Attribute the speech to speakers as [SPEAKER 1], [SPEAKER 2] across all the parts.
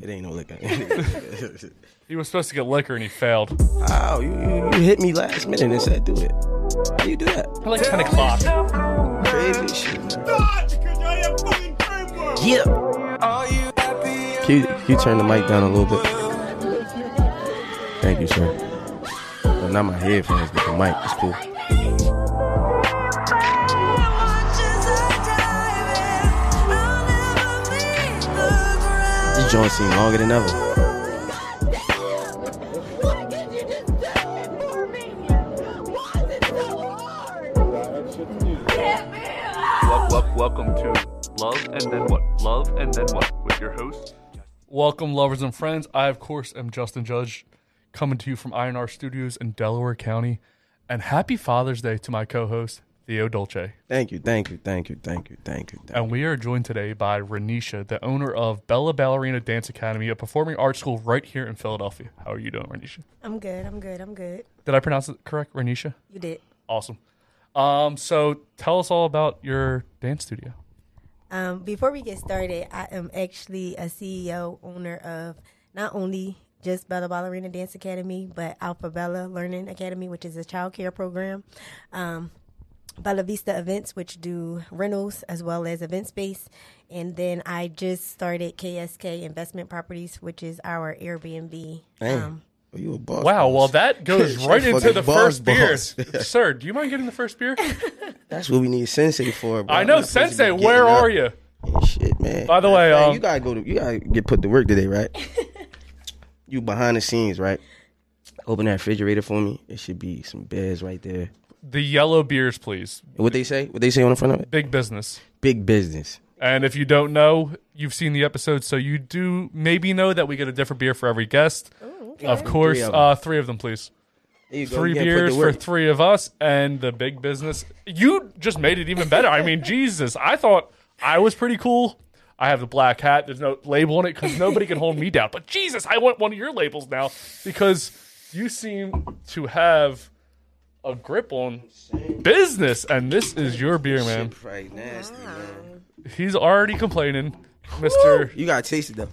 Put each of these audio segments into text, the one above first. [SPEAKER 1] It ain't no liquor.
[SPEAKER 2] He was supposed to get liquor and he failed.
[SPEAKER 1] oh, you, you, you hit me last minute and said do it. How you do that?
[SPEAKER 2] I like 10 o'clock.
[SPEAKER 1] Crazy shit. Man. Yeah. Can you, can you turn the mic down a little bit? Thank you, sir. Well, not my headphones, but the mic. It's cool. These joints seem longer than ever.
[SPEAKER 3] Wel- wel- Welcome to Love and Then What? Love and Then What? With your host,
[SPEAKER 2] Welcome, lovers and friends. I, of course, am Justin Judge, coming to you from INR Studios in Delaware County. And happy Father's Day to my co host, Theo Dolce.
[SPEAKER 1] Thank you, thank you, thank you, thank you, thank you. Thank
[SPEAKER 2] And we are joined today by Renisha, the owner of Bella Ballerina Dance Academy, a performing arts school right here in Philadelphia. How are you doing, Renisha?
[SPEAKER 4] I'm good. I'm good. I'm good.
[SPEAKER 2] Did I pronounce it correct, Renisha?
[SPEAKER 4] You did.
[SPEAKER 2] Awesome. Um, so tell us all about your dance studio.
[SPEAKER 4] Um, before we get started, I am actually a CEO, owner of not only just Bella Ballerina Dance Academy, but Alpha Bella Learning Academy, which is a child care program. Um, Bella Vista Events, which do rentals as well as event space. And then I just started KSK Investment Properties, which is our Airbnb.
[SPEAKER 1] you. Damn. Well, you a boss.
[SPEAKER 2] Wow,
[SPEAKER 1] boss.
[SPEAKER 2] well, that goes
[SPEAKER 1] You're
[SPEAKER 2] right into
[SPEAKER 1] fucking
[SPEAKER 2] the
[SPEAKER 1] boss,
[SPEAKER 2] first beer.
[SPEAKER 1] boss.
[SPEAKER 2] Sir, do you mind getting the first beer?
[SPEAKER 1] That's what we need Sensei for. Bro.
[SPEAKER 2] I
[SPEAKER 1] I'm
[SPEAKER 2] know,
[SPEAKER 1] not supposed to
[SPEAKER 2] Sensei,
[SPEAKER 1] be getting
[SPEAKER 2] where
[SPEAKER 1] up
[SPEAKER 2] are you?
[SPEAKER 1] and Shit, man.
[SPEAKER 2] By the way,
[SPEAKER 1] Man,
[SPEAKER 2] um,
[SPEAKER 1] you gotta go to. You gotta get put to work today, right? you behind the scenes, right? Open that refrigerator for me. It should be some beers right there.
[SPEAKER 2] The yellow beers, please.
[SPEAKER 1] And What they say? What they say on the front of it?
[SPEAKER 2] Big business.
[SPEAKER 1] Big business.
[SPEAKER 2] And if you don't know, you've seen the episode, so you do maybe know that we get a different beer for every guest. Of course,
[SPEAKER 1] Three of 'em.
[SPEAKER 2] uh, three of them, please.
[SPEAKER 1] There you go.
[SPEAKER 2] Three
[SPEAKER 1] You getting put
[SPEAKER 2] beers
[SPEAKER 1] to
[SPEAKER 2] for
[SPEAKER 1] work.
[SPEAKER 2] three of us and the big business. You just made it even better. I mean, Jesus, I thought I was pretty cool. I have the black hat. There's no label on it because nobody can hold me down. But Jesus, I want one of your labels now because you seem to have a grip on business, and this is your beer, man.
[SPEAKER 1] Shit, right, nasty, man.
[SPEAKER 2] He's already complaining, Mister.
[SPEAKER 1] You gotta taste it though.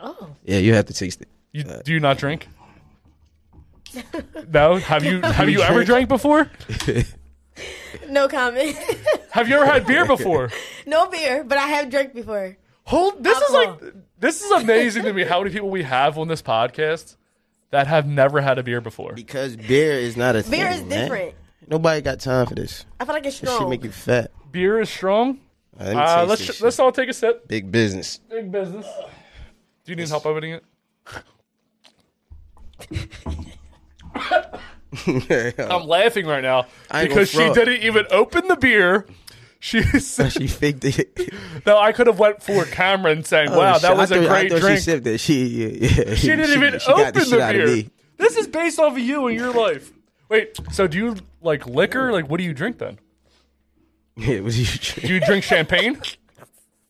[SPEAKER 1] Oh. Yeah, you have to taste it.
[SPEAKER 2] You, do you not drink? no. Have you have you ever drank before?
[SPEAKER 4] No comment.
[SPEAKER 2] Have you ever had beer before?
[SPEAKER 4] no beer, but I have drank before.
[SPEAKER 2] Hold. This
[SPEAKER 4] Alcohol.
[SPEAKER 2] is like this is amazing to me. How many people we have on this podcast that have never had a beer before?
[SPEAKER 1] Because beer is not a thing.
[SPEAKER 4] Beer is
[SPEAKER 1] man.
[SPEAKER 4] different.
[SPEAKER 1] Nobody got time for this.
[SPEAKER 4] I feel like it's
[SPEAKER 1] This
[SPEAKER 4] strong.
[SPEAKER 1] shit make you fat.
[SPEAKER 2] Beer is strong.
[SPEAKER 1] All right, let me
[SPEAKER 2] Uh,
[SPEAKER 1] taste
[SPEAKER 2] let's
[SPEAKER 1] this shit.
[SPEAKER 2] let's all take a sip.
[SPEAKER 1] Big business.
[SPEAKER 2] Big business. Do you need help opening it? I'm laughing right now
[SPEAKER 1] I ain't gonna
[SPEAKER 2] because she
[SPEAKER 1] front.
[SPEAKER 2] didn't even open the beer. She said
[SPEAKER 1] she faked it.
[SPEAKER 2] No, I could have went for camera and saying,
[SPEAKER 1] Oh,
[SPEAKER 2] "Wow,
[SPEAKER 1] shit.
[SPEAKER 2] that was
[SPEAKER 1] I
[SPEAKER 2] a
[SPEAKER 1] thought, I
[SPEAKER 2] great
[SPEAKER 1] thought
[SPEAKER 2] drink."
[SPEAKER 1] She sipped it. She, yeah, yeah.
[SPEAKER 2] she didn't even
[SPEAKER 1] she
[SPEAKER 2] open
[SPEAKER 1] got the, shit
[SPEAKER 2] the
[SPEAKER 1] out
[SPEAKER 2] beer.
[SPEAKER 1] of me.
[SPEAKER 2] This is based off of you and your life. Wait, so do you like liquor? Like, what do you drink then?
[SPEAKER 1] Yeah, was you?
[SPEAKER 2] Do you drink champagne?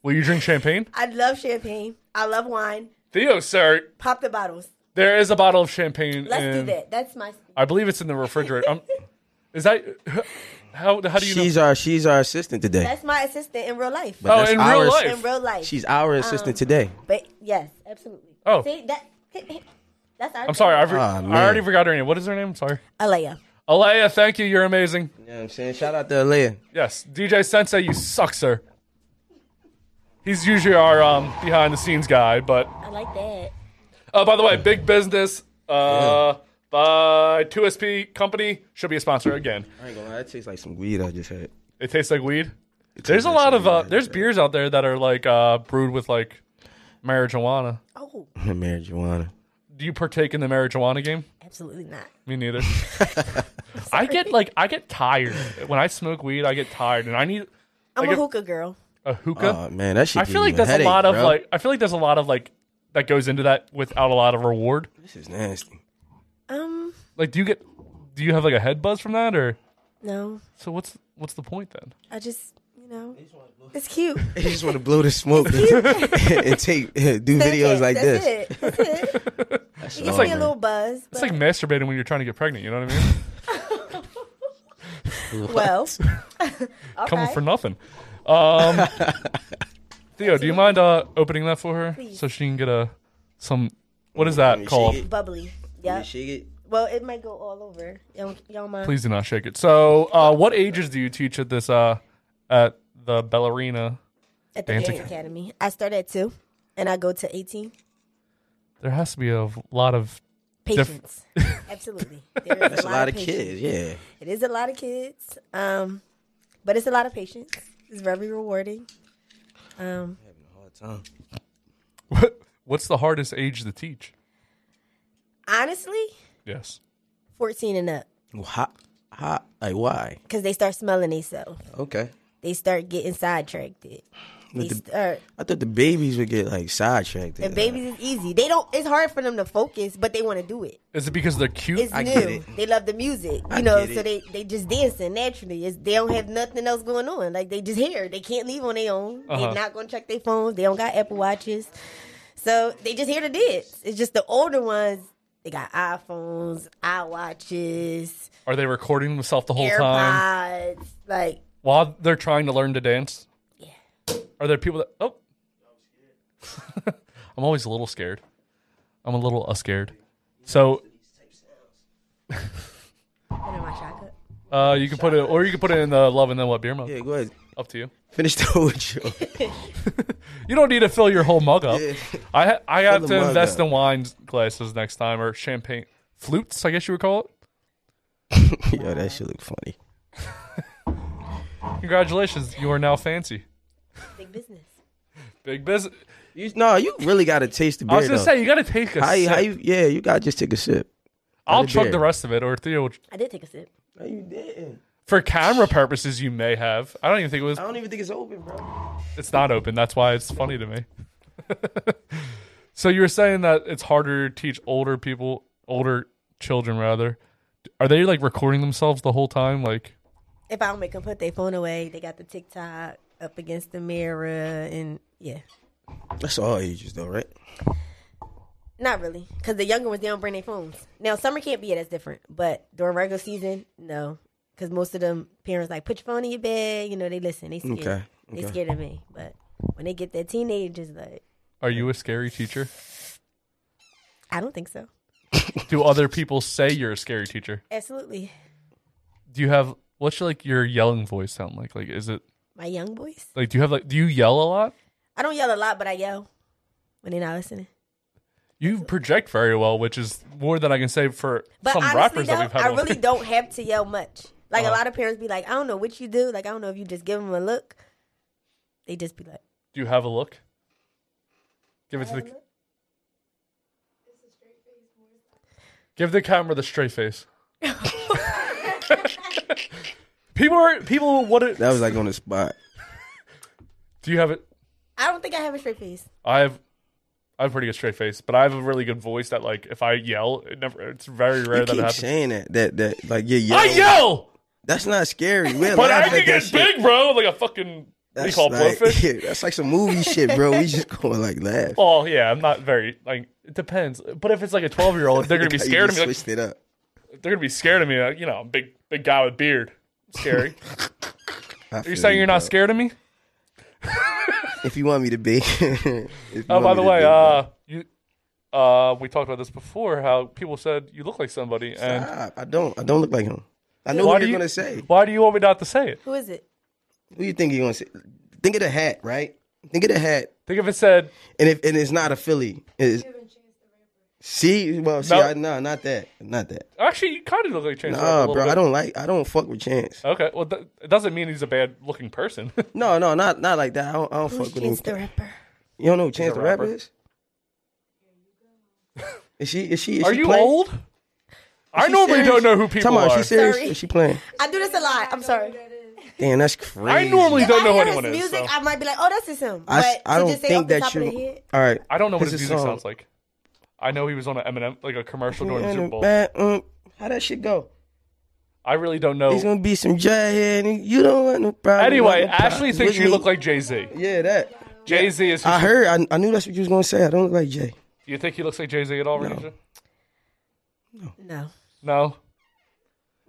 [SPEAKER 2] Will you drink champagne,
[SPEAKER 4] I love champagne. I love wine.
[SPEAKER 2] Theo? Sir,
[SPEAKER 4] Pop the bottles.
[SPEAKER 2] there is a bottle of champagne.
[SPEAKER 4] Let's
[SPEAKER 2] in-
[SPEAKER 4] do that. That's my.
[SPEAKER 2] I believe it's in the refrigerator. i is that how? How do you
[SPEAKER 1] She's
[SPEAKER 2] know?
[SPEAKER 1] our she's our assistant today.
[SPEAKER 4] That's my assistant in real life.
[SPEAKER 2] Oh,
[SPEAKER 1] That's
[SPEAKER 2] in real
[SPEAKER 1] ours.
[SPEAKER 2] life.
[SPEAKER 4] in real life.
[SPEAKER 1] She's our assistant
[SPEAKER 4] Um.
[SPEAKER 1] today.
[SPEAKER 4] But yes, absolutely.
[SPEAKER 2] Oh.
[SPEAKER 4] see that. That's our.
[SPEAKER 2] I'm sorry, I've
[SPEAKER 1] Ah, man.
[SPEAKER 2] I already forgot her name. What is her name? I'm sorry,
[SPEAKER 4] Alea.
[SPEAKER 2] Alea. Thank you. You're amazing.
[SPEAKER 1] You know what I'm saying? Shout out to Alea.
[SPEAKER 2] Yes, DJ Sensei, you suck, sir. He's usually our um, behind the scenes guy, but
[SPEAKER 4] I like that.
[SPEAKER 2] uh, by the way, big business uh, by 2SP Company should be a sponsor again.
[SPEAKER 1] I ain't gonna lie, that tastes like some weed I just had.
[SPEAKER 2] It tastes like weed. There's a lot of uh, there's beers out there that are like uh, brewed with like marijuana.
[SPEAKER 4] Oh,
[SPEAKER 1] marijuana.
[SPEAKER 2] Do you partake in the marijuana game?
[SPEAKER 4] absolutely not.
[SPEAKER 2] Me neither. I get like I get tired when I smoke weed. I get tired, and I need
[SPEAKER 4] I'm
[SPEAKER 2] Like
[SPEAKER 4] a
[SPEAKER 2] a-
[SPEAKER 4] hookah girl.
[SPEAKER 2] a hookah.
[SPEAKER 1] Oh man, that shit.
[SPEAKER 2] I
[SPEAKER 1] give
[SPEAKER 2] feel
[SPEAKER 1] you
[SPEAKER 2] like there's
[SPEAKER 1] headache,
[SPEAKER 2] a lot of
[SPEAKER 1] bro.
[SPEAKER 2] like I feel like there's a lot of like that goes into that without a lot of reward.
[SPEAKER 1] This is nasty.
[SPEAKER 4] Um,
[SPEAKER 2] Like do you get do you have like a head buzz from that or
[SPEAKER 4] no,
[SPEAKER 2] so what's what's the point then?
[SPEAKER 4] I just you know, it's cute.
[SPEAKER 1] I just want to blow the smoke and take do videos
[SPEAKER 4] That's
[SPEAKER 1] like this.
[SPEAKER 4] it. That's It. That's it. it gives
[SPEAKER 1] all,
[SPEAKER 4] me a
[SPEAKER 1] man.
[SPEAKER 4] little buzz.
[SPEAKER 2] It's
[SPEAKER 4] but-
[SPEAKER 2] like masturbating when you're trying to get pregnant, you know what I mean?
[SPEAKER 4] well,
[SPEAKER 2] Coming
[SPEAKER 4] Okay.
[SPEAKER 2] for nothing. Um Theo, do you mind uh opening that for her so she can get a some what is that
[SPEAKER 1] me see
[SPEAKER 2] called?
[SPEAKER 1] it.
[SPEAKER 4] Bubbly.
[SPEAKER 1] Yeah.
[SPEAKER 4] Yeah. Well, it might go all over. Y'all, y'all mind?
[SPEAKER 2] Please do not shake it. So, uh, what ages do you teach at this uh at the ballerina?
[SPEAKER 4] At the
[SPEAKER 2] Dance
[SPEAKER 4] dance
[SPEAKER 2] Acad-
[SPEAKER 4] academy. I start at two, and I go to eighteen.
[SPEAKER 2] There has to be a lot of
[SPEAKER 4] Patience. Absolutely. There is
[SPEAKER 1] That's a lot of
[SPEAKER 4] patience.
[SPEAKER 1] kids. Yeah.
[SPEAKER 4] It is a lot of kids. Um, but it's a lot of patience. It's very rewarding.
[SPEAKER 1] Having
[SPEAKER 4] Um,
[SPEAKER 1] a hard time.
[SPEAKER 2] what, what's the hardest age to teach?
[SPEAKER 4] honestly,
[SPEAKER 2] Yes.
[SPEAKER 4] fourteen and up,
[SPEAKER 1] Well, how, how, like, why?
[SPEAKER 4] because they start smelling themselves.
[SPEAKER 1] Okay.
[SPEAKER 4] They start getting sidetracked. They
[SPEAKER 1] With the-
[SPEAKER 4] start.
[SPEAKER 1] I thought the babies would get like sidetracked.
[SPEAKER 4] The babies is easy. They don't. It's hard for them to focus, but they want to do it.
[SPEAKER 2] Is it because they're cute?
[SPEAKER 4] It's
[SPEAKER 1] I
[SPEAKER 4] new.
[SPEAKER 1] get it.
[SPEAKER 4] They love the music, you
[SPEAKER 1] I
[SPEAKER 4] know.
[SPEAKER 1] get
[SPEAKER 4] So
[SPEAKER 1] it.
[SPEAKER 4] they they just dancing naturally. It's, they don't have nothing else going on. Like they just here. They can't leave on their own.
[SPEAKER 2] Uh-huh.
[SPEAKER 4] They're not gonna check their phones. They don't got Apple watches. So they just here to dance. It's just the older ones. They got iPhones, iWatches,
[SPEAKER 2] Are they recording themselves the whole time
[SPEAKER 4] AirPods. Like
[SPEAKER 2] while they're trying to learn to dance?
[SPEAKER 4] Yeah.
[SPEAKER 2] Are there people that? Oh, I'm always a little scared. I'm a little uh, scared. So
[SPEAKER 4] put in my shotgun.
[SPEAKER 2] uh, you can put it, or you can put it in the love and then what beer mug.
[SPEAKER 1] Yeah, go ahead.
[SPEAKER 2] Up to you.
[SPEAKER 1] Finish the whole joke.
[SPEAKER 2] You don't need to fill your whole mug up. I ha- I have
[SPEAKER 1] the
[SPEAKER 2] to
[SPEAKER 1] mug
[SPEAKER 2] invest
[SPEAKER 1] up.
[SPEAKER 2] in wine glasses next time or champagne flutes. I guess you would call it.
[SPEAKER 1] Yo, that shit look funny.
[SPEAKER 2] Congratulations, you are now fancy.
[SPEAKER 4] Big business.
[SPEAKER 2] Big business.
[SPEAKER 1] You, no, you really gotta taste the beer.
[SPEAKER 2] I was gonna
[SPEAKER 1] though.
[SPEAKER 2] say you gotta take a
[SPEAKER 1] how, you-
[SPEAKER 2] sip.
[SPEAKER 1] how you? Yeah, you gotta just take a sip.
[SPEAKER 2] I'll
[SPEAKER 1] the
[SPEAKER 2] chug
[SPEAKER 1] beer.
[SPEAKER 2] the rest of it, or Theo. will-
[SPEAKER 4] I did take a sip.
[SPEAKER 1] No, you didn't.
[SPEAKER 2] For camera purposes, you may have. I don't even think it was.
[SPEAKER 1] don't even think it's open, bro.
[SPEAKER 2] It's not open. That's why it's funny to me. so you were saying that it's harder to teach older people, older children rather. Are they like recording themselves the whole time? Like,
[SPEAKER 4] If I don't make them put their phone away, they got the TikTok up against the mirror, and yeah.
[SPEAKER 1] That's all ages though, right?
[SPEAKER 4] Not really, because the younger ones they don't bring their phones. Now summer can't be it. That's different. But during regular season, no, because most of them parents like put your phone in your bed. You know they listen. They scared.
[SPEAKER 1] Okay,
[SPEAKER 4] They
[SPEAKER 1] okay.
[SPEAKER 4] scared of me. But when they get their teenagers, like
[SPEAKER 2] are you a scary teacher?
[SPEAKER 4] I don't think so.
[SPEAKER 2] Do other people say you're a scary teacher?
[SPEAKER 4] Absolutely,
[SPEAKER 2] Do you have what's your, like your yelling voice sound like? Like, is it
[SPEAKER 4] my young boys.
[SPEAKER 2] like do you have like do you yell a lot?
[SPEAKER 4] I don't yell a lot, but I yell when they're not listening.
[SPEAKER 2] You project very well, which is more than I can say for
[SPEAKER 4] But
[SPEAKER 2] some
[SPEAKER 4] honestly,
[SPEAKER 2] rappers
[SPEAKER 4] though,
[SPEAKER 2] that we've had.
[SPEAKER 4] I
[SPEAKER 2] on.
[SPEAKER 4] really don't have to yell much. Like
[SPEAKER 2] Uh-huh.
[SPEAKER 4] a lot of parents be like, I don't know what you do. Like I don't know if you just give them a look. They just be like,
[SPEAKER 2] Do you have a look? Give it to the. Give the camera the straight face. people are people. What it,
[SPEAKER 1] That was like on the spot.
[SPEAKER 2] do you have it?
[SPEAKER 4] I don't think I have a straight face.
[SPEAKER 2] I have. I have a pretty good straight face, but I have a really good voice that, like, if I yell, it never. It's very rare
[SPEAKER 1] You
[SPEAKER 2] that it
[SPEAKER 1] keep
[SPEAKER 2] happens.
[SPEAKER 1] saying that, that, that, like, yeah, yeah.
[SPEAKER 2] I yell,
[SPEAKER 1] That's not scary. We're
[SPEAKER 2] but I
[SPEAKER 1] laughing
[SPEAKER 2] can
[SPEAKER 1] at that
[SPEAKER 2] get
[SPEAKER 1] shit.
[SPEAKER 2] big, bro. Like a fucking. What do you
[SPEAKER 1] That's
[SPEAKER 2] call it,
[SPEAKER 1] like,
[SPEAKER 2] blowfish?
[SPEAKER 1] yeah, that's like some movie shit, bro. We just going like laugh.
[SPEAKER 2] Oh yeah, I'm not very like. It depends. But if it's like a 12 year old, they're gonna be
[SPEAKER 1] You just
[SPEAKER 2] scared of me. Like,
[SPEAKER 1] Switched it up.
[SPEAKER 2] they're gonna be scared of me. Like, you know, I'm a big big guy with beard, scary.
[SPEAKER 1] I
[SPEAKER 2] Are you
[SPEAKER 1] feel
[SPEAKER 2] saying you're not
[SPEAKER 1] bro.
[SPEAKER 2] scared of me?
[SPEAKER 1] If you want me to be. If you
[SPEAKER 2] Oh,
[SPEAKER 1] want
[SPEAKER 2] by
[SPEAKER 1] me
[SPEAKER 2] the
[SPEAKER 1] to
[SPEAKER 2] way,
[SPEAKER 1] be, bro.
[SPEAKER 2] uh, you, uh, we talked about this before. How people said you look like somebody, and
[SPEAKER 1] Stop. I don't. I don't look like him. I know
[SPEAKER 2] why
[SPEAKER 1] what
[SPEAKER 2] do
[SPEAKER 1] you're
[SPEAKER 2] you
[SPEAKER 1] gonna say.
[SPEAKER 2] Why do you want me not to say it?
[SPEAKER 4] Who is it?
[SPEAKER 1] Who you think you're gonna say? Think of the hat, right? Think of the hat,
[SPEAKER 2] Think if it said
[SPEAKER 1] and if and it's not a Philly. It's, see, well, see,
[SPEAKER 2] No.
[SPEAKER 1] I, no, not that, not that.
[SPEAKER 2] actually, you kind of look like Chance. the Rapper a
[SPEAKER 1] Nah,
[SPEAKER 2] little
[SPEAKER 1] bro, I
[SPEAKER 2] bit.
[SPEAKER 1] don't like. I don't fuck with Chance.
[SPEAKER 2] Okay, well, th- it doesn't mean he's a bad looking person.
[SPEAKER 1] No, no, not not like that. I don't, I don't
[SPEAKER 4] Who's
[SPEAKER 1] fuck with
[SPEAKER 4] Chance the
[SPEAKER 1] him.
[SPEAKER 4] Rapper?
[SPEAKER 1] You don't know who Chance
[SPEAKER 2] a
[SPEAKER 1] the rapper
[SPEAKER 2] rapper.
[SPEAKER 1] is? Is she? Is she? Is
[SPEAKER 2] Are
[SPEAKER 1] she
[SPEAKER 2] you
[SPEAKER 1] playing?
[SPEAKER 2] old? I
[SPEAKER 1] She
[SPEAKER 2] normally
[SPEAKER 1] serious?
[SPEAKER 2] don't know who people
[SPEAKER 1] Tell me,
[SPEAKER 2] are.
[SPEAKER 1] Is she serious?
[SPEAKER 4] Sorry.
[SPEAKER 1] Is she playing?
[SPEAKER 4] I do this a lot. I'm sorry.
[SPEAKER 1] Damn, that's crazy.
[SPEAKER 2] I normally don't
[SPEAKER 4] I
[SPEAKER 2] know who
[SPEAKER 4] hear
[SPEAKER 2] anyone
[SPEAKER 4] his
[SPEAKER 2] is.
[SPEAKER 4] music,
[SPEAKER 2] so.
[SPEAKER 4] I might be like, oh, that's just him.
[SPEAKER 1] I, s-
[SPEAKER 4] But
[SPEAKER 1] I
[SPEAKER 4] to
[SPEAKER 1] don't
[SPEAKER 4] just say
[SPEAKER 1] think
[SPEAKER 4] off the
[SPEAKER 1] that
[SPEAKER 4] top of the
[SPEAKER 1] you.
[SPEAKER 4] head,
[SPEAKER 1] All right.
[SPEAKER 2] I don't know what
[SPEAKER 1] This
[SPEAKER 2] his
[SPEAKER 1] is
[SPEAKER 2] music
[SPEAKER 1] song.
[SPEAKER 2] sounds like. I know he was on an Eminem like a commercial during the
[SPEAKER 1] Man,
[SPEAKER 2] Super Bowl.
[SPEAKER 1] man, um, how that shit go?
[SPEAKER 2] I really don't know.
[SPEAKER 1] It's gonna be some jazz here, and you don't want no problem.
[SPEAKER 2] Anyway,
[SPEAKER 1] with no
[SPEAKER 2] Ashley
[SPEAKER 1] problem
[SPEAKER 2] thinks
[SPEAKER 1] with
[SPEAKER 2] you
[SPEAKER 1] me.
[SPEAKER 2] look like Jay Z.
[SPEAKER 1] Yeah, Uh, that.
[SPEAKER 2] Jay Z is. Who
[SPEAKER 1] I heard. I, I knew that's what you was gonna say. I don't look like Jay.
[SPEAKER 2] Do you think he looks like Jay Z at all, Ranisha?
[SPEAKER 4] no,
[SPEAKER 2] No.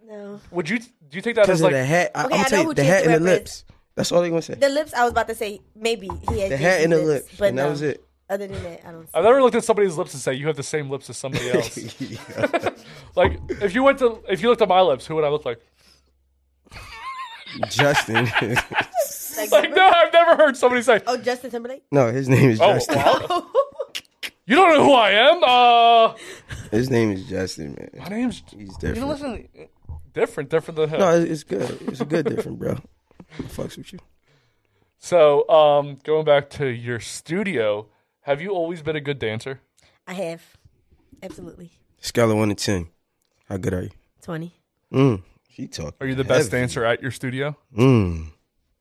[SPEAKER 4] no.
[SPEAKER 2] Would you? Do you take that as
[SPEAKER 1] Because of
[SPEAKER 2] like?
[SPEAKER 1] the hat. I,
[SPEAKER 4] Okay, I
[SPEAKER 1] I'm
[SPEAKER 4] know
[SPEAKER 1] gonna tell
[SPEAKER 4] who
[SPEAKER 1] you, the
[SPEAKER 4] Chance
[SPEAKER 1] hat
[SPEAKER 4] the
[SPEAKER 1] and the
[SPEAKER 4] Rapper is.
[SPEAKER 1] lips. That's all they gonna say.
[SPEAKER 4] The lips, I was about to say maybe he had
[SPEAKER 1] The hat and the
[SPEAKER 4] lips,
[SPEAKER 1] lips,
[SPEAKER 4] but
[SPEAKER 1] and
[SPEAKER 4] no.
[SPEAKER 1] that was it.
[SPEAKER 4] Other than that, I don't. See
[SPEAKER 2] I've never looked at somebody's lips and say you have the same lips as somebody else. like if you went to if you looked at my lips, who would I look like?
[SPEAKER 1] Justin.
[SPEAKER 4] Like,
[SPEAKER 2] Like no, I've never heard somebody say,
[SPEAKER 4] Oh, Justin Timberlake.
[SPEAKER 1] no, his name is
[SPEAKER 2] "Oh,
[SPEAKER 1] Justin.
[SPEAKER 2] well, you don't know who I am." Uh,
[SPEAKER 1] His name is Justin, man.
[SPEAKER 2] my name's
[SPEAKER 1] He's
[SPEAKER 2] you
[SPEAKER 1] different.
[SPEAKER 2] listen different, different than him.
[SPEAKER 1] No, it's it's good. It's a good different, bro. What fucks with you?
[SPEAKER 2] So, um, going back to your studio, have you always been a good dancer?
[SPEAKER 4] I have, absolutely
[SPEAKER 1] Scala one to ten. How good are you?
[SPEAKER 4] twenty
[SPEAKER 1] Mm. She talk.
[SPEAKER 2] Are you the best dancer at your studio?
[SPEAKER 1] Mm.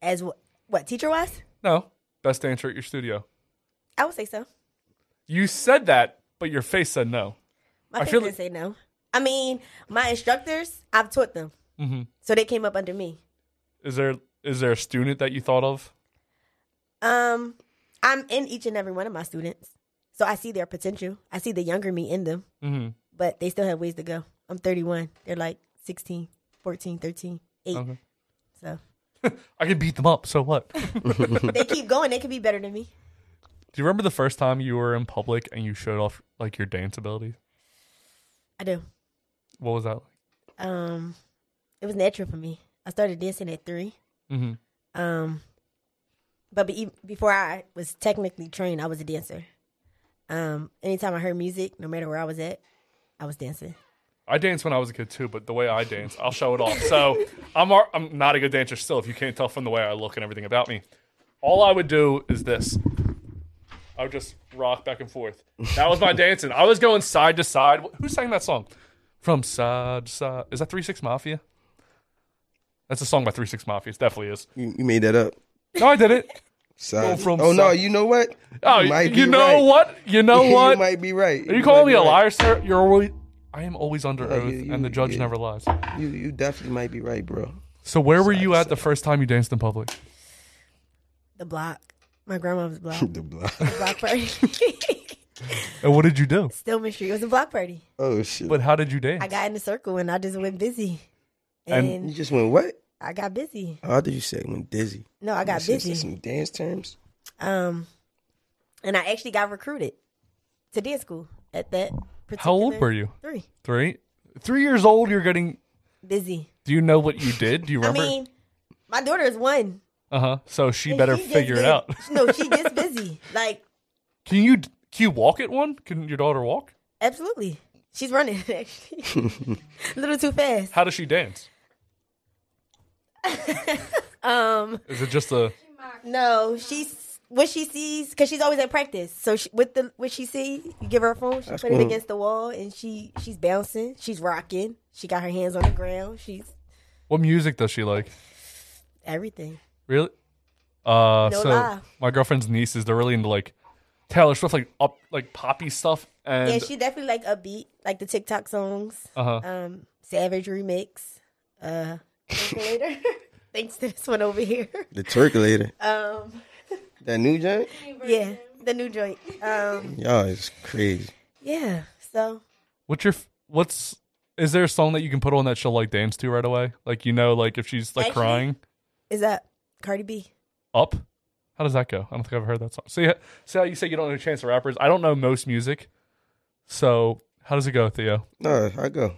[SPEAKER 4] as what? What teacher wise?
[SPEAKER 2] No, best dancer at your studio.
[SPEAKER 4] I would say so.
[SPEAKER 2] You said that, but your face said no.
[SPEAKER 4] My
[SPEAKER 2] I
[SPEAKER 4] parents
[SPEAKER 2] feel
[SPEAKER 4] didn't
[SPEAKER 2] like-
[SPEAKER 4] say no. I mean, my instructors, I've taught them,
[SPEAKER 2] Mm-hmm.
[SPEAKER 4] so they came up under me.
[SPEAKER 2] Is there is there a student that you thought of?
[SPEAKER 4] Um, I'm in each and every one of my students, so I see their potential. I see the younger me in them,
[SPEAKER 2] Mm-hmm.
[SPEAKER 4] but they still have ways to go. I'm 31. They're like 16, 14, 13, 8.
[SPEAKER 2] Okay.
[SPEAKER 4] So
[SPEAKER 2] I can beat them up. So what? Do
[SPEAKER 4] they keep going. They could be better than me.
[SPEAKER 2] you remember the first time you were in public and you showed off like your dance ability?
[SPEAKER 4] I do.
[SPEAKER 2] What was that like?
[SPEAKER 4] Um, it was natural for me. I started dancing at three.
[SPEAKER 2] Mm-hmm.
[SPEAKER 4] Um, but be- before I was technically trained, I was a dancer. Um, anytime I heard music, no matter where I was at, I was dancing.
[SPEAKER 2] I danced when I was a kid too, but the way I dance, I'll show it off. So I'm ar- I'm not a good dancer still. If you can't tell from the way I look and everything about me, all I would do is this. I would just rock back and forth. That was my dancing. I was going side to side. Wh- Who sang that song? From side to side. Is that Three Six Mafia? That's a song by Three Six Mafia. It definitely is.
[SPEAKER 1] You, you made that up.
[SPEAKER 2] No, I did it.
[SPEAKER 1] Side.
[SPEAKER 2] from
[SPEAKER 1] oh no,
[SPEAKER 2] side.
[SPEAKER 1] you know what?
[SPEAKER 2] Oh, you, know
[SPEAKER 1] right.
[SPEAKER 2] what? You know
[SPEAKER 1] you
[SPEAKER 2] what?
[SPEAKER 1] might be right.
[SPEAKER 2] Are you calling
[SPEAKER 1] might
[SPEAKER 2] me
[SPEAKER 1] be
[SPEAKER 2] a
[SPEAKER 1] right.
[SPEAKER 2] liar, sir? You're always. I am always under
[SPEAKER 1] No,
[SPEAKER 2] oath,
[SPEAKER 1] you-
[SPEAKER 2] and the
[SPEAKER 1] you-
[SPEAKER 2] judge
[SPEAKER 1] you-
[SPEAKER 2] never lies.
[SPEAKER 1] You you definitely might be right, bro.
[SPEAKER 2] So where were you at the first time you danced in public?
[SPEAKER 4] The block. My grandma was block.
[SPEAKER 1] The block.
[SPEAKER 4] block party.
[SPEAKER 2] And what did you do?
[SPEAKER 4] Stillman Street. It was a block party.
[SPEAKER 1] Oh shit.
[SPEAKER 2] But how did you dance?
[SPEAKER 4] I got in a circle and I just went busy.
[SPEAKER 2] And-
[SPEAKER 4] And,
[SPEAKER 1] you just went what?
[SPEAKER 4] I got busy.
[SPEAKER 1] Oh, I thought you said went dizzy.
[SPEAKER 4] No, I got
[SPEAKER 1] Shit,
[SPEAKER 4] busy.
[SPEAKER 1] Some dance terms.
[SPEAKER 4] Um, and I actually got recruited to dance school at that. Particular
[SPEAKER 2] how old were you?
[SPEAKER 4] Three.
[SPEAKER 2] Three. Three years old. You're getting.
[SPEAKER 4] Busy.
[SPEAKER 2] Do you know what you did? Do you remember?
[SPEAKER 4] I mean, my daughter is one.
[SPEAKER 2] uh huh. So she better
[SPEAKER 4] She just
[SPEAKER 2] figure it
[SPEAKER 4] busy.
[SPEAKER 2] out.
[SPEAKER 4] no, she gets busy. Like
[SPEAKER 2] Can you? Can you walk at one? Can your daughter walk?
[SPEAKER 4] absolutely, she's running actually, a little too fast.
[SPEAKER 2] How does she dance?
[SPEAKER 4] Um,
[SPEAKER 2] Is it just a?
[SPEAKER 4] no, she's what she sees because she's always at practice. So she, with the what she see, you give her a phone, she
[SPEAKER 1] That's
[SPEAKER 4] put
[SPEAKER 1] cool.
[SPEAKER 4] it against the wall, and she she's bouncing, she's rocking, she got her hands on the ground, she's
[SPEAKER 2] What music does she like?
[SPEAKER 4] everything.
[SPEAKER 2] Really? Uh,
[SPEAKER 4] No
[SPEAKER 2] so
[SPEAKER 4] lie.
[SPEAKER 2] my girlfriend's nieces, they're really into like Taylor Swift, like up, like poppy stuff, and
[SPEAKER 4] yeah, she definitely like upbeat, like the TikTok songs,
[SPEAKER 2] uh-huh.
[SPEAKER 4] um, Savage remix, uh, later. Thanks to this one over here.
[SPEAKER 1] The turculator.
[SPEAKER 4] Um.
[SPEAKER 1] that new joint.
[SPEAKER 4] Yeah, the new joint. Um,
[SPEAKER 1] Y'all is crazy.
[SPEAKER 4] yeah. So
[SPEAKER 2] What's your f- what's is there a song that you can put on that she'll like dance to right away? Like you know, like if she's like
[SPEAKER 4] Actually-
[SPEAKER 2] crying
[SPEAKER 4] is that Cardi B?
[SPEAKER 2] up. How does that go? I don't think I've ever heard that song. See, see how you say you don't know Chance the Rappers. I don't know most music, so how does it go, Theo?
[SPEAKER 1] No, I go.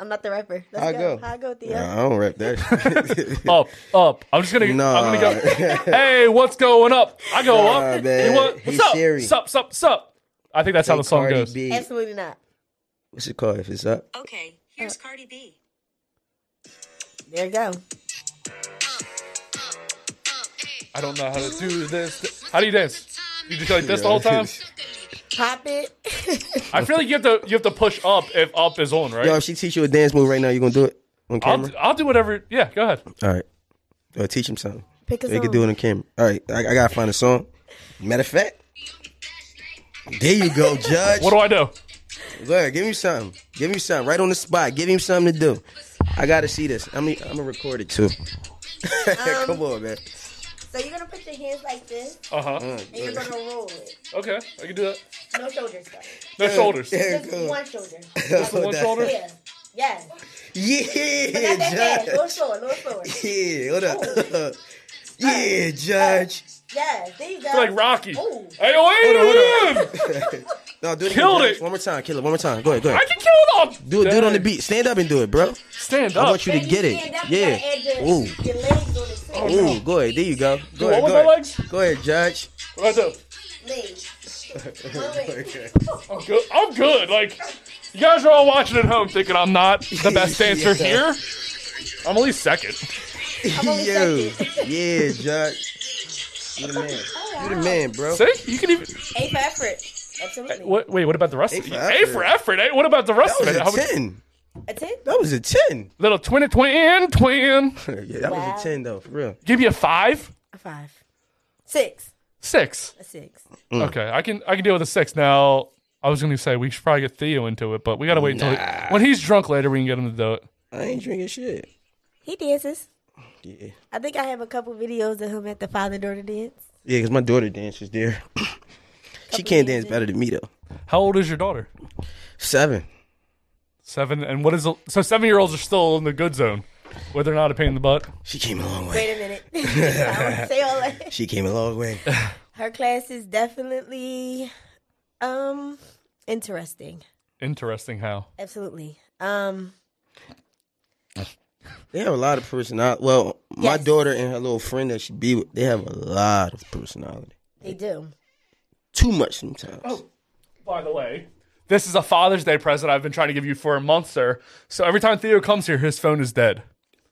[SPEAKER 4] I'm not the rapper. Let's
[SPEAKER 1] I
[SPEAKER 4] go.
[SPEAKER 1] go.
[SPEAKER 4] How I go, Theo?
[SPEAKER 1] Nah, I don't rap that. shit.
[SPEAKER 2] Up, up. I'm just gonna.
[SPEAKER 1] Nah.
[SPEAKER 2] I'm gonna go. Hey, what's going up? I go
[SPEAKER 1] Nah,
[SPEAKER 2] up.
[SPEAKER 1] man.
[SPEAKER 2] You what?
[SPEAKER 1] Hey,
[SPEAKER 2] What's up?
[SPEAKER 1] Siri.
[SPEAKER 2] Sup, sup, sup. I think that's how
[SPEAKER 1] Hey,
[SPEAKER 2] the song
[SPEAKER 1] Cardi
[SPEAKER 2] goes.
[SPEAKER 1] B.
[SPEAKER 4] Absolutely not.
[SPEAKER 1] What's it called if it's up?
[SPEAKER 5] Okay, here's Cardi B.
[SPEAKER 4] There you go.
[SPEAKER 2] I don't know how to do this. How do you dance? You just go like this the whole time.
[SPEAKER 4] Pop it.
[SPEAKER 2] I feel like you have to. You have to push up if up is on, right?
[SPEAKER 1] Yo, if she teach you a dance move right now, you gonna do it on
[SPEAKER 2] I'll,
[SPEAKER 1] camera?
[SPEAKER 2] d- I'll do whatever. Yeah, go ahead.
[SPEAKER 1] All right. Yo, teach him something.
[SPEAKER 4] Pick a
[SPEAKER 1] They
[SPEAKER 4] song.
[SPEAKER 1] can do it on camera. All right, I, I gotta find a song. Matter of fact, there you go, Judge.
[SPEAKER 2] What do I do?
[SPEAKER 1] Go ahead, give me something. Give me something right on the spot. Give him something to do. I gotta see this. I mean, I'm gonna record it too. Come on, man.
[SPEAKER 4] So you're gonna put your hands like this,
[SPEAKER 2] Uh huh.
[SPEAKER 4] and you're gonna roll it.
[SPEAKER 2] Okay, I can do that.
[SPEAKER 4] No shoulders. though.
[SPEAKER 2] No shoulders.
[SPEAKER 1] There
[SPEAKER 4] Just
[SPEAKER 1] you go.
[SPEAKER 4] one shoulder.
[SPEAKER 2] One shoulder.
[SPEAKER 4] Yeah. Yes.
[SPEAKER 1] Yeah,
[SPEAKER 4] Not that fast. A little
[SPEAKER 1] Judge.
[SPEAKER 4] slower. A little slower.
[SPEAKER 1] Yeah, hold up. Yeah, Judge.
[SPEAKER 4] Yes, there you go.
[SPEAKER 2] Like Rocky.
[SPEAKER 4] Ooh.
[SPEAKER 2] Hey, oh, wait
[SPEAKER 1] on, Oh. hold
[SPEAKER 2] a minute.
[SPEAKER 1] No, do it.
[SPEAKER 2] Killed
[SPEAKER 1] again, Judge.
[SPEAKER 2] it.
[SPEAKER 1] One more time. Kill it. One more time. Go ahead. Go
[SPEAKER 2] I
[SPEAKER 1] ahead.
[SPEAKER 2] can kill it all.
[SPEAKER 1] Do it. Do it on the beat. Stand up and do it, bro.
[SPEAKER 2] Stand
[SPEAKER 1] I
[SPEAKER 2] up.
[SPEAKER 1] want you to get it. Yeah. Ooh.
[SPEAKER 4] Your legs on the side.
[SPEAKER 1] Ooh. Go ahead. There you go. Go
[SPEAKER 2] what
[SPEAKER 1] ahead. Go
[SPEAKER 2] with my
[SPEAKER 1] ahead.
[SPEAKER 2] legs?
[SPEAKER 1] Go ahead, Judge.
[SPEAKER 2] What do I do?
[SPEAKER 4] Legs. One leg.
[SPEAKER 2] I'm good. I'm good. Like, you guys are all watching at home thinking I'm not the best dancer
[SPEAKER 1] Yeah.
[SPEAKER 2] here. I'm at least second.
[SPEAKER 4] only
[SPEAKER 1] Yo. Yeah, Judge. You the man. You the man, bro.
[SPEAKER 2] See, you can even.
[SPEAKER 4] A for effort. Absolutely.
[SPEAKER 2] What, wait, what about the rest?
[SPEAKER 1] A
[SPEAKER 2] of
[SPEAKER 1] for
[SPEAKER 2] it? A
[SPEAKER 1] effort.
[SPEAKER 2] for effort. eh? What about the rest
[SPEAKER 1] That was
[SPEAKER 2] of it? How
[SPEAKER 1] a
[SPEAKER 2] many-
[SPEAKER 1] ten.
[SPEAKER 4] A ten?
[SPEAKER 1] That was a ten.
[SPEAKER 2] little twin, twin, twin.
[SPEAKER 1] Yeah, that
[SPEAKER 4] Wow.
[SPEAKER 1] was a ten though, for real.
[SPEAKER 2] Give you a five,
[SPEAKER 4] A five. Six.
[SPEAKER 2] six.
[SPEAKER 4] A six.
[SPEAKER 2] Okay, I can I can deal with a six. Now I was going to say we should probably get Theo into it, but we got to wait until
[SPEAKER 1] Nah.
[SPEAKER 2] when he's drunk later. We can get him to do it.
[SPEAKER 1] I ain't drinking shit.
[SPEAKER 4] He dances.
[SPEAKER 1] Yeah.
[SPEAKER 4] I think I have a couple videos of him at the father daughter dance.
[SPEAKER 1] Yeah, because my daughter dances there. she can't dance better than me though.
[SPEAKER 2] How old is your daughter?
[SPEAKER 1] Seven.
[SPEAKER 2] Seven. And what is the, so? Seven year olds are still in the good zone, whether or not a pain in the butt.
[SPEAKER 1] She came a long way.
[SPEAKER 4] Wait a minute. I won't say all that.
[SPEAKER 1] She came a long way.
[SPEAKER 4] Her class is definitely um interesting.
[SPEAKER 2] Interesting. How?
[SPEAKER 4] Absolutely. Um
[SPEAKER 1] They have a lot of personality. Well, my
[SPEAKER 4] Yes.
[SPEAKER 1] daughter and her little friend that she be with, they have a lot of personality.
[SPEAKER 4] they do.
[SPEAKER 1] Too much sometimes.
[SPEAKER 2] By the way, this is a Father's Day present I've been trying to give you for a month, sir. So every time Theo comes here, his phone is dead.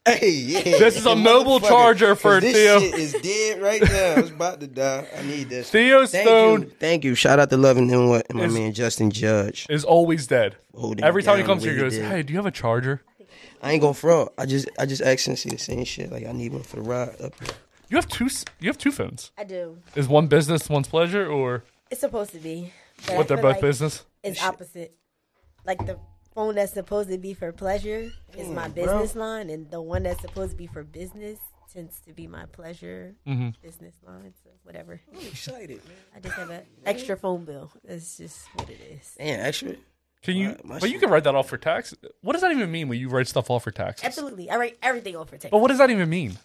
[SPEAKER 1] Hey, yeah.
[SPEAKER 2] This is a mobile
[SPEAKER 1] Motherfucker.
[SPEAKER 2] charger for
[SPEAKER 1] 'Cause this
[SPEAKER 2] Theo.
[SPEAKER 1] shit is dead right now. It's about to die. I need this.
[SPEAKER 2] Theo's
[SPEAKER 1] Thank
[SPEAKER 2] phone
[SPEAKER 1] you. Thank you. Shout out to loving him and my
[SPEAKER 2] Is-
[SPEAKER 1] man Justin Judge.
[SPEAKER 2] is always dead.
[SPEAKER 1] Holding
[SPEAKER 2] Every
[SPEAKER 1] it
[SPEAKER 2] time he
[SPEAKER 1] down
[SPEAKER 2] comes
[SPEAKER 1] the
[SPEAKER 2] here, he
[SPEAKER 1] way
[SPEAKER 2] goes,
[SPEAKER 1] he did.
[SPEAKER 2] "Hey, do you have a charger?
[SPEAKER 1] I ain't gonna fraud. I just I just asked him to see the same shit. Like I need one for the ride up here.
[SPEAKER 2] You have two. s- You have two phones.
[SPEAKER 4] I do.
[SPEAKER 2] Is one business, one's pleasure, or
[SPEAKER 4] It's supposed to be. But I
[SPEAKER 2] what? They're
[SPEAKER 4] feel
[SPEAKER 2] both
[SPEAKER 4] like
[SPEAKER 2] business.
[SPEAKER 4] It's opposite. Like the phone that's supposed to be for pleasure is my business line and the one that's supposed to be for business tends to be my pleasure business line. So whatever.
[SPEAKER 1] I'm excited, man.
[SPEAKER 4] I just have an extra phone bill. That's just what it is.
[SPEAKER 1] Damn, actually.
[SPEAKER 2] Can you?
[SPEAKER 1] my
[SPEAKER 2] but you
[SPEAKER 1] shit-
[SPEAKER 2] can write that off for tax. What does that even mean when you write stuff off for taxes?
[SPEAKER 4] Absolutely. I write everything off for text.
[SPEAKER 2] But what does that even mean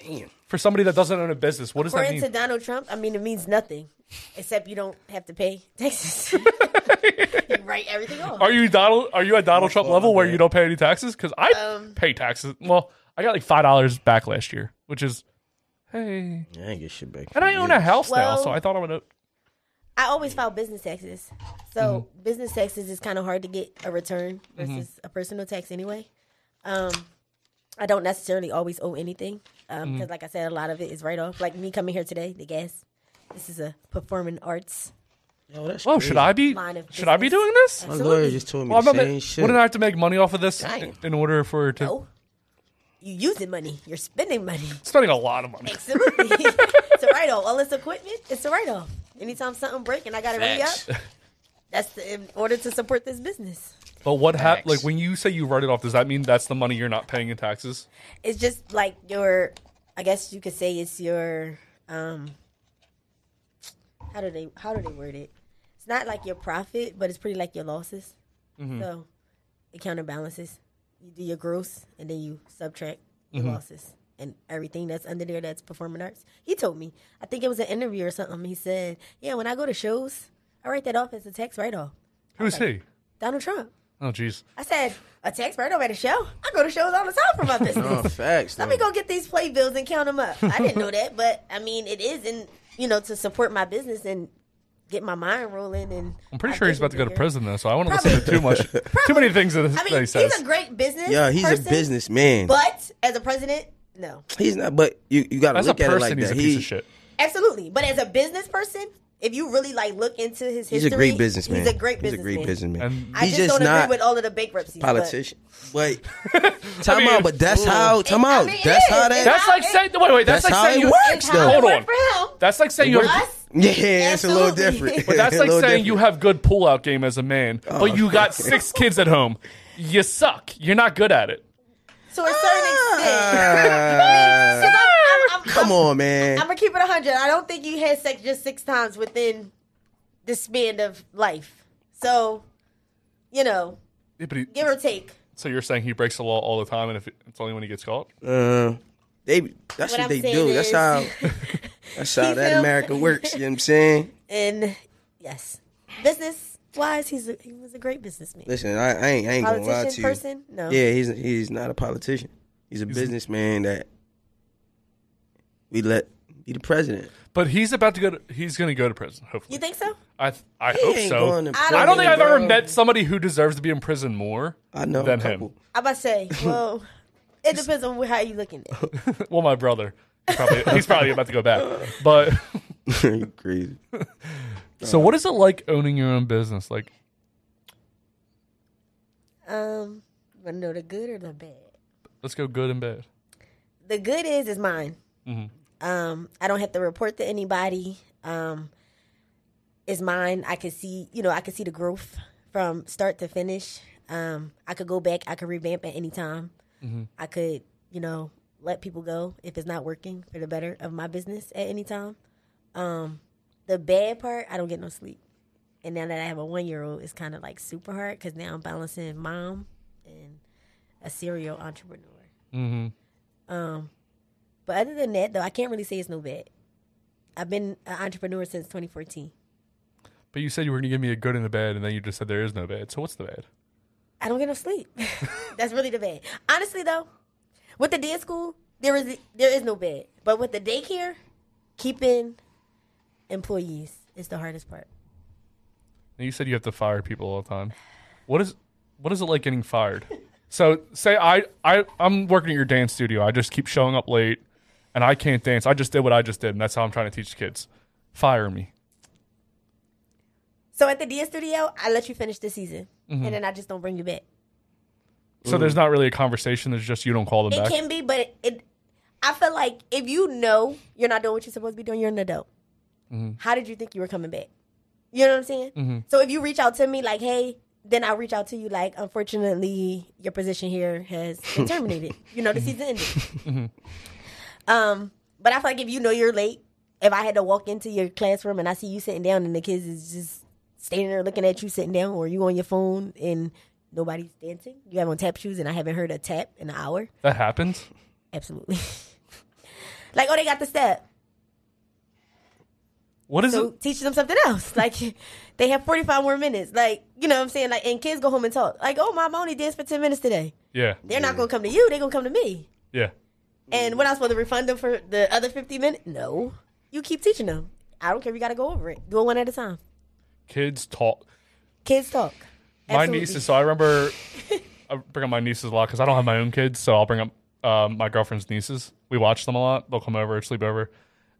[SPEAKER 1] Damn.
[SPEAKER 2] for somebody that doesn't own a business? What does that
[SPEAKER 4] According
[SPEAKER 2] mean?
[SPEAKER 4] to Donald Trump, I mean, it means nothing except you don't have to pay taxes. you write everything off.
[SPEAKER 2] Are you Donald? Are you at Donald Trump
[SPEAKER 1] fault,
[SPEAKER 2] level
[SPEAKER 1] my
[SPEAKER 2] where
[SPEAKER 1] bad.
[SPEAKER 2] you don't pay any taxes? Because I
[SPEAKER 4] Um,
[SPEAKER 2] pay taxes. Well, I got like five dollars back last year, which is hey.
[SPEAKER 1] I ain't get shit back.
[SPEAKER 2] And I own a house now, so
[SPEAKER 4] Well-
[SPEAKER 2] I thought I would.
[SPEAKER 4] I always file business taxes. So business taxes is kind of hard to get a return versus a personal tax anyway. Um, I don't necessarily always owe anything because, like I said, a lot of it is write off. Like me coming here today, the gas. This is a performing arts
[SPEAKER 1] Yo, that's
[SPEAKER 2] Oh,
[SPEAKER 1] crazy.
[SPEAKER 2] should I be?
[SPEAKER 4] line of
[SPEAKER 2] Should I be
[SPEAKER 4] business.
[SPEAKER 2] doing this?
[SPEAKER 1] My lawyer just told me
[SPEAKER 2] Well,
[SPEAKER 1] the
[SPEAKER 2] I'm
[SPEAKER 1] same
[SPEAKER 2] not ma-
[SPEAKER 1] shit.
[SPEAKER 2] Wouldn't I have to make money off of this
[SPEAKER 1] Damn.
[SPEAKER 2] in order for it to
[SPEAKER 4] No, you using money, you're spending money.
[SPEAKER 2] spending a lot of money?
[SPEAKER 4] Absolutely, it's a write off. All this equipment, it's a write off. Anytime something break and I got to re up, that's the, in order to support this business.
[SPEAKER 2] But what happened? Like when you say you write it off, does that mean that's the money you're not paying in taxes?
[SPEAKER 4] it's just like your i guess you could say it's your um how do they how do they word it it's not like your profit but it's pretty like your losses so it counterbalances you do your gross and then you subtract your losses and everything that's under there that's performing arts he told me i think it was an interview or something he said yeah when i go to shows i write that off as a tax write-off
[SPEAKER 2] Who's he?
[SPEAKER 4] donald trump
[SPEAKER 2] Oh, jeez.
[SPEAKER 4] i said a tax write-off at a show i go to shows all the time for my business
[SPEAKER 1] No, Oh, facts.
[SPEAKER 4] let
[SPEAKER 2] Mm.
[SPEAKER 1] though.
[SPEAKER 4] me go get these play bills and count them up. I didn't know that, but I mean, it is, and you know, to support my business and get my mind rolling. And
[SPEAKER 2] I'm pretty
[SPEAKER 4] my
[SPEAKER 2] sure he's about to go to
[SPEAKER 4] bigger-
[SPEAKER 2] prison though, so I want to listen to too much, too many things that,
[SPEAKER 4] I mean,
[SPEAKER 2] that he
[SPEAKER 4] he's
[SPEAKER 2] says.
[SPEAKER 4] a great business.
[SPEAKER 1] Yeah, he's
[SPEAKER 4] person,
[SPEAKER 1] a businessman.
[SPEAKER 4] But as a president, no,
[SPEAKER 1] he's not. But you, you gotta
[SPEAKER 2] As a
[SPEAKER 1] look at
[SPEAKER 2] person,
[SPEAKER 1] it like
[SPEAKER 2] he's
[SPEAKER 1] that.
[SPEAKER 2] a
[SPEAKER 1] He-
[SPEAKER 2] piece of shit.
[SPEAKER 4] absolutely. But as a business person, if you really like look into his history,
[SPEAKER 1] He's a great businessman.
[SPEAKER 4] He's a great
[SPEAKER 1] He's
[SPEAKER 4] businessman.
[SPEAKER 1] a great businessman.
[SPEAKER 2] And-
[SPEAKER 4] I
[SPEAKER 1] he's
[SPEAKER 4] just,
[SPEAKER 1] just
[SPEAKER 4] don't
[SPEAKER 1] not
[SPEAKER 4] agree with all of the bankruptcies. but-
[SPEAKER 1] politician. Wait, time
[SPEAKER 2] mean,
[SPEAKER 1] out. But that's how. Time
[SPEAKER 4] I
[SPEAKER 1] out.
[SPEAKER 4] mean, it
[SPEAKER 1] That's
[SPEAKER 4] is.
[SPEAKER 1] how
[SPEAKER 4] It's
[SPEAKER 1] that.
[SPEAKER 2] That's like saying. Wait, wait. That's,
[SPEAKER 1] That's
[SPEAKER 2] like
[SPEAKER 1] how
[SPEAKER 2] saying
[SPEAKER 1] it
[SPEAKER 2] you.
[SPEAKER 1] works, though.
[SPEAKER 2] Hold
[SPEAKER 4] Hold
[SPEAKER 2] on.
[SPEAKER 4] for him.
[SPEAKER 2] That's like saying you.
[SPEAKER 4] For
[SPEAKER 2] have-
[SPEAKER 4] us,
[SPEAKER 1] Yeah, it's a little
[SPEAKER 4] Absolutely.
[SPEAKER 1] different.
[SPEAKER 4] But
[SPEAKER 2] That's
[SPEAKER 1] A
[SPEAKER 2] like
[SPEAKER 1] little
[SPEAKER 2] saying you
[SPEAKER 1] different. Oh,
[SPEAKER 2] have good pullout game as a man, but you got six kids at home. You suck. You're not good at it.
[SPEAKER 4] to a certain extent.
[SPEAKER 1] Ah,
[SPEAKER 4] Because I'm- I'm- I'm-
[SPEAKER 1] Come
[SPEAKER 4] I'm-
[SPEAKER 1] on, man.
[SPEAKER 4] I'm gonna keep it hundred. I don't think you had sex just six times within the span of life. So, you know,
[SPEAKER 2] Yeah, but he-
[SPEAKER 4] give or take.
[SPEAKER 2] so you're saying he breaks the law all the time, and if it- it's only when he gets caught.
[SPEAKER 1] Uh, They that's
[SPEAKER 4] What
[SPEAKER 1] what,
[SPEAKER 4] I'm
[SPEAKER 1] they
[SPEAKER 4] saying
[SPEAKER 1] do. That's
[SPEAKER 4] is-
[SPEAKER 1] how that's how
[SPEAKER 4] You
[SPEAKER 1] that
[SPEAKER 4] feel-
[SPEAKER 1] America works. You know what I'm saying?
[SPEAKER 4] And yes, business wise, he's a, he was a great businessman.
[SPEAKER 1] Listen, I, I ain't I ain't gonna lie to
[SPEAKER 4] Politician
[SPEAKER 1] you.
[SPEAKER 4] person? No.
[SPEAKER 1] Yeah, he's he's not a politician. He's a businessman that we let be the president.
[SPEAKER 2] But he's about to go. To, he's going to go to prison. Hopefully,
[SPEAKER 4] You think so?
[SPEAKER 2] I th- I
[SPEAKER 1] He
[SPEAKER 2] hope
[SPEAKER 1] ain't
[SPEAKER 2] so.
[SPEAKER 1] going to
[SPEAKER 4] I
[SPEAKER 2] I don't think I've
[SPEAKER 1] prison,
[SPEAKER 2] ever
[SPEAKER 1] bro.
[SPEAKER 2] met somebody who deserves to be in prison more.
[SPEAKER 1] I know
[SPEAKER 2] than
[SPEAKER 1] a couple.
[SPEAKER 2] him.
[SPEAKER 4] I'm about to say, well, it depends on how you looking at it.
[SPEAKER 2] Well, my brother, He probably, he's probably about to go back. But
[SPEAKER 1] you crazy.
[SPEAKER 2] so, what is it like owning your own business? Like,
[SPEAKER 4] Um, want to know the good or the bad?
[SPEAKER 2] let's go good and bad.
[SPEAKER 4] The good is is mine. Um, I don't have to report to anybody. Um, is mine. I can see, you know, I can see the growth from start to finish. Um, I could go back. I could revamp at any time. I could, you know, let people go if it's not working for the better of my business at any time. Um, the bad part, I don't get no sleep. And now that I have a one year old, it's kind of like super hard because now I'm balancing mom and a serial entrepreneur. Mm-hmm. Um, but other than that, though, I can't really say it's no bad. I've been an entrepreneur since 2014.
[SPEAKER 2] But you said you were going to give me a good and a bad, and then you just said there is no bad. So what's the bad?
[SPEAKER 4] I don't get no sleep. That's really the bad. Honestly, though, with the day school, there is there is no bad. But with the daycare, keeping employees is the hardest part.
[SPEAKER 2] And you said you have to fire people all the time. What is what is it like getting fired? So say I, I I'm working at your dance studio. I just keep showing up late and I can't dance. I just did what I just did and that's how I'm trying to teach kids. Fire me.
[SPEAKER 4] So at the Dia Studio, I let you finish the season, and then I just don't bring you back.
[SPEAKER 2] So there's not really a conversation, there's just you don't call them
[SPEAKER 4] It
[SPEAKER 2] back.
[SPEAKER 4] can be, but it. I feel like if you know you're not doing what you're supposed to be doing, you're an adult. How did you think you were coming back? You know what I'm saying? So if you reach out to me like, "Hey," then I'll reach out to you like, "Unfortunately, your position here has been terminated. you know, the season ended." Um, but I feel like if you know you're late, if I had to walk into your classroom and I see you sitting down and the kids is just standing there looking at you sitting down, or you on your phone and nobody's dancing, you have on tap shoes, and I haven't heard a tap in an hour.
[SPEAKER 2] That happens.
[SPEAKER 4] Absolutely. like, oh, they got the step.
[SPEAKER 2] What is
[SPEAKER 4] So
[SPEAKER 2] it?
[SPEAKER 4] teach them something else. Like, they have 45 more minutes. Like, you know what I'm saying? Like, and kids go home and talk. Like, oh, mom, I only danced for 10 minutes today.
[SPEAKER 2] Yeah.
[SPEAKER 4] They're not going to come to you. They're going to come to me.
[SPEAKER 2] Yeah.
[SPEAKER 4] And when I was supposed to refund them for the other 50 minutes? No. You keep teaching them. I don't care. You got to go over it. Do it one at a time.
[SPEAKER 2] Kids talk.
[SPEAKER 4] Kids talk.
[SPEAKER 2] My
[SPEAKER 4] Absolutely.
[SPEAKER 2] nieces. So I remember I bring up my nieces a lot because I don't have my own kids. So I'll bring up um, my girlfriend's nieces. We watch them a lot. They'll come over, sleep over.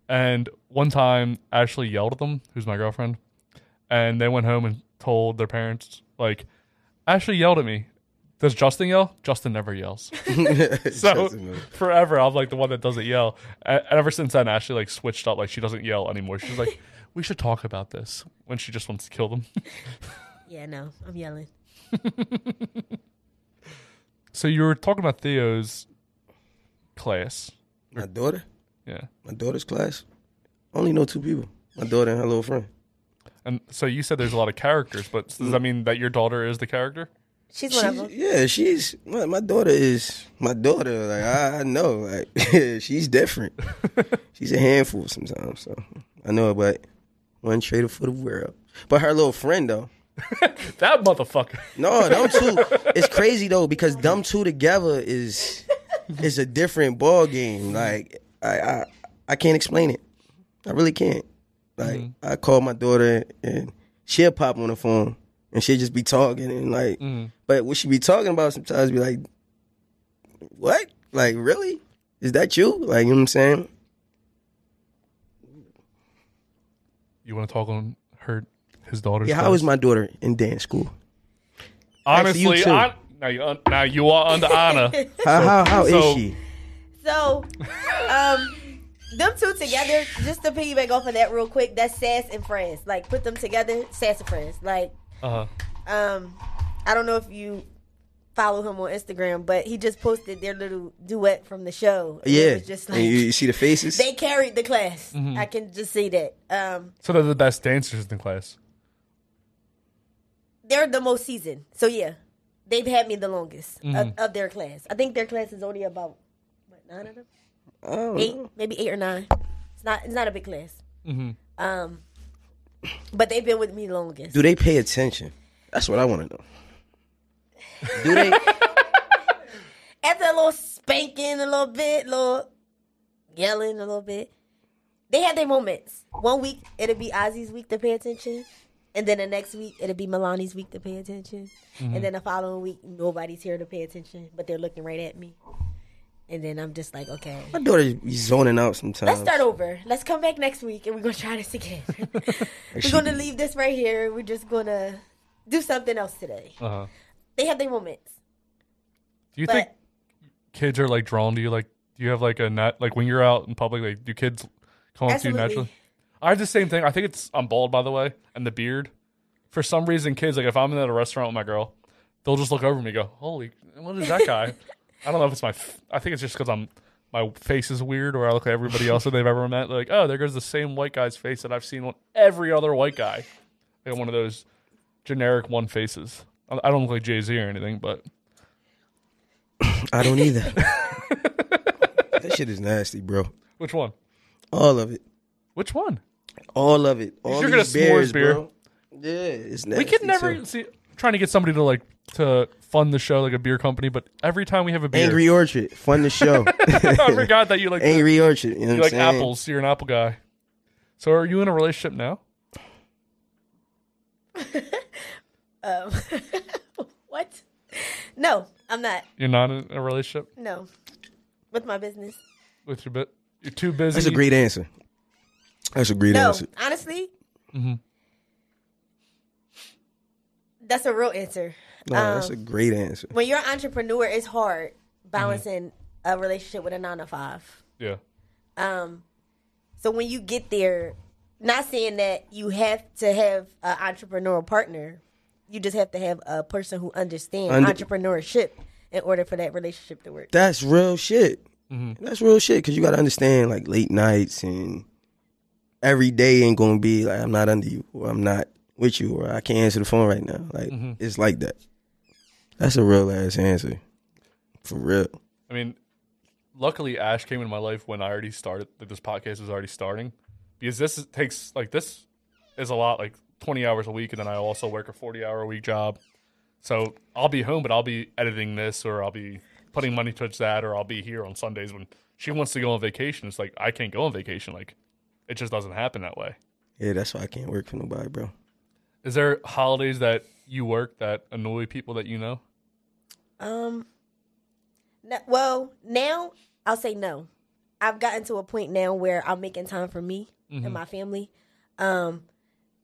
[SPEAKER 2] And one time, Ashley yelled at them, who's my girlfriend, and they went home and told their parents, like, Ashley yelled at me. Does Justin yell? Justin never yells. so
[SPEAKER 1] Justin knows.
[SPEAKER 2] forever, I'm like the one that doesn't yell. And ever since then, Ashley like switched up. Like she doesn't yell anymore. She's like, we should talk about this when she just wants to kill them.
[SPEAKER 4] Yeah, no. I'm yelling.
[SPEAKER 2] So you were talking about Theo's class.
[SPEAKER 1] my daughter,
[SPEAKER 2] Yeah.
[SPEAKER 1] my daughter's class, I only know two people. My daughter and her little friend.
[SPEAKER 2] And so you said there's a lot of characters, but does that mean that your daughter is the character?
[SPEAKER 4] She's one of
[SPEAKER 1] She's,
[SPEAKER 4] them.
[SPEAKER 1] yeah, she's my, my daughter is my daughter. Like I, I know, like she's different. she's a handful sometimes. So I know, but one trader for the world. But her little friend though.
[SPEAKER 2] That motherfucker.
[SPEAKER 1] No, them two. it's crazy though because them two together is is a different ball game. Like I I, I can't explain it. I really can't. Like
[SPEAKER 4] Mm-hmm.
[SPEAKER 1] I call my daughter and she'll pop on the phone and she'll just be talking and like,
[SPEAKER 4] Mm-hmm.
[SPEAKER 1] but what she be talking about sometimes be like, what? Like really? Is that you? Like you know what I'm saying?
[SPEAKER 2] You want to talk on her, his daughter's?
[SPEAKER 1] Yeah. How is my daughter in dance school?
[SPEAKER 2] class?
[SPEAKER 1] Actually, you
[SPEAKER 2] honestly?
[SPEAKER 1] too.
[SPEAKER 2] I, now you un- now you are under Anna.
[SPEAKER 1] How how, how is
[SPEAKER 2] So-
[SPEAKER 1] she?
[SPEAKER 4] So, um, them two together, just to piggyback off of that real quick, that's Sass and Friends. Like, put them together, Sass and Friends. Like,
[SPEAKER 2] Uh-huh.
[SPEAKER 4] um, I don't know if you follow him on Instagram, but he just posted their little duet from the show. And
[SPEAKER 1] Yeah.
[SPEAKER 4] It was just
[SPEAKER 1] And you, you
[SPEAKER 4] like,
[SPEAKER 1] see the faces.
[SPEAKER 4] they carried the class. I can just say that. Um,
[SPEAKER 2] So they're the best dancers in the class.
[SPEAKER 4] they're the most seasoned. So, yeah, uh, they've had me the longest of, of their class. I think their class is only about, what, nine of them? eight, maybe eight or nine. It's not it's not a big class. Um, but they've been with me longest.
[SPEAKER 1] Do they pay attention? That's what I want to know. Do they?
[SPEAKER 4] After a little spanking, a little bit, a little yelling, a little bit, they had their moments. One week it'll be Ozzy's week to pay attention, and then the next week it'll be Milani's week to pay attention, and then the following week nobody's here to pay attention, but they're looking right at me, and then I'm just like, okay.
[SPEAKER 1] my daughter be zoning out sometimes.
[SPEAKER 4] Let's start over. Let's come back next week and we're gonna try this again. we're
[SPEAKER 1] she-
[SPEAKER 4] gonna leave this right here. We're just gonna do something else today.
[SPEAKER 2] Uh-huh.
[SPEAKER 4] They have their moments,
[SPEAKER 2] Do you think
[SPEAKER 4] but
[SPEAKER 2] kids are like drawn to you? Like, do you have like a nat- like when you're out in public? Like, do kids come up to you
[SPEAKER 4] Absolutely.
[SPEAKER 2] naturally? I have the same thing. I think it's I'm bald by the way, and the beard. For some reason, kids like if I'm at a restaurant with my girl, they'll just look over me and go, "Holy, what is that guy?" I don't know if it's my. F- I think it's just because I'm my face is weird, or I look at everybody else that they've ever met. Like, oh, there goes the same white guy's face that I've seen on every other white guy. I got one of those generic one faces. I I don't look like Jay Z or anything, but
[SPEAKER 1] I don't either. that shit is nasty, bro.
[SPEAKER 2] which one?
[SPEAKER 1] All of it.
[SPEAKER 2] Which one?
[SPEAKER 1] All of it. All
[SPEAKER 2] You're gonna
[SPEAKER 1] these bears,
[SPEAKER 2] s'mores beer.
[SPEAKER 1] bro. Yeah, it's nasty.
[SPEAKER 2] We could never
[SPEAKER 1] too.
[SPEAKER 2] see trying to get somebody to like to fund the show like a beer company, but every time we have a beer,
[SPEAKER 1] Angry Orchard, fun to show.
[SPEAKER 2] I forgot that you like
[SPEAKER 1] Angry Orchard, you know
[SPEAKER 2] you
[SPEAKER 1] what I'm
[SPEAKER 2] like
[SPEAKER 1] saying?
[SPEAKER 2] apples. You're an apple guy. So are you in a relationship now?
[SPEAKER 4] um, what? No, I'm not.
[SPEAKER 2] You're not in a relationship
[SPEAKER 4] No, with my business.
[SPEAKER 2] with your bit. You're too busy.
[SPEAKER 1] That's a great answer. That's a great
[SPEAKER 4] No,
[SPEAKER 1] answer.
[SPEAKER 4] honestly, that's a real answer.
[SPEAKER 1] No, that's
[SPEAKER 4] Um,
[SPEAKER 1] a great answer.
[SPEAKER 4] When you're an entrepreneur, it's hard balancing a relationship with a nine to five.
[SPEAKER 2] Yeah.
[SPEAKER 4] Um, so when you get there, not saying that you have to have an entrepreneurial partner, you just have to have a person who understands
[SPEAKER 1] Under-
[SPEAKER 4] entrepreneurship in order for that relationship to work.
[SPEAKER 1] That's real shit.
[SPEAKER 2] Mm-hmm.
[SPEAKER 1] That's real shit because you got to understand like late nights and every day ain't gonna be like I'm not under you or I'm not with you or I can't answer the phone right now. Like
[SPEAKER 2] Mm-hmm.
[SPEAKER 1] it's like that. That's a real ass answer, for real.
[SPEAKER 2] I mean, luckily Ash came into my life when I already started. Like this podcast was already starting, because this is, takes like this is a lot, like twenty hours a week, and then I also work a forty-hour a week job. So I'll be home, but I'll be editing this, or I'll be putting money towards that, or I'll be here on Sundays when she wants to go on vacation. It's like I can't go on vacation. Like it just doesn't happen that way.
[SPEAKER 1] Yeah, that's why I can't work for nobody, bro.
[SPEAKER 2] Is there holidays that you work that annoy people that you know?
[SPEAKER 4] Um, no, well, now I'll say no. I've gotten to a point now where I'm making time for me and my family. Um,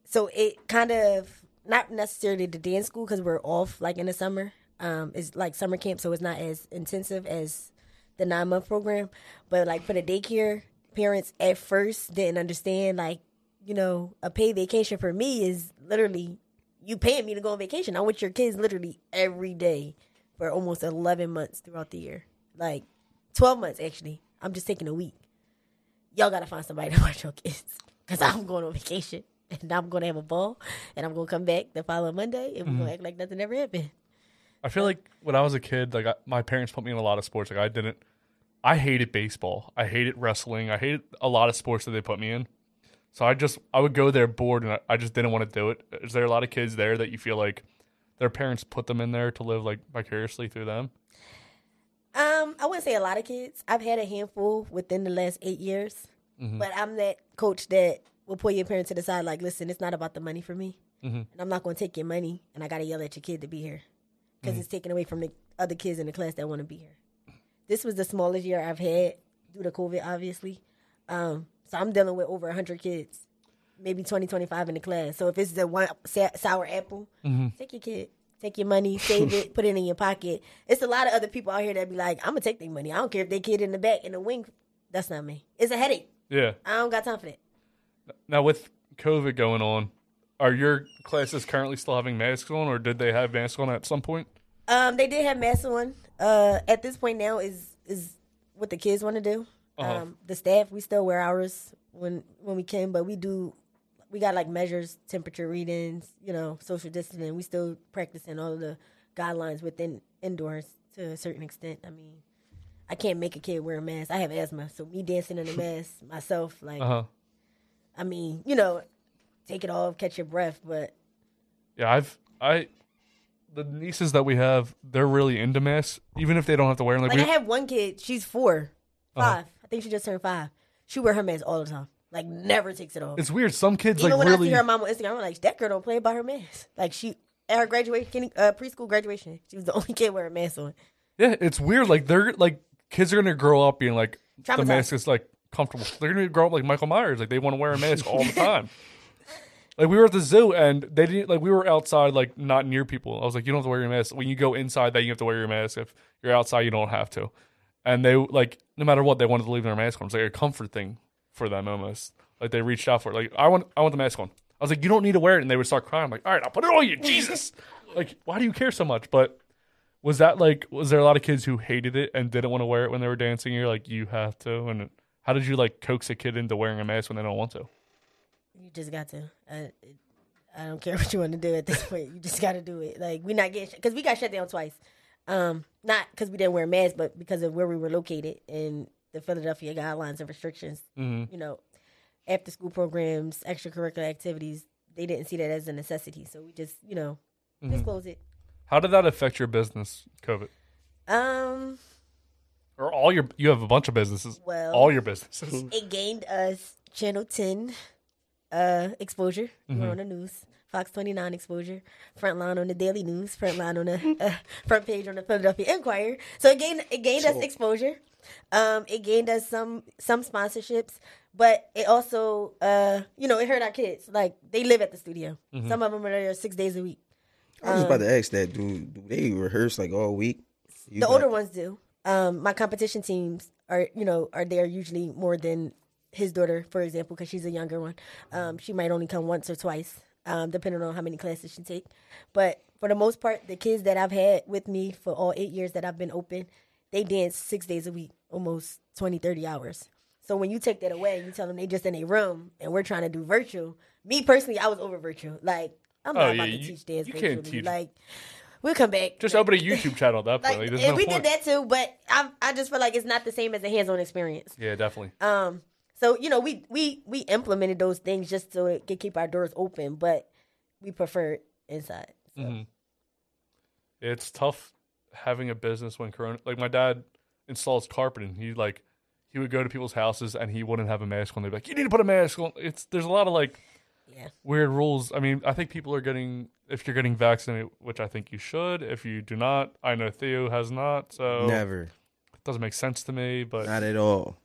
[SPEAKER 4] so it kind of not necessarily the dance school because we're off like in the summer. Um, it's like summer camp, so it's not as intensive as the nine month program. But like for the daycare, parents at first didn't understand like you know a paid vacation for me is literally you paying me to go on vacation. I want your kids literally every day for almost 11 months throughout the year. Like 12 months, actually. I'm just taking a week. Y'all got to find somebody to watch your kids because I'm going on vacation and I'm going to have a ball and I'm going to come back the following Monday and we're going to act like nothing ever happened.
[SPEAKER 2] I feel like when I was a kid, like I, my parents put me in a lot of sports. Like I didn't, I hated baseball. I hated wrestling. I hated a lot of sports that they put me in. So I just, I would go there bored, and I, I just didn't want to do it. Is there a lot of kids there that you feel like their parents put them in there to live like vicariously through them?
[SPEAKER 4] Um, I wouldn't say a lot of kids. I've had a handful within the last eight years, but I'm that coach that will pull your parent to the side, like, listen, it's not about the money for me, and I'm not going to take your money, and I got to yell at your kid to be here because it's taken away from the other kids in the class that want to be here. This was the smallest year I've had due to COVID, obviously. Um, so I'm dealing with over 100 kids, maybe 20, 25 in the class. So if it's the one sa- sour apple, take your kid, take your money, save it, put it in your pocket. It's a lot of other people out here that be like, I'm gonna take their money. I don't care if they kid in the back in the wing. That's not me. It's a headache.
[SPEAKER 2] Yeah.
[SPEAKER 4] I don't got time for that.
[SPEAKER 2] Now with COVID going on, are your classes currently still having masks on, or did they have masks on at some point?
[SPEAKER 4] Um, they did have masks on. Uh, at this point now is is what the kids want to do. Um, the staff we still wear ours when when we can, but we do we got like measures, temperature readings, you know, social distancing. We still practicing all of the guidelines within indoors to a certain extent. I mean, I can't make a kid wear a mask. I have asthma, so me dancing in a mask myself, like
[SPEAKER 2] Uh huh.
[SPEAKER 4] I mean, you know, take it off, catch your breath, but
[SPEAKER 2] Yeah, I've I the nieces that we have, they're really into masks, even if they don't have to wear. 'em. Like,
[SPEAKER 4] like I
[SPEAKER 2] we,
[SPEAKER 4] have one kid, she's four,
[SPEAKER 2] Uh-huh.
[SPEAKER 4] five. I think she just turned five. She wear her mask all the time, like never takes it off.
[SPEAKER 2] it's weird. Some kids
[SPEAKER 4] Even
[SPEAKER 2] like
[SPEAKER 4] when
[SPEAKER 2] really.
[SPEAKER 4] I see her mom on Instagram, I'm like, that girl don't play about her mask. Like she at her graduation, uh, preschool graduation, she was the only kid wearing a mask on.
[SPEAKER 2] Yeah, it's weird. Like they're like kids are gonna grow up being like the
[SPEAKER 4] Traumatized.
[SPEAKER 2] mask is like comfortable. They're gonna grow up like Michael Myers. Like they want to wear a mask all the time. Like we were at the zoo and they didn't like we were outside like not near people. I was like, you don't have to wear your mask. When you go inside, that you have to wear your mask. If you're outside, you don't have to. And they like no matter what, they wanted to leave their mask on. It's like a comfort thing for them almost. Like they reached out for it. Like I want I want the mask on. I was like, you don't need to wear it. And they would start crying. I'm like, all right, I'll put it on you. Jesus. like why do you care so much? But was that like was there a lot of kids who hated it and didn't want to wear it when they were dancing you're like you have to and how did you like coax a kid into wearing a mask when they don't want to
[SPEAKER 4] You just got to. I, I don't care what you want to do at this point. You just got to do it. Like we're not getting because we got shut down twice. Um, not because we didn't wear masks, but because of where we were located and the Philadelphia guidelines and restrictions. You know, after school programs, extracurricular activities. They didn't see that as a necessity, so we just you know just close it.
[SPEAKER 2] how did that affect your business covid
[SPEAKER 4] Um,
[SPEAKER 2] or all your you have a bunch of businesses
[SPEAKER 4] Well-
[SPEAKER 2] all your businesses
[SPEAKER 4] it gained us Channel 10 uh, exposure. We were on the news. Fox 29 exposure. Front line on the Daily News. Front line on the uh, front page on the Philadelphia Inquirer. So it gained it gained us exposure. Um, it gained us some some sponsorships, but it also uh, you know it hurt our kids. Like they live at the studio. Some of them are there six days a week.
[SPEAKER 1] I was about to ask that. Do, do they rehearse like all week? You
[SPEAKER 4] the
[SPEAKER 1] got-
[SPEAKER 4] older ones do. Um, my competition teams are, you know, are there usually more than his daughter, for example, because she's a younger one. Um, she might only come once or twice, um, depending on how many classes she take. But for the most part, the kids that I've had with me for all eight years that I've been open, they dance six days a week, almost 20, 30 hours. So when you take that away, you tell them they just in a room and we're trying to do virtual. Me personally, I was over virtual. Like I'm not
[SPEAKER 2] Oh,
[SPEAKER 4] about
[SPEAKER 2] yeah,
[SPEAKER 4] to
[SPEAKER 2] you-
[SPEAKER 4] teach dance
[SPEAKER 2] you can't
[SPEAKER 4] virtually.
[SPEAKER 2] teach.
[SPEAKER 4] Like we'll come back.
[SPEAKER 2] just
[SPEAKER 4] Like,
[SPEAKER 2] open a youtube channel at that point
[SPEAKER 4] like,
[SPEAKER 2] like, there's
[SPEAKER 4] and
[SPEAKER 2] no
[SPEAKER 4] we
[SPEAKER 2] point
[SPEAKER 4] did that too, but I I just feel like it's not the same as a hands-on experience.
[SPEAKER 2] yeah definitely
[SPEAKER 4] Um, so you know, we we we implemented those things just so it could keep our doors open, but we prefer inside. So.
[SPEAKER 2] it's tough having a business when corona like my dad installs carpeting he like he would go to people's houses and he wouldn't have a mask on they'd be like you need to put a mask on it's there's a lot of like
[SPEAKER 4] Yeah.
[SPEAKER 2] weird rules i mean i think people are getting if you're getting vaccinated which i think you should if you do not i know theo has not so
[SPEAKER 1] Never.
[SPEAKER 2] it doesn't make sense to me but
[SPEAKER 1] Not at all.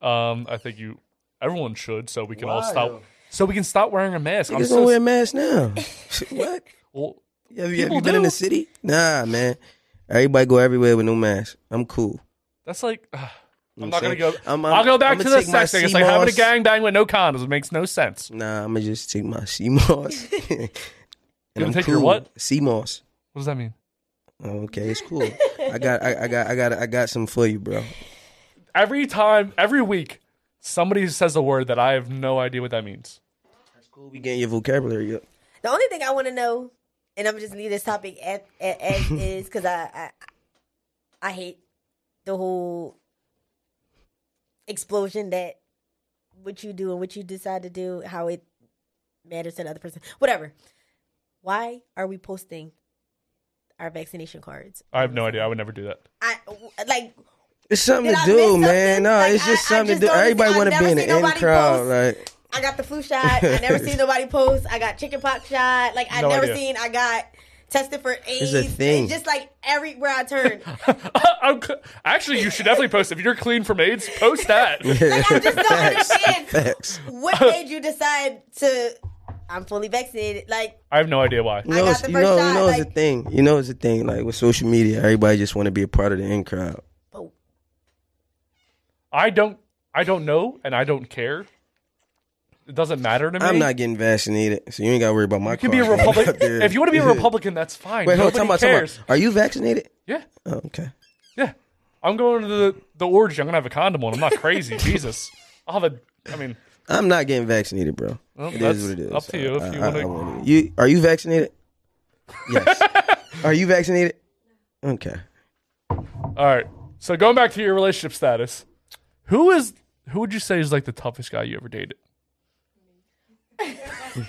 [SPEAKER 2] um i think you everyone should so we can all stop so we can stop wearing a mask i'm
[SPEAKER 1] Niggas
[SPEAKER 2] so
[SPEAKER 1] don't wear masks now. what?
[SPEAKER 2] well,
[SPEAKER 1] Have you, have
[SPEAKER 2] People
[SPEAKER 1] you been in
[SPEAKER 2] do.
[SPEAKER 1] the city? Nah, man. Everybody go everywhere with no mask. I'm cool.
[SPEAKER 2] that's like ugh, i'm
[SPEAKER 1] I'm
[SPEAKER 2] not gonna
[SPEAKER 1] saying?
[SPEAKER 2] go
[SPEAKER 1] I'm-
[SPEAKER 2] i will
[SPEAKER 1] I'm-
[SPEAKER 2] go back
[SPEAKER 1] I'ma
[SPEAKER 2] to the
[SPEAKER 1] take my
[SPEAKER 2] sex thing it's like having a
[SPEAKER 1] CMOS.
[SPEAKER 2] gang bang with no condoms it makes no sense
[SPEAKER 1] Nah, I'ma just take my sea moss. and
[SPEAKER 2] gonna take your what?
[SPEAKER 1] Sea moss.
[SPEAKER 2] what does that mean
[SPEAKER 1] Oh, Okay, it's cool. I got, I, I got, I got, I got some for you, bro.
[SPEAKER 2] every time every week somebody says a word that i have no idea what that means
[SPEAKER 1] That's cool. We getting your vocabulary up.
[SPEAKER 4] The only thing I want to know, and I'm just leave this topic at, at, at is because I, I I hate the whole explosion that what you do and what you decide to do, how it matters to the other person, whatever. Why are we posting our vaccination cards?
[SPEAKER 2] i have no idea i would never do that
[SPEAKER 4] I like
[SPEAKER 1] It's something
[SPEAKER 4] Did
[SPEAKER 1] to
[SPEAKER 4] I miss
[SPEAKER 1] do,
[SPEAKER 4] something?
[SPEAKER 1] man. No,
[SPEAKER 4] Like,
[SPEAKER 1] it's
[SPEAKER 4] I-
[SPEAKER 1] just
[SPEAKER 4] I
[SPEAKER 1] something
[SPEAKER 4] just
[SPEAKER 1] to do.
[SPEAKER 4] don't
[SPEAKER 1] Everybody want
[SPEAKER 4] understand.
[SPEAKER 1] to
[SPEAKER 4] I've
[SPEAKER 1] be in the
[SPEAKER 4] never seen
[SPEAKER 1] in
[SPEAKER 4] nobody
[SPEAKER 1] crowd.
[SPEAKER 4] post.
[SPEAKER 1] Like,
[SPEAKER 4] I got the flu shot. I never seen nobody post. I got chickenpox shot. Like I
[SPEAKER 2] No
[SPEAKER 4] never
[SPEAKER 2] idea.
[SPEAKER 4] seen. I got tested for AIDS.
[SPEAKER 1] a thing.
[SPEAKER 4] just like everywhere I turn.
[SPEAKER 2] I'm c- actually, you should definitely post if you're clean from AIDS. Post that.
[SPEAKER 4] Like I just don't understand
[SPEAKER 1] facts.
[SPEAKER 4] what made you decide to. I'm fully vaccinated. Like
[SPEAKER 2] I have no idea why.
[SPEAKER 1] You know,
[SPEAKER 4] got
[SPEAKER 1] it's,
[SPEAKER 4] the
[SPEAKER 1] you
[SPEAKER 4] first
[SPEAKER 1] know, you
[SPEAKER 4] shot,
[SPEAKER 1] know, it's a
[SPEAKER 4] like-
[SPEAKER 1] thing. You know, it's a thing. Like with social media, everybody just want to be a part of the in crowd.
[SPEAKER 4] oh,
[SPEAKER 2] I don't. I don't know, and I don't care. It doesn't matter to me.
[SPEAKER 1] I'm not getting vaccinated, so you ain't got to worry about my.
[SPEAKER 2] You can be a
[SPEAKER 1] card.
[SPEAKER 2] Republican.
[SPEAKER 1] Yeah.
[SPEAKER 2] if you want to be a Republican, that's fine.
[SPEAKER 1] Wait, hold on.
[SPEAKER 2] Nobody
[SPEAKER 1] Talking about, talking
[SPEAKER 2] cares.
[SPEAKER 1] about, are you vaccinated?
[SPEAKER 2] Yeah,
[SPEAKER 1] Oh, okay.
[SPEAKER 2] yeah. I'm going to the the orgy. I'm gonna have a condom on. I'm not crazy. Jesus. I'll have a. I mean,
[SPEAKER 1] I'm not getting vaccinated, bro.
[SPEAKER 2] Well,
[SPEAKER 1] it
[SPEAKER 2] that's
[SPEAKER 1] is what it is.
[SPEAKER 2] up to you if
[SPEAKER 1] I-
[SPEAKER 2] you
[SPEAKER 1] I-
[SPEAKER 2] wanna-
[SPEAKER 1] I won't- You are you vaccinated? Yes. are you vaccinated? Okay.
[SPEAKER 2] all right. So going back to your relationship status, who is who would you say is like the toughest guy you ever dated?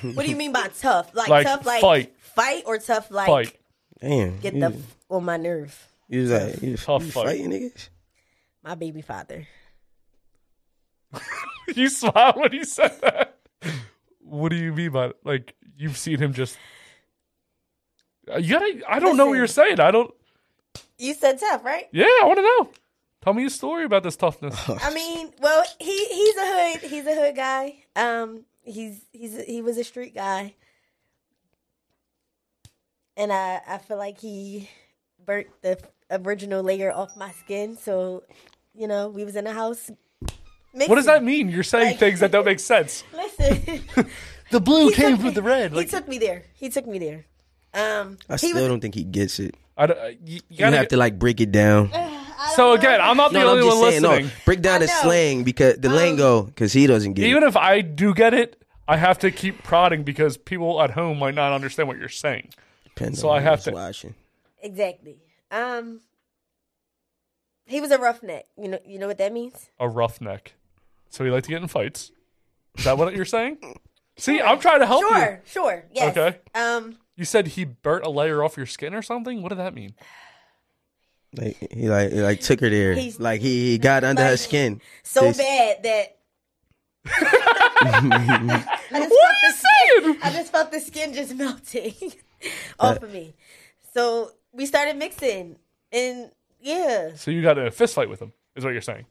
[SPEAKER 4] What do you mean by tough? Like,
[SPEAKER 2] Like,
[SPEAKER 4] tough, like
[SPEAKER 2] fight.
[SPEAKER 4] fight or tough, like
[SPEAKER 2] Fight.
[SPEAKER 1] Damn.
[SPEAKER 4] get
[SPEAKER 1] you,
[SPEAKER 4] the f- on my nerve.
[SPEAKER 1] you was like, you,
[SPEAKER 2] Tough
[SPEAKER 1] you
[SPEAKER 2] fuck.
[SPEAKER 1] fighting niggas?
[SPEAKER 4] My baby father.
[SPEAKER 2] you smiled when you said that. What do you mean by like you've seen him just? Uh, You gotta. I don't know what
[SPEAKER 4] Listen.
[SPEAKER 2] you're saying. I don't.
[SPEAKER 4] You said tough, right?
[SPEAKER 2] Yeah, I want to know. Tell me a story about this toughness.
[SPEAKER 4] I mean, well, he he's a hood he's a hood guy. Um, he's he's a, he was a street guy, and I I feel like he burnt the original layer off my skin. So, you know, we was in the house.
[SPEAKER 2] what does that mean? You're saying
[SPEAKER 4] Like-
[SPEAKER 2] things that don't make sense.
[SPEAKER 4] Listen,
[SPEAKER 2] The blue
[SPEAKER 4] He took me- He took me there. He took me there. Um,
[SPEAKER 1] I
[SPEAKER 4] he
[SPEAKER 1] still
[SPEAKER 4] was,
[SPEAKER 1] don't think he gets it.
[SPEAKER 2] I don't, uh, you, you
[SPEAKER 1] You
[SPEAKER 2] gotta
[SPEAKER 1] have to like break it down.
[SPEAKER 2] so again, I'm not the
[SPEAKER 1] No,
[SPEAKER 2] only
[SPEAKER 1] I'm just
[SPEAKER 2] one
[SPEAKER 1] saying.
[SPEAKER 2] listening.
[SPEAKER 1] No, break down the
[SPEAKER 4] know. Um,
[SPEAKER 1] slang because the lingo because he doesn't get
[SPEAKER 2] Even
[SPEAKER 1] it.
[SPEAKER 2] if I do get it, I have to keep prodding because people at home might not understand what you're saying.
[SPEAKER 1] Depends
[SPEAKER 2] so
[SPEAKER 1] on
[SPEAKER 2] I
[SPEAKER 1] who
[SPEAKER 2] have
[SPEAKER 1] was
[SPEAKER 2] to-
[SPEAKER 1] Watching.
[SPEAKER 4] exactly. Um, he was a roughneck. You know, you know what that means.
[SPEAKER 2] A roughneck. So he liked to get in fights. Is that what you're saying? See, I'm trying to help you.
[SPEAKER 4] Sure, sure. Yes.
[SPEAKER 2] Oh, Okay.
[SPEAKER 4] Um,
[SPEAKER 2] You said he burnt a layer off your skin or something? What did that mean?
[SPEAKER 1] Like he like he, like took her there.
[SPEAKER 4] He's-
[SPEAKER 1] like he, he got under her
[SPEAKER 4] like-
[SPEAKER 1] skin.
[SPEAKER 4] so
[SPEAKER 1] This-
[SPEAKER 4] bad that I
[SPEAKER 2] What are
[SPEAKER 4] just felt the
[SPEAKER 2] you
[SPEAKER 4] skin.
[SPEAKER 2] saying?
[SPEAKER 4] I just felt the skin just melting off of me. So we started mixing, and yeah,
[SPEAKER 2] So you got in a fist fight with him, is what you're saying.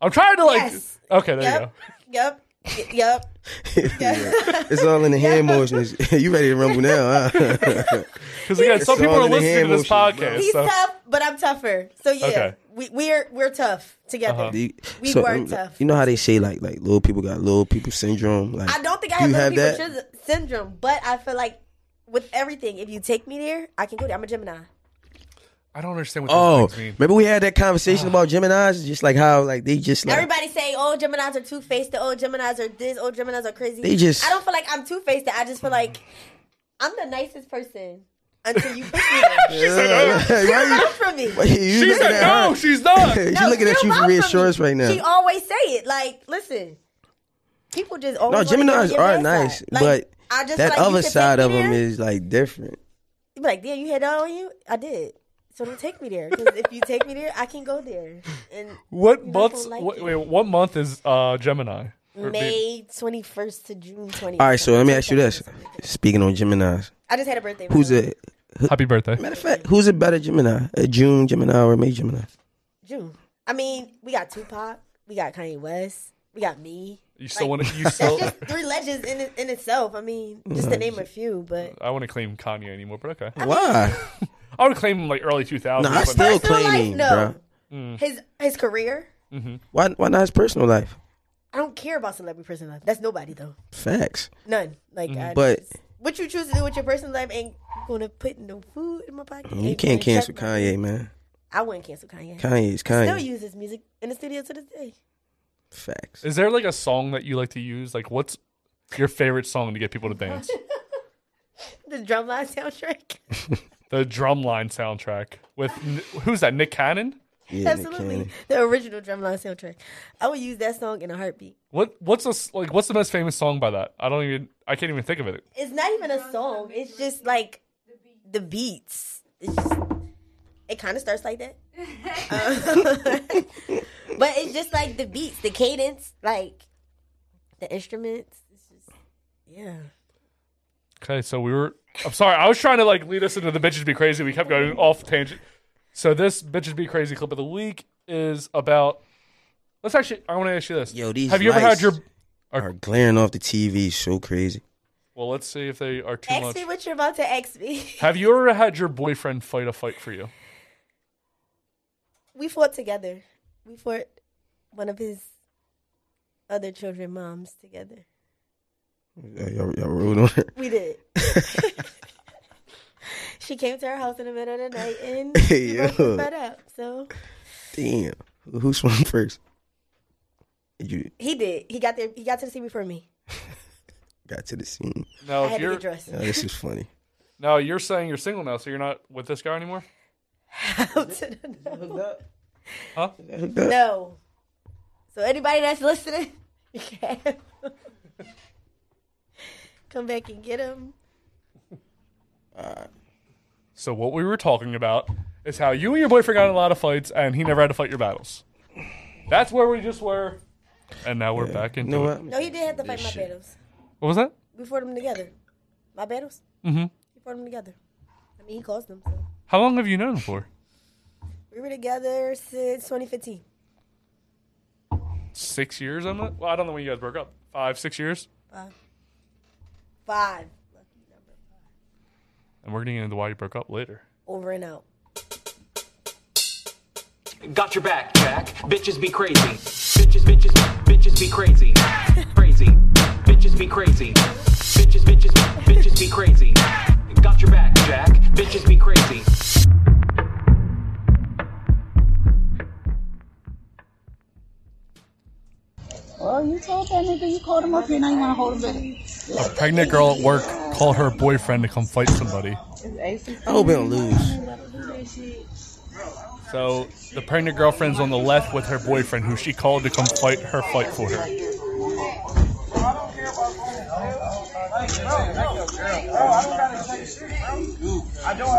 [SPEAKER 2] I'm trying to like
[SPEAKER 4] Yes.
[SPEAKER 2] Okay, there you
[SPEAKER 4] yep,
[SPEAKER 2] go.
[SPEAKER 4] yep, y- yep.
[SPEAKER 1] It's all in the hand motions. you ready to rumble now? Huh?
[SPEAKER 2] Because again, some
[SPEAKER 1] It's
[SPEAKER 2] people
[SPEAKER 1] all
[SPEAKER 2] are
[SPEAKER 1] in the
[SPEAKER 2] listening to
[SPEAKER 1] hand motions,
[SPEAKER 2] this
[SPEAKER 1] bro.
[SPEAKER 2] podcast.
[SPEAKER 4] He's
[SPEAKER 2] so.
[SPEAKER 4] tough, but I'm tougher. So yeah,
[SPEAKER 2] Okay.
[SPEAKER 4] we we're we're tough together.
[SPEAKER 2] Uh-huh.
[SPEAKER 1] You-
[SPEAKER 4] We
[SPEAKER 1] so,
[SPEAKER 4] were
[SPEAKER 1] um,
[SPEAKER 4] tough.
[SPEAKER 1] You know how they say like like little people got little people syndrome. Like
[SPEAKER 4] I don't think I
[SPEAKER 1] do
[SPEAKER 4] have,
[SPEAKER 1] you have
[SPEAKER 4] little people
[SPEAKER 1] that.
[SPEAKER 4] syn- syndrome, but I feel like with everything, if you take me there, I can go there. I'm a Gemini.
[SPEAKER 2] I don't understand what
[SPEAKER 1] Oh,
[SPEAKER 2] those things mean.
[SPEAKER 1] remember we had that conversation about Gemini's, just like how like they just like
[SPEAKER 4] Everybody say, "Oh, Geminis are two faced. Oh, Geminis are this. Oh, Geminis are crazy."
[SPEAKER 1] They just-
[SPEAKER 4] I don't feel like I'm two faced. I just feel like I'm the nicest person until you push me there.
[SPEAKER 1] Yeah, like, why you-
[SPEAKER 4] Run from me.
[SPEAKER 1] why you, you
[SPEAKER 2] She
[SPEAKER 1] looking
[SPEAKER 2] said
[SPEAKER 1] at her?
[SPEAKER 2] no, she's not.
[SPEAKER 1] She's
[SPEAKER 4] No,
[SPEAKER 1] looking at you
[SPEAKER 4] still run
[SPEAKER 1] for
[SPEAKER 4] from me.
[SPEAKER 1] reassurance right now.
[SPEAKER 4] She always say it. Like, listen, people just
[SPEAKER 1] No,
[SPEAKER 4] always. wanna give me
[SPEAKER 1] Gemini's
[SPEAKER 4] your
[SPEAKER 1] are
[SPEAKER 4] bad
[SPEAKER 1] nice,
[SPEAKER 4] side. Like,
[SPEAKER 1] but
[SPEAKER 4] I just
[SPEAKER 1] that
[SPEAKER 4] like, you
[SPEAKER 1] other
[SPEAKER 4] should
[SPEAKER 1] side
[SPEAKER 4] take
[SPEAKER 1] of
[SPEAKER 4] me
[SPEAKER 1] them
[SPEAKER 4] there.
[SPEAKER 1] is like different.
[SPEAKER 4] You be like, damn, you had that on you? I did. So don't take me there. Because if you take me there, I can go there. And
[SPEAKER 2] What
[SPEAKER 4] You're not
[SPEAKER 2] months?
[SPEAKER 4] gonna like
[SPEAKER 2] what,
[SPEAKER 4] it.
[SPEAKER 2] wait, what month is uh, Gemini? Or be-
[SPEAKER 4] May 21st to June 20th.
[SPEAKER 1] All right, so let me ask you this: Speaking on Gemini's,
[SPEAKER 4] I just had a birthday.
[SPEAKER 1] who's a
[SPEAKER 2] Happy birthday.
[SPEAKER 1] matter of fact, who's a better Gemini? A June Gemini or a May Gemini?
[SPEAKER 4] June. I mean, we got Tupac. We got Kanye West. We got me.
[SPEAKER 2] You still
[SPEAKER 4] Like,
[SPEAKER 2] want to? You
[SPEAKER 4] That's
[SPEAKER 2] still?
[SPEAKER 4] just three legends in, it- in itself. I mean, just to name a few, but.
[SPEAKER 2] I want to claim Kanye anymore, but okay.
[SPEAKER 1] Why?
[SPEAKER 2] I would claim him like early 2000s.
[SPEAKER 1] No, I
[SPEAKER 2] but-
[SPEAKER 1] still
[SPEAKER 4] Personal
[SPEAKER 1] claim
[SPEAKER 4] life,
[SPEAKER 1] him,
[SPEAKER 4] no.
[SPEAKER 1] bro.
[SPEAKER 2] Mm.
[SPEAKER 4] His, his career.
[SPEAKER 1] Why? Why not his personal life?
[SPEAKER 4] I don't care about celebrity personal life. That's nobody, though.
[SPEAKER 1] Facts.
[SPEAKER 4] None. Like,
[SPEAKER 2] Mm.
[SPEAKER 4] I
[SPEAKER 1] But-
[SPEAKER 4] just- what you choose to do with your personal life ain't gonna put no food in my pocket.
[SPEAKER 1] You
[SPEAKER 4] ain't
[SPEAKER 1] can't
[SPEAKER 4] gonna
[SPEAKER 1] cancel
[SPEAKER 4] check my-
[SPEAKER 1] Kanye, man.
[SPEAKER 4] I wouldn't cancel Kanye.
[SPEAKER 1] Kanye's
[SPEAKER 4] Still
[SPEAKER 1] Kanye.
[SPEAKER 4] use his music in the studio to this day.
[SPEAKER 1] Facts.
[SPEAKER 2] Is there like a song that you like to use? Like, what's your favorite song to get people to dance?
[SPEAKER 4] The drumline soundtrack.
[SPEAKER 2] the Drumline soundtrack with N- who's that? Nick Cannon.
[SPEAKER 1] Yeah, Nick
[SPEAKER 4] Absolutely.
[SPEAKER 1] Cannon.
[SPEAKER 4] The original drumline soundtrack. I would use that song in a heartbeat.
[SPEAKER 2] What? What's a s like? What's the most famous song by that? I don't even. I can't even think of it.
[SPEAKER 4] It's not even a song. It's just like the beats. It's just, it kind of starts like that. Uh, but it's just like the beats, the cadence, like the instruments. It's just, yeah.
[SPEAKER 2] Okay, so we were. I'm sorry. I was trying to like lead us into the bitches be crazy. We kept going off tangent. So this bitches be crazy clip of the week is about. Let's actually. I want to ask you this.
[SPEAKER 1] Yo, these
[SPEAKER 2] Have you ever had
[SPEAKER 1] lights
[SPEAKER 2] your?
[SPEAKER 1] Are glaring off the TV so crazy.
[SPEAKER 2] Well, let's see if they are too
[SPEAKER 4] Ask
[SPEAKER 2] much.
[SPEAKER 4] me what you're about to ask me.
[SPEAKER 2] Have you ever had your boyfriend fight a fight for you?
[SPEAKER 4] we fought together. We fought one of his other children moms together.
[SPEAKER 1] Y'all, y'all, y'all rolled on it.
[SPEAKER 4] We did. she came to our house in the middle of the night and
[SPEAKER 1] Hey,
[SPEAKER 4] we
[SPEAKER 1] yo.
[SPEAKER 4] both were fed up. So
[SPEAKER 1] Damn. Who- Who swung first? You
[SPEAKER 4] he did. He got there. He got to the sea before me.
[SPEAKER 1] got to the scene.
[SPEAKER 2] No,
[SPEAKER 4] I had
[SPEAKER 2] if
[SPEAKER 4] to get
[SPEAKER 2] you're
[SPEAKER 4] dressed.
[SPEAKER 1] Now, this is funny.
[SPEAKER 2] no, you're saying you're single now, so you're not with this guy anymore.
[SPEAKER 4] Out to the- No. So anybody that's listening, you can have him. come back and get him.
[SPEAKER 2] So what we were talking about is how you and your boyfriend got in a lot of fights, and he never had to fight your battles. That's where we just were, and now we're back into
[SPEAKER 1] You know
[SPEAKER 2] it.
[SPEAKER 1] what?
[SPEAKER 4] No, he did have to fight my battles.
[SPEAKER 2] What was that?
[SPEAKER 4] We fought them together. My battles.
[SPEAKER 2] Mhm.
[SPEAKER 4] He fought them together. I mean, he caused them. So.
[SPEAKER 2] How long have you known him for?
[SPEAKER 4] We were together since 2015.
[SPEAKER 2] Six years on that? Well, I don't know when you guys broke up. Five, six years,
[SPEAKER 4] Five. Lucky number.
[SPEAKER 2] and we're gonna get into why you broke up later.
[SPEAKER 4] Over and out.
[SPEAKER 6] Got your back, Jack. Bitches be crazy. Bitches, bitches, bitches be crazy. Crazy. Bitches be crazy. Bitches, bitches, bitches be crazy. Got your back, Jack. Bitches be crazy.
[SPEAKER 7] Well, you told that nigga you called him up here, now you want to hold him back.
[SPEAKER 2] A pregnant girl at work called her boyfriend to come fight somebody.
[SPEAKER 7] It's ACC.
[SPEAKER 1] I hope we don't lose.
[SPEAKER 2] So the pregnant girlfriend's on the left with her boyfriend, who she called to come fight her fight for her.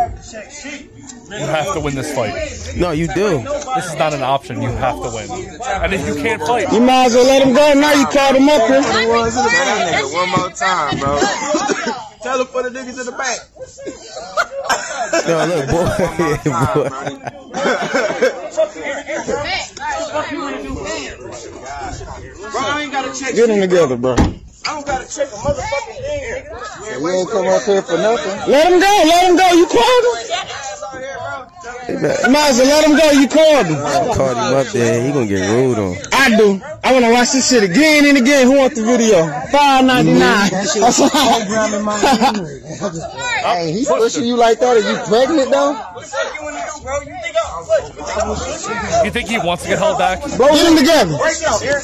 [SPEAKER 2] You have to win this fight.
[SPEAKER 1] No, you do.
[SPEAKER 2] This is not an option. You have to win. And if you can't fight,
[SPEAKER 1] You might as well let him go. Now you called him up here.
[SPEAKER 8] One more time, bro.
[SPEAKER 9] Tell him for the niggas in the back.
[SPEAKER 1] No, look, boy. boy.
[SPEAKER 9] Bro, I ain't gotta check
[SPEAKER 8] Get them together, bro.
[SPEAKER 9] I don't gotta check a motherfucking thing, nigga.
[SPEAKER 8] We ain't come up here for nothing.
[SPEAKER 1] Let him go. Let him go. You called
[SPEAKER 9] Get ass out here, bro. Tell him
[SPEAKER 1] him. Might as well let him go. You called him. I called him up there. He gonna get rude on.
[SPEAKER 8] I do. I wanna watch this shit again and again. Who wants the video? Five ninety nine. Hey, he pushing you like that? Are you pregnant though?
[SPEAKER 9] what the fuck you wanna do, bro. You think I'm what? You think I'm pussy?
[SPEAKER 2] you think he wants to get held back?
[SPEAKER 8] Bro, get them together.
[SPEAKER 9] Break out, Eric.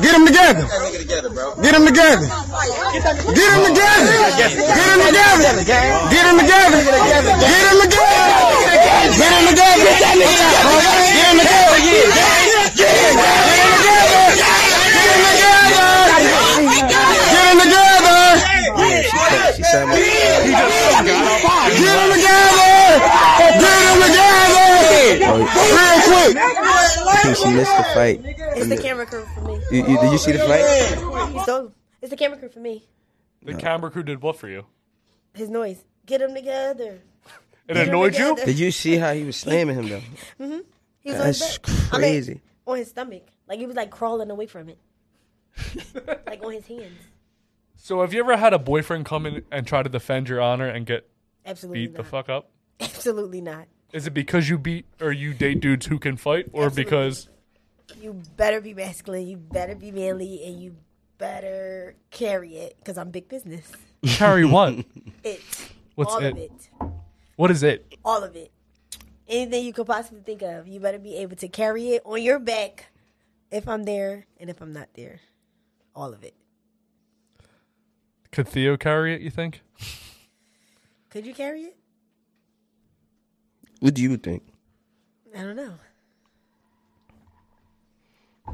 [SPEAKER 8] Get them together.
[SPEAKER 9] That nigga together, bro.
[SPEAKER 8] Get them together. Get them together. Get them together. Get them together. Get them together. Get them together. Get them together. Get them together.
[SPEAKER 1] Yeah, she, said- she said my.
[SPEAKER 8] Get them together. Get them together. Real quick.
[SPEAKER 1] I think she missed the fight.
[SPEAKER 4] It's the camera Oh, crew for me.
[SPEAKER 1] You, you, did you see the fight?
[SPEAKER 4] He's so, it's the camera crew for me.
[SPEAKER 2] The camera crew did what for you?
[SPEAKER 4] His noise. Get them together.
[SPEAKER 2] It annoyed you?
[SPEAKER 4] Together.
[SPEAKER 1] Did you see how he was slamming him though?
[SPEAKER 4] He was on his
[SPEAKER 1] That's
[SPEAKER 4] back. I mean,
[SPEAKER 1] crazy.
[SPEAKER 4] on his stomach. Like he was like crawling away from it. like on his hands.
[SPEAKER 2] So have you ever had a boyfriend come in and try to defend your honor and get
[SPEAKER 4] Absolutely
[SPEAKER 2] beat
[SPEAKER 4] not.
[SPEAKER 2] the fuck up?
[SPEAKER 4] Absolutely not.
[SPEAKER 2] Is it because you beat or you date dudes who can fight, or
[SPEAKER 4] Absolutely.
[SPEAKER 2] because
[SPEAKER 4] You better be masculine. You better be manly, and you better carry it because I'm big business.
[SPEAKER 2] carry what?
[SPEAKER 4] It.
[SPEAKER 2] What's
[SPEAKER 4] all
[SPEAKER 2] it?
[SPEAKER 4] of it.
[SPEAKER 2] What is it?
[SPEAKER 4] All of it. Anything you could possibly think of, you better be able to carry it on your back. If I'm there and if I'm not there, all of it.
[SPEAKER 2] Could Theo carry it? You think?
[SPEAKER 4] Could you carry it?
[SPEAKER 1] What do you think?
[SPEAKER 4] I don't know.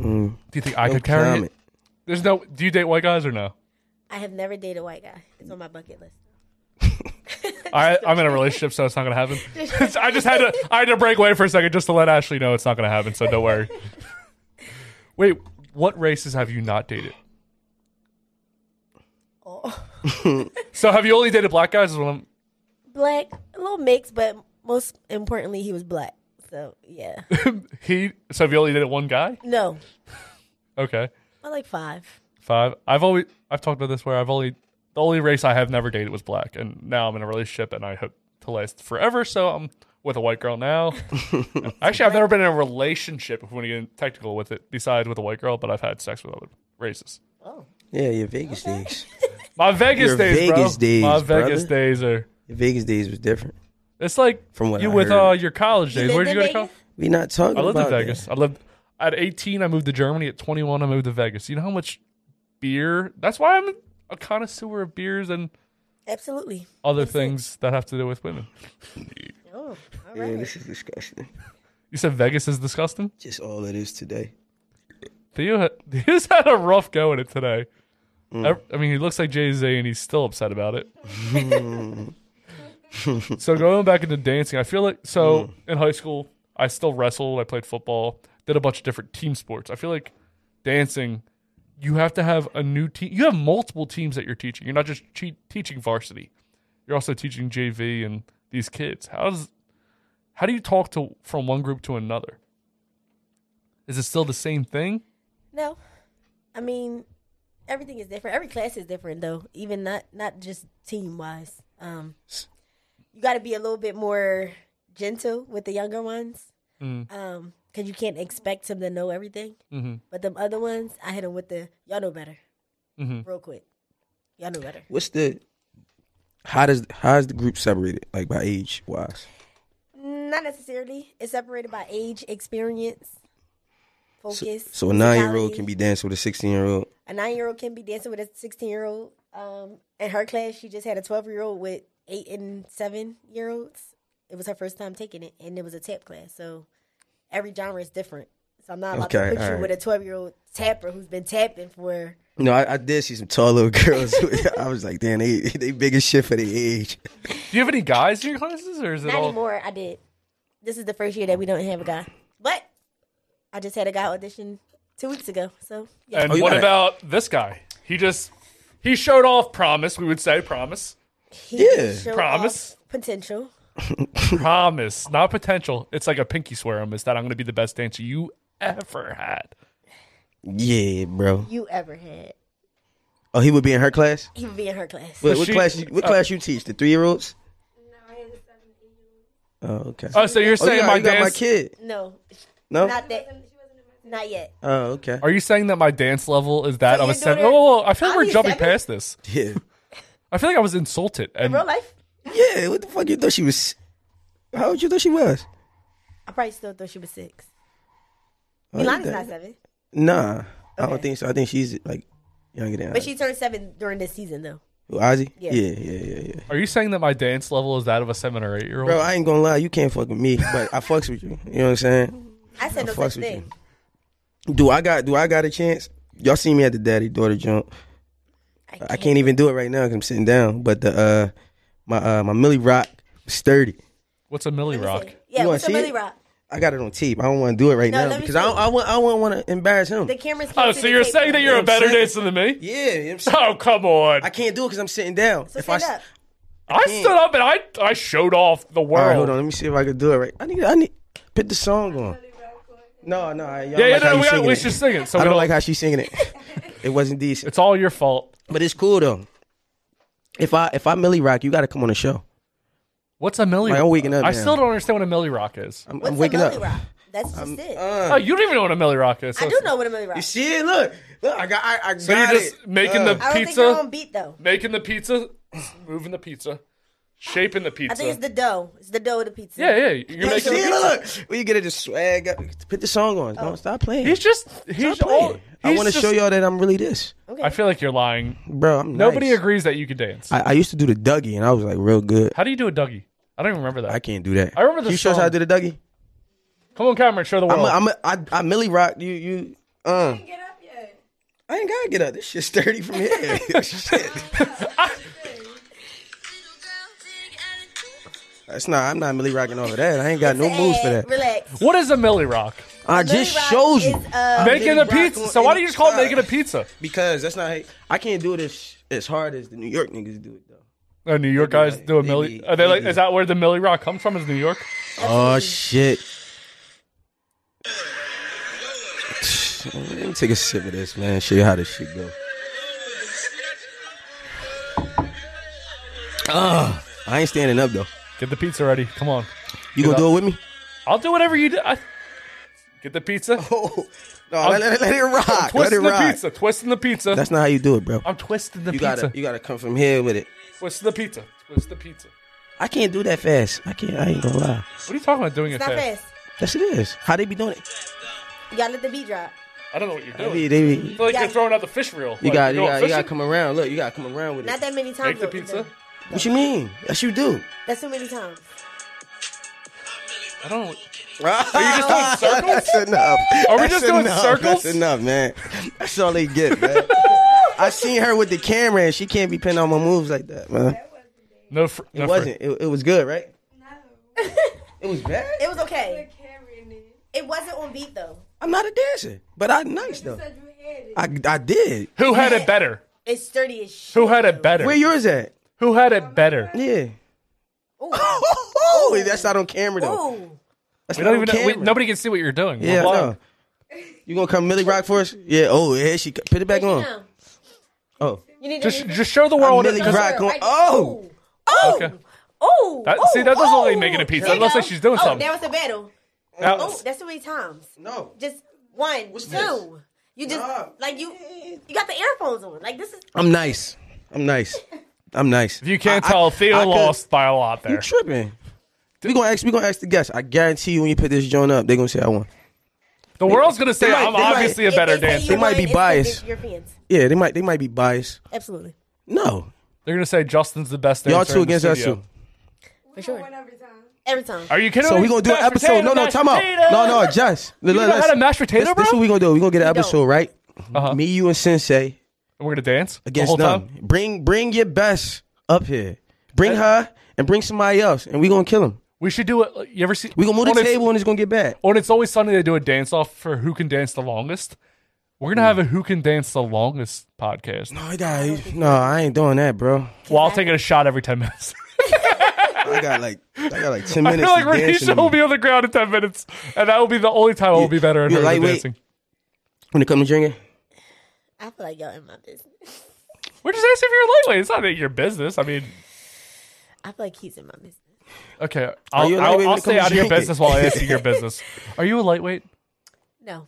[SPEAKER 2] Do you think I
[SPEAKER 1] No
[SPEAKER 2] could carry
[SPEAKER 1] comment.
[SPEAKER 2] it? There's no. Do you date white guys or no?
[SPEAKER 4] I have never dated a white guy. It's on my bucket list.
[SPEAKER 2] I, I'm in a relationship, so it's not gonna happen. I just had to. I had to break away for a second just to let Ashley know it's not gonna happen. So don't worry. Wait, what races have you not dated?
[SPEAKER 4] Oh.
[SPEAKER 2] So have you only dated black guys? Is what I'm-
[SPEAKER 4] Black, a little mixed, but most importantly, he was black. So yeah,
[SPEAKER 2] he. So have you only dated one guy?
[SPEAKER 4] no,
[SPEAKER 2] Okay.
[SPEAKER 4] I like five.
[SPEAKER 2] Five. I've always I've talked about this where I've only the only race I have never dated was black, and now I'm in a relationship and I hope to last forever. So I'm with a white girl now. Actually, I've never been in a relationship if we want to get technical with it. Besides with a white girl, but I've had sex with other races.
[SPEAKER 1] Yeah, your Vegas days.
[SPEAKER 2] My Vegas
[SPEAKER 1] Your
[SPEAKER 2] days,
[SPEAKER 1] Vegas
[SPEAKER 2] bro.
[SPEAKER 1] days,
[SPEAKER 2] My Vegas
[SPEAKER 1] brother.
[SPEAKER 2] days are.
[SPEAKER 1] Your Vegas days was different.
[SPEAKER 2] It's like
[SPEAKER 1] From what
[SPEAKER 2] you
[SPEAKER 1] I
[SPEAKER 2] with
[SPEAKER 1] heard.
[SPEAKER 2] uh, your college days.
[SPEAKER 4] lived
[SPEAKER 2] Where did
[SPEAKER 4] in
[SPEAKER 2] you go to college?
[SPEAKER 4] Vegas?
[SPEAKER 1] We not talking
[SPEAKER 2] I lived
[SPEAKER 1] about
[SPEAKER 2] in Vegas. I lived at 18. I moved to Germany. At 21, I moved to Vegas. You know how much beer? That's why I'm a connoisseur of beers and
[SPEAKER 4] Absolutely.
[SPEAKER 2] other things that have to do with women.
[SPEAKER 4] Oh, all
[SPEAKER 1] That. Yeah,
[SPEAKER 4] right.
[SPEAKER 1] this is disgusting.
[SPEAKER 2] You said Vegas is disgusting.
[SPEAKER 1] Just all it is today.
[SPEAKER 2] Theo ha- Theo's had a rough go at it today. Ev- I mean, he looks like Jay Z, and he's still upset about it. so going back into dancing, I feel like so in high school I still wrestled, I played football, did a bunch of different team sports. I feel like dancing, you have to have a new team. You have multiple teams that you're teaching. You're not just che- teaching varsity. You're also teaching JV and these kids. How does how do you talk to from one group to another? Is it still the same thing?
[SPEAKER 4] No, I mean everything is different. Every class is different, though. Even not not just team wise. Um, you got to be a little bit more gentle with the younger ones,
[SPEAKER 2] Mm.
[SPEAKER 4] um, because you can't expect them to know everything.
[SPEAKER 2] Mm-hmm.
[SPEAKER 4] But them other ones, I hit them with the y'all know better,
[SPEAKER 2] Mhm.
[SPEAKER 4] real quick. Y'all know better.
[SPEAKER 1] What's the how does how is the group separated like by age wise?
[SPEAKER 4] Not necessarily. It's separated by age, experience, focus.
[SPEAKER 1] So a nine year old
[SPEAKER 4] physicality.
[SPEAKER 1] can be dancing with a sixteen year old.
[SPEAKER 4] a nine year old can be dancing with a sixteen year old. Um, in her class, she just had a twelve year old with eight and seven year olds. It was her first time taking it, and it was a tap class. So every genre is different. So I'm not allowed
[SPEAKER 1] Okay,
[SPEAKER 4] to put you
[SPEAKER 1] alright.
[SPEAKER 4] with a twelve year old tapper who's been tapping for.
[SPEAKER 1] No, I, I did see some tall little girls. I was like, damn, they they big as shit for their age.
[SPEAKER 2] Do you have any guys in your classes, or is it
[SPEAKER 4] Not
[SPEAKER 2] all?
[SPEAKER 4] anymore. I did. This is the first year that we don't have a guy, but I just had a guy audition two weeks ago. So yeah,
[SPEAKER 2] And
[SPEAKER 1] Oh, you
[SPEAKER 2] what
[SPEAKER 1] got it.
[SPEAKER 2] about this guy? He just he showed off promise. We would say promise,
[SPEAKER 4] he
[SPEAKER 1] yeah.
[SPEAKER 4] showed
[SPEAKER 2] Promise.
[SPEAKER 4] off potential.
[SPEAKER 2] promise, not potential. It's like a pinky swear. I'm is that I'm going to be the best dancer you ever had.
[SPEAKER 1] Yeah, bro.
[SPEAKER 4] you ever had.
[SPEAKER 1] Oh, he would be in her class.
[SPEAKER 4] He would be in her class.
[SPEAKER 1] What, what
[SPEAKER 2] she- uh,
[SPEAKER 1] class? You, what class you teach? The three year olds. Oh, okay.
[SPEAKER 2] Oh, so you're
[SPEAKER 1] Oh, you
[SPEAKER 2] saying
[SPEAKER 1] got,
[SPEAKER 2] my
[SPEAKER 1] you got my
[SPEAKER 2] dance?
[SPEAKER 1] kid?
[SPEAKER 4] No,
[SPEAKER 1] No.
[SPEAKER 4] not that. Not yet.
[SPEAKER 1] oh, okay.
[SPEAKER 2] Are you saying that my dance level is that
[SPEAKER 4] So
[SPEAKER 2] of a
[SPEAKER 4] you're
[SPEAKER 2] seven?
[SPEAKER 4] doing it-
[SPEAKER 2] Whoa, whoa, whoa, I feel like
[SPEAKER 4] I'll
[SPEAKER 2] we're
[SPEAKER 4] be
[SPEAKER 2] jumping
[SPEAKER 4] seven?
[SPEAKER 2] past this.
[SPEAKER 1] Yeah.
[SPEAKER 2] I feel like I was insulted. And
[SPEAKER 4] Real life.
[SPEAKER 1] Yeah. What the fuck you thought she was? How old you thought she was?
[SPEAKER 4] I probably still thought she was six.
[SPEAKER 1] Oh, you
[SPEAKER 4] Milana's
[SPEAKER 1] thought-
[SPEAKER 4] not seven,
[SPEAKER 1] Nah, I don't
[SPEAKER 4] Okay.
[SPEAKER 1] think so. I think she's like younger than.
[SPEAKER 4] but
[SPEAKER 1] Ozzy.
[SPEAKER 4] she turned seven during this season though.
[SPEAKER 1] Who, Ozzy?
[SPEAKER 4] Yeah.
[SPEAKER 1] yeah, yeah, yeah, yeah.
[SPEAKER 2] are you saying that my dance level is that of a seven or eight year old?
[SPEAKER 1] Bro, I ain't gonna lie, you can't fuck with me, but I fucks with you. You know what I'm saying?
[SPEAKER 4] I said no
[SPEAKER 1] fucks
[SPEAKER 4] such
[SPEAKER 1] with
[SPEAKER 4] thing.
[SPEAKER 1] Do I got do I got a chance? Y'all see me at the daddy daughter jump. I can't even do it right now because I'm sitting down. But the uh my uh my Millie Rock was sturdy.
[SPEAKER 2] What's a Millie
[SPEAKER 4] Let me
[SPEAKER 2] Rock?
[SPEAKER 4] see.
[SPEAKER 1] You
[SPEAKER 4] Yeah,
[SPEAKER 1] wanna
[SPEAKER 4] what's a
[SPEAKER 1] see
[SPEAKER 4] Millie
[SPEAKER 1] it?
[SPEAKER 4] Rock?
[SPEAKER 1] I got it on tape. I don't want to do it right
[SPEAKER 4] No,
[SPEAKER 1] now
[SPEAKER 4] let me
[SPEAKER 1] because I don't,
[SPEAKER 4] see.
[SPEAKER 1] I want I wouldn't want to embarrass him.
[SPEAKER 4] The cameras. Can't
[SPEAKER 2] Oh,
[SPEAKER 4] see
[SPEAKER 2] so
[SPEAKER 4] the
[SPEAKER 2] you're
[SPEAKER 4] tape
[SPEAKER 2] saying that
[SPEAKER 4] though.
[SPEAKER 2] you're a
[SPEAKER 1] I'm
[SPEAKER 2] better
[SPEAKER 1] saying-
[SPEAKER 2] dancer than me?
[SPEAKER 1] yeah, you know what I'm saying?
[SPEAKER 2] Oh, come on.
[SPEAKER 1] I can't do it because I'm sitting down.
[SPEAKER 4] So
[SPEAKER 1] if I,
[SPEAKER 4] stand
[SPEAKER 1] s-
[SPEAKER 4] up.
[SPEAKER 2] I stood up and I I showed off the
[SPEAKER 1] all
[SPEAKER 2] world.
[SPEAKER 1] right, hold on, let me see if I can do it right. I need I need put the song on. No, no, I, y'all
[SPEAKER 2] Yeah, yeah,
[SPEAKER 1] like
[SPEAKER 2] no,
[SPEAKER 1] how you
[SPEAKER 2] we, got,
[SPEAKER 1] singing
[SPEAKER 2] we
[SPEAKER 1] it.
[SPEAKER 2] should sing it. So
[SPEAKER 1] I
[SPEAKER 2] we
[SPEAKER 1] don't like how she's singing it. It wasn't decent.
[SPEAKER 2] It's all your fault.
[SPEAKER 1] But it's cool though. If I if I Millie Rock, you got to come on the show.
[SPEAKER 2] What's a Millie?
[SPEAKER 1] Like, I'm waking up
[SPEAKER 2] I
[SPEAKER 1] now.
[SPEAKER 2] still don't understand what a Millie Rock is.
[SPEAKER 1] I'm,
[SPEAKER 4] What's
[SPEAKER 1] I'm
[SPEAKER 4] a
[SPEAKER 1] waking
[SPEAKER 4] Millie
[SPEAKER 1] up. uh,
[SPEAKER 4] Rock? That's just it.
[SPEAKER 2] oh, you don't even know what a Millie Rock is.
[SPEAKER 4] I
[SPEAKER 2] so-
[SPEAKER 4] do know what a Millie Rock.
[SPEAKER 1] You
[SPEAKER 4] is.
[SPEAKER 1] see it? Look, look. I got. I, I
[SPEAKER 2] So
[SPEAKER 1] got
[SPEAKER 2] you're just
[SPEAKER 1] it.
[SPEAKER 2] making
[SPEAKER 1] Uh,
[SPEAKER 2] the
[SPEAKER 4] I don't think you're
[SPEAKER 2] pizza,
[SPEAKER 4] on beat though.
[SPEAKER 2] making the pizza, moving the pizza, shaping the pizza.
[SPEAKER 4] I think it's the dough. It's the dough of the pizza.
[SPEAKER 2] yeah, yeah. You're
[SPEAKER 1] You
[SPEAKER 2] making.
[SPEAKER 1] see it?
[SPEAKER 2] The pizza.
[SPEAKER 1] Look, look. When you get it, just swag up. Put the song
[SPEAKER 4] Oh.
[SPEAKER 1] on. Don't stop playing.
[SPEAKER 2] He's just. He's
[SPEAKER 1] stop
[SPEAKER 2] all.
[SPEAKER 1] playing. I want to show y'all that I'm really this,
[SPEAKER 4] Okay.
[SPEAKER 2] I feel like you're lying.
[SPEAKER 1] bro. I'm
[SPEAKER 2] Nobody
[SPEAKER 1] nice.
[SPEAKER 2] agrees that you can dance.
[SPEAKER 1] I, I used to do the Dougie, and I was like real good.
[SPEAKER 2] How do you do a Dougie? I don't even remember that.
[SPEAKER 1] I can't do that.
[SPEAKER 2] I remember the
[SPEAKER 1] Can you show us how I
[SPEAKER 2] song.
[SPEAKER 1] did the Dougie?
[SPEAKER 2] Come on, camera, and show the
[SPEAKER 1] I'm
[SPEAKER 2] world.
[SPEAKER 1] a, I'm a, I, I Millie Rock. You you. Uh. I ain't gotta get up. This shit's dirty from here. Shit. That's not. I'm not Millie rocking over that. I ain't got no
[SPEAKER 4] Sad,
[SPEAKER 1] moves for that.
[SPEAKER 4] Relax.
[SPEAKER 2] what is a Millie Rock?
[SPEAKER 1] I
[SPEAKER 4] Millie
[SPEAKER 1] just
[SPEAKER 4] Rock
[SPEAKER 1] showed you.
[SPEAKER 4] is, uh,
[SPEAKER 2] making
[SPEAKER 1] Millie
[SPEAKER 2] a
[SPEAKER 1] Rock
[SPEAKER 2] pizza.
[SPEAKER 1] on
[SPEAKER 2] So why do you just call it
[SPEAKER 1] inside.
[SPEAKER 2] making a pizza?
[SPEAKER 1] because that's not. I can't do this as hard as the New York niggas do it though.
[SPEAKER 2] Uh, New York guys
[SPEAKER 1] like-
[SPEAKER 2] do a
[SPEAKER 1] they
[SPEAKER 2] Millie.
[SPEAKER 1] be-
[SPEAKER 2] Are they
[SPEAKER 1] they
[SPEAKER 2] like?
[SPEAKER 1] be-
[SPEAKER 2] Is that where the Millie Rock comes from? Is New York?
[SPEAKER 1] Oh shit. Let me take a sip of this, man. Show you how this shit go. Ah, I ain't standing up though.
[SPEAKER 2] Get the pizza ready. Come on.
[SPEAKER 1] You gonna do it with me?
[SPEAKER 2] I'll do whatever you do. I, get the pizza.
[SPEAKER 1] Oh, no, let, let- let it rock. Let it
[SPEAKER 2] Twisting the
[SPEAKER 1] rock.
[SPEAKER 2] pizza. Twisting the pizza.
[SPEAKER 1] That's not how you do it, bro.
[SPEAKER 2] I'm twisting the
[SPEAKER 1] You
[SPEAKER 2] pizza.
[SPEAKER 1] gotta, you gotta come from here with it.
[SPEAKER 2] Twist the pizza. Twist the pizza.
[SPEAKER 1] I can't do that fast. I can't. I ain't gonna lie.
[SPEAKER 2] What are you talking about doing it
[SPEAKER 4] It's not
[SPEAKER 2] fast?
[SPEAKER 4] fast.
[SPEAKER 1] Yes, it is. How they be doing it?
[SPEAKER 4] You gotta let the beat drop.
[SPEAKER 2] I don't know what you're
[SPEAKER 1] They
[SPEAKER 2] doing.
[SPEAKER 1] be,
[SPEAKER 2] I
[SPEAKER 1] they be,
[SPEAKER 2] feel like
[SPEAKER 4] Yeah.
[SPEAKER 2] you're throwing out the fish reel.
[SPEAKER 1] you
[SPEAKER 2] Like,
[SPEAKER 1] got, you
[SPEAKER 2] you're
[SPEAKER 1] got, you got to
[SPEAKER 2] fishing?
[SPEAKER 1] come around. Look, you got to come around with
[SPEAKER 4] Not
[SPEAKER 1] it.
[SPEAKER 4] that many times.
[SPEAKER 2] Make the
[SPEAKER 4] though.
[SPEAKER 2] pizza.
[SPEAKER 1] What you mean? Yes, you do.
[SPEAKER 4] That's too many times.
[SPEAKER 2] I don't.
[SPEAKER 1] Are
[SPEAKER 2] doing circles?
[SPEAKER 1] That's enough.
[SPEAKER 2] Are we
[SPEAKER 1] That's
[SPEAKER 2] just doing
[SPEAKER 1] enough.
[SPEAKER 2] circles?
[SPEAKER 1] That's enough, man. That's all they get, man. I seen her with the camera and she can't be pinning on my moves like that, man.
[SPEAKER 2] No, fr-
[SPEAKER 1] It
[SPEAKER 2] no fr-
[SPEAKER 1] wasn't. It, it was good, right? It was bad.
[SPEAKER 4] It was okay. It wasn't on beat though.
[SPEAKER 1] I'm not a dancer, but I nice though. I, I did.
[SPEAKER 2] Who had it better?
[SPEAKER 4] It's sturdy as shit.
[SPEAKER 2] Who had it better?
[SPEAKER 1] Where yours at?
[SPEAKER 2] Who had it better?
[SPEAKER 1] Yeah.
[SPEAKER 4] Ooh.
[SPEAKER 1] Oh, that's not on camera though.
[SPEAKER 4] Ooh.
[SPEAKER 1] That's
[SPEAKER 2] We
[SPEAKER 1] not
[SPEAKER 2] don't even
[SPEAKER 1] on
[SPEAKER 2] know. we-
[SPEAKER 1] camera.
[SPEAKER 2] nobody can see what you're doing. We're
[SPEAKER 1] Yeah, I
[SPEAKER 2] blind.
[SPEAKER 1] know. You gonna come Millie Rock for us? Yeah. Oh, yeah. She put it back on.
[SPEAKER 4] No.
[SPEAKER 1] Oh,
[SPEAKER 4] You need to
[SPEAKER 2] Just, just show the world.
[SPEAKER 1] Millie
[SPEAKER 2] because-
[SPEAKER 1] Rock. going- oh,
[SPEAKER 4] Oh.
[SPEAKER 2] Okay.
[SPEAKER 4] Oh.
[SPEAKER 2] That-
[SPEAKER 4] oh,
[SPEAKER 2] see, that doesn't look like
[SPEAKER 4] oh.
[SPEAKER 2] making a pizza.
[SPEAKER 4] There
[SPEAKER 2] It looks
[SPEAKER 4] you
[SPEAKER 2] like
[SPEAKER 4] go.
[SPEAKER 2] she's doing
[SPEAKER 4] oh,
[SPEAKER 2] something.
[SPEAKER 4] There was a battle.
[SPEAKER 2] Now-
[SPEAKER 4] Oh, that's too many times.
[SPEAKER 1] no.
[SPEAKER 4] Just one, two.
[SPEAKER 1] this?
[SPEAKER 4] You just
[SPEAKER 1] Nah.
[SPEAKER 4] like you. You got the earphones on. Like this is.
[SPEAKER 1] I'm nice. I'm nice. I'm nice.
[SPEAKER 2] if you can't
[SPEAKER 1] I- I-
[SPEAKER 2] tell, Theo
[SPEAKER 1] I could-
[SPEAKER 2] lost by a lot
[SPEAKER 1] You
[SPEAKER 2] there.
[SPEAKER 1] tripping? We gonna ask. We gonna ask the guests. I guarantee you, when you put this joint up, they gonna say I won.
[SPEAKER 2] the world's gonna say
[SPEAKER 1] they might-
[SPEAKER 2] I'm
[SPEAKER 1] they might-
[SPEAKER 2] obviously a
[SPEAKER 4] if
[SPEAKER 2] better
[SPEAKER 4] they say
[SPEAKER 2] dancer.
[SPEAKER 4] you
[SPEAKER 1] They might be
[SPEAKER 4] won, it's 'cause
[SPEAKER 1] biased.
[SPEAKER 4] they're Europeans.
[SPEAKER 1] Yeah, they might. They might be biased.
[SPEAKER 4] Absolutely.
[SPEAKER 1] No,
[SPEAKER 2] They're gonna say Justin's the best dancer.
[SPEAKER 1] y'all two
[SPEAKER 2] in the
[SPEAKER 1] against us
[SPEAKER 2] studio.
[SPEAKER 1] two.
[SPEAKER 4] For sure. Every time.
[SPEAKER 2] Are you kidding
[SPEAKER 1] So
[SPEAKER 2] me?
[SPEAKER 1] we gonna do an
[SPEAKER 2] Mashed
[SPEAKER 1] episode. No,
[SPEAKER 2] potato,
[SPEAKER 1] no,
[SPEAKER 2] mashed
[SPEAKER 1] time out.
[SPEAKER 2] potato.
[SPEAKER 1] No, no, just. You
[SPEAKER 2] know how to mashed potato,
[SPEAKER 1] this,
[SPEAKER 2] bro?
[SPEAKER 1] This is what we gonna do. We gonna get an
[SPEAKER 4] don't.
[SPEAKER 1] episode right.
[SPEAKER 2] Uh-huh.
[SPEAKER 1] Me, you, and Sensei
[SPEAKER 2] We're gonna dance the
[SPEAKER 1] against
[SPEAKER 2] whole
[SPEAKER 1] them.
[SPEAKER 2] time.
[SPEAKER 1] Bring, bring your best up here. Bring her and bring somebody else, and we gonna kill him.
[SPEAKER 2] We should do it. You ever see?
[SPEAKER 1] We gonna move
[SPEAKER 2] on
[SPEAKER 1] the
[SPEAKER 2] It's-
[SPEAKER 1] table, and it's gonna get bad.
[SPEAKER 2] On it's always Sunday. They do a dance off for who can dance the longest. We're gonna have a who can dance the longest podcast
[SPEAKER 1] No, I got. No, I ain't doing that, bro.
[SPEAKER 2] while taking a shot every ten minutes.
[SPEAKER 1] I got like, I got like ten
[SPEAKER 2] I
[SPEAKER 1] minutes.
[SPEAKER 2] feel like
[SPEAKER 1] of dancing
[SPEAKER 2] Renisha will be on the ground in ten minutes, and that will be the only time I will be better at
[SPEAKER 1] you're
[SPEAKER 2] her than
[SPEAKER 1] lightweight.
[SPEAKER 2] dancing.
[SPEAKER 1] when it comes to drinking.
[SPEAKER 4] I feel like y'all in my business.
[SPEAKER 2] We're just asking if you're lightweight. It's not your business. I mean,
[SPEAKER 4] I feel like he's in my business.
[SPEAKER 2] okay,
[SPEAKER 1] you a
[SPEAKER 2] I'll,
[SPEAKER 1] lightweight
[SPEAKER 2] I'll,
[SPEAKER 1] when
[SPEAKER 2] I'll
[SPEAKER 1] it
[SPEAKER 2] stay
[SPEAKER 1] comes
[SPEAKER 2] out
[SPEAKER 1] to
[SPEAKER 2] of your
[SPEAKER 1] drinking?
[SPEAKER 2] business while I ask you your business. Are you a lightweight?
[SPEAKER 4] No.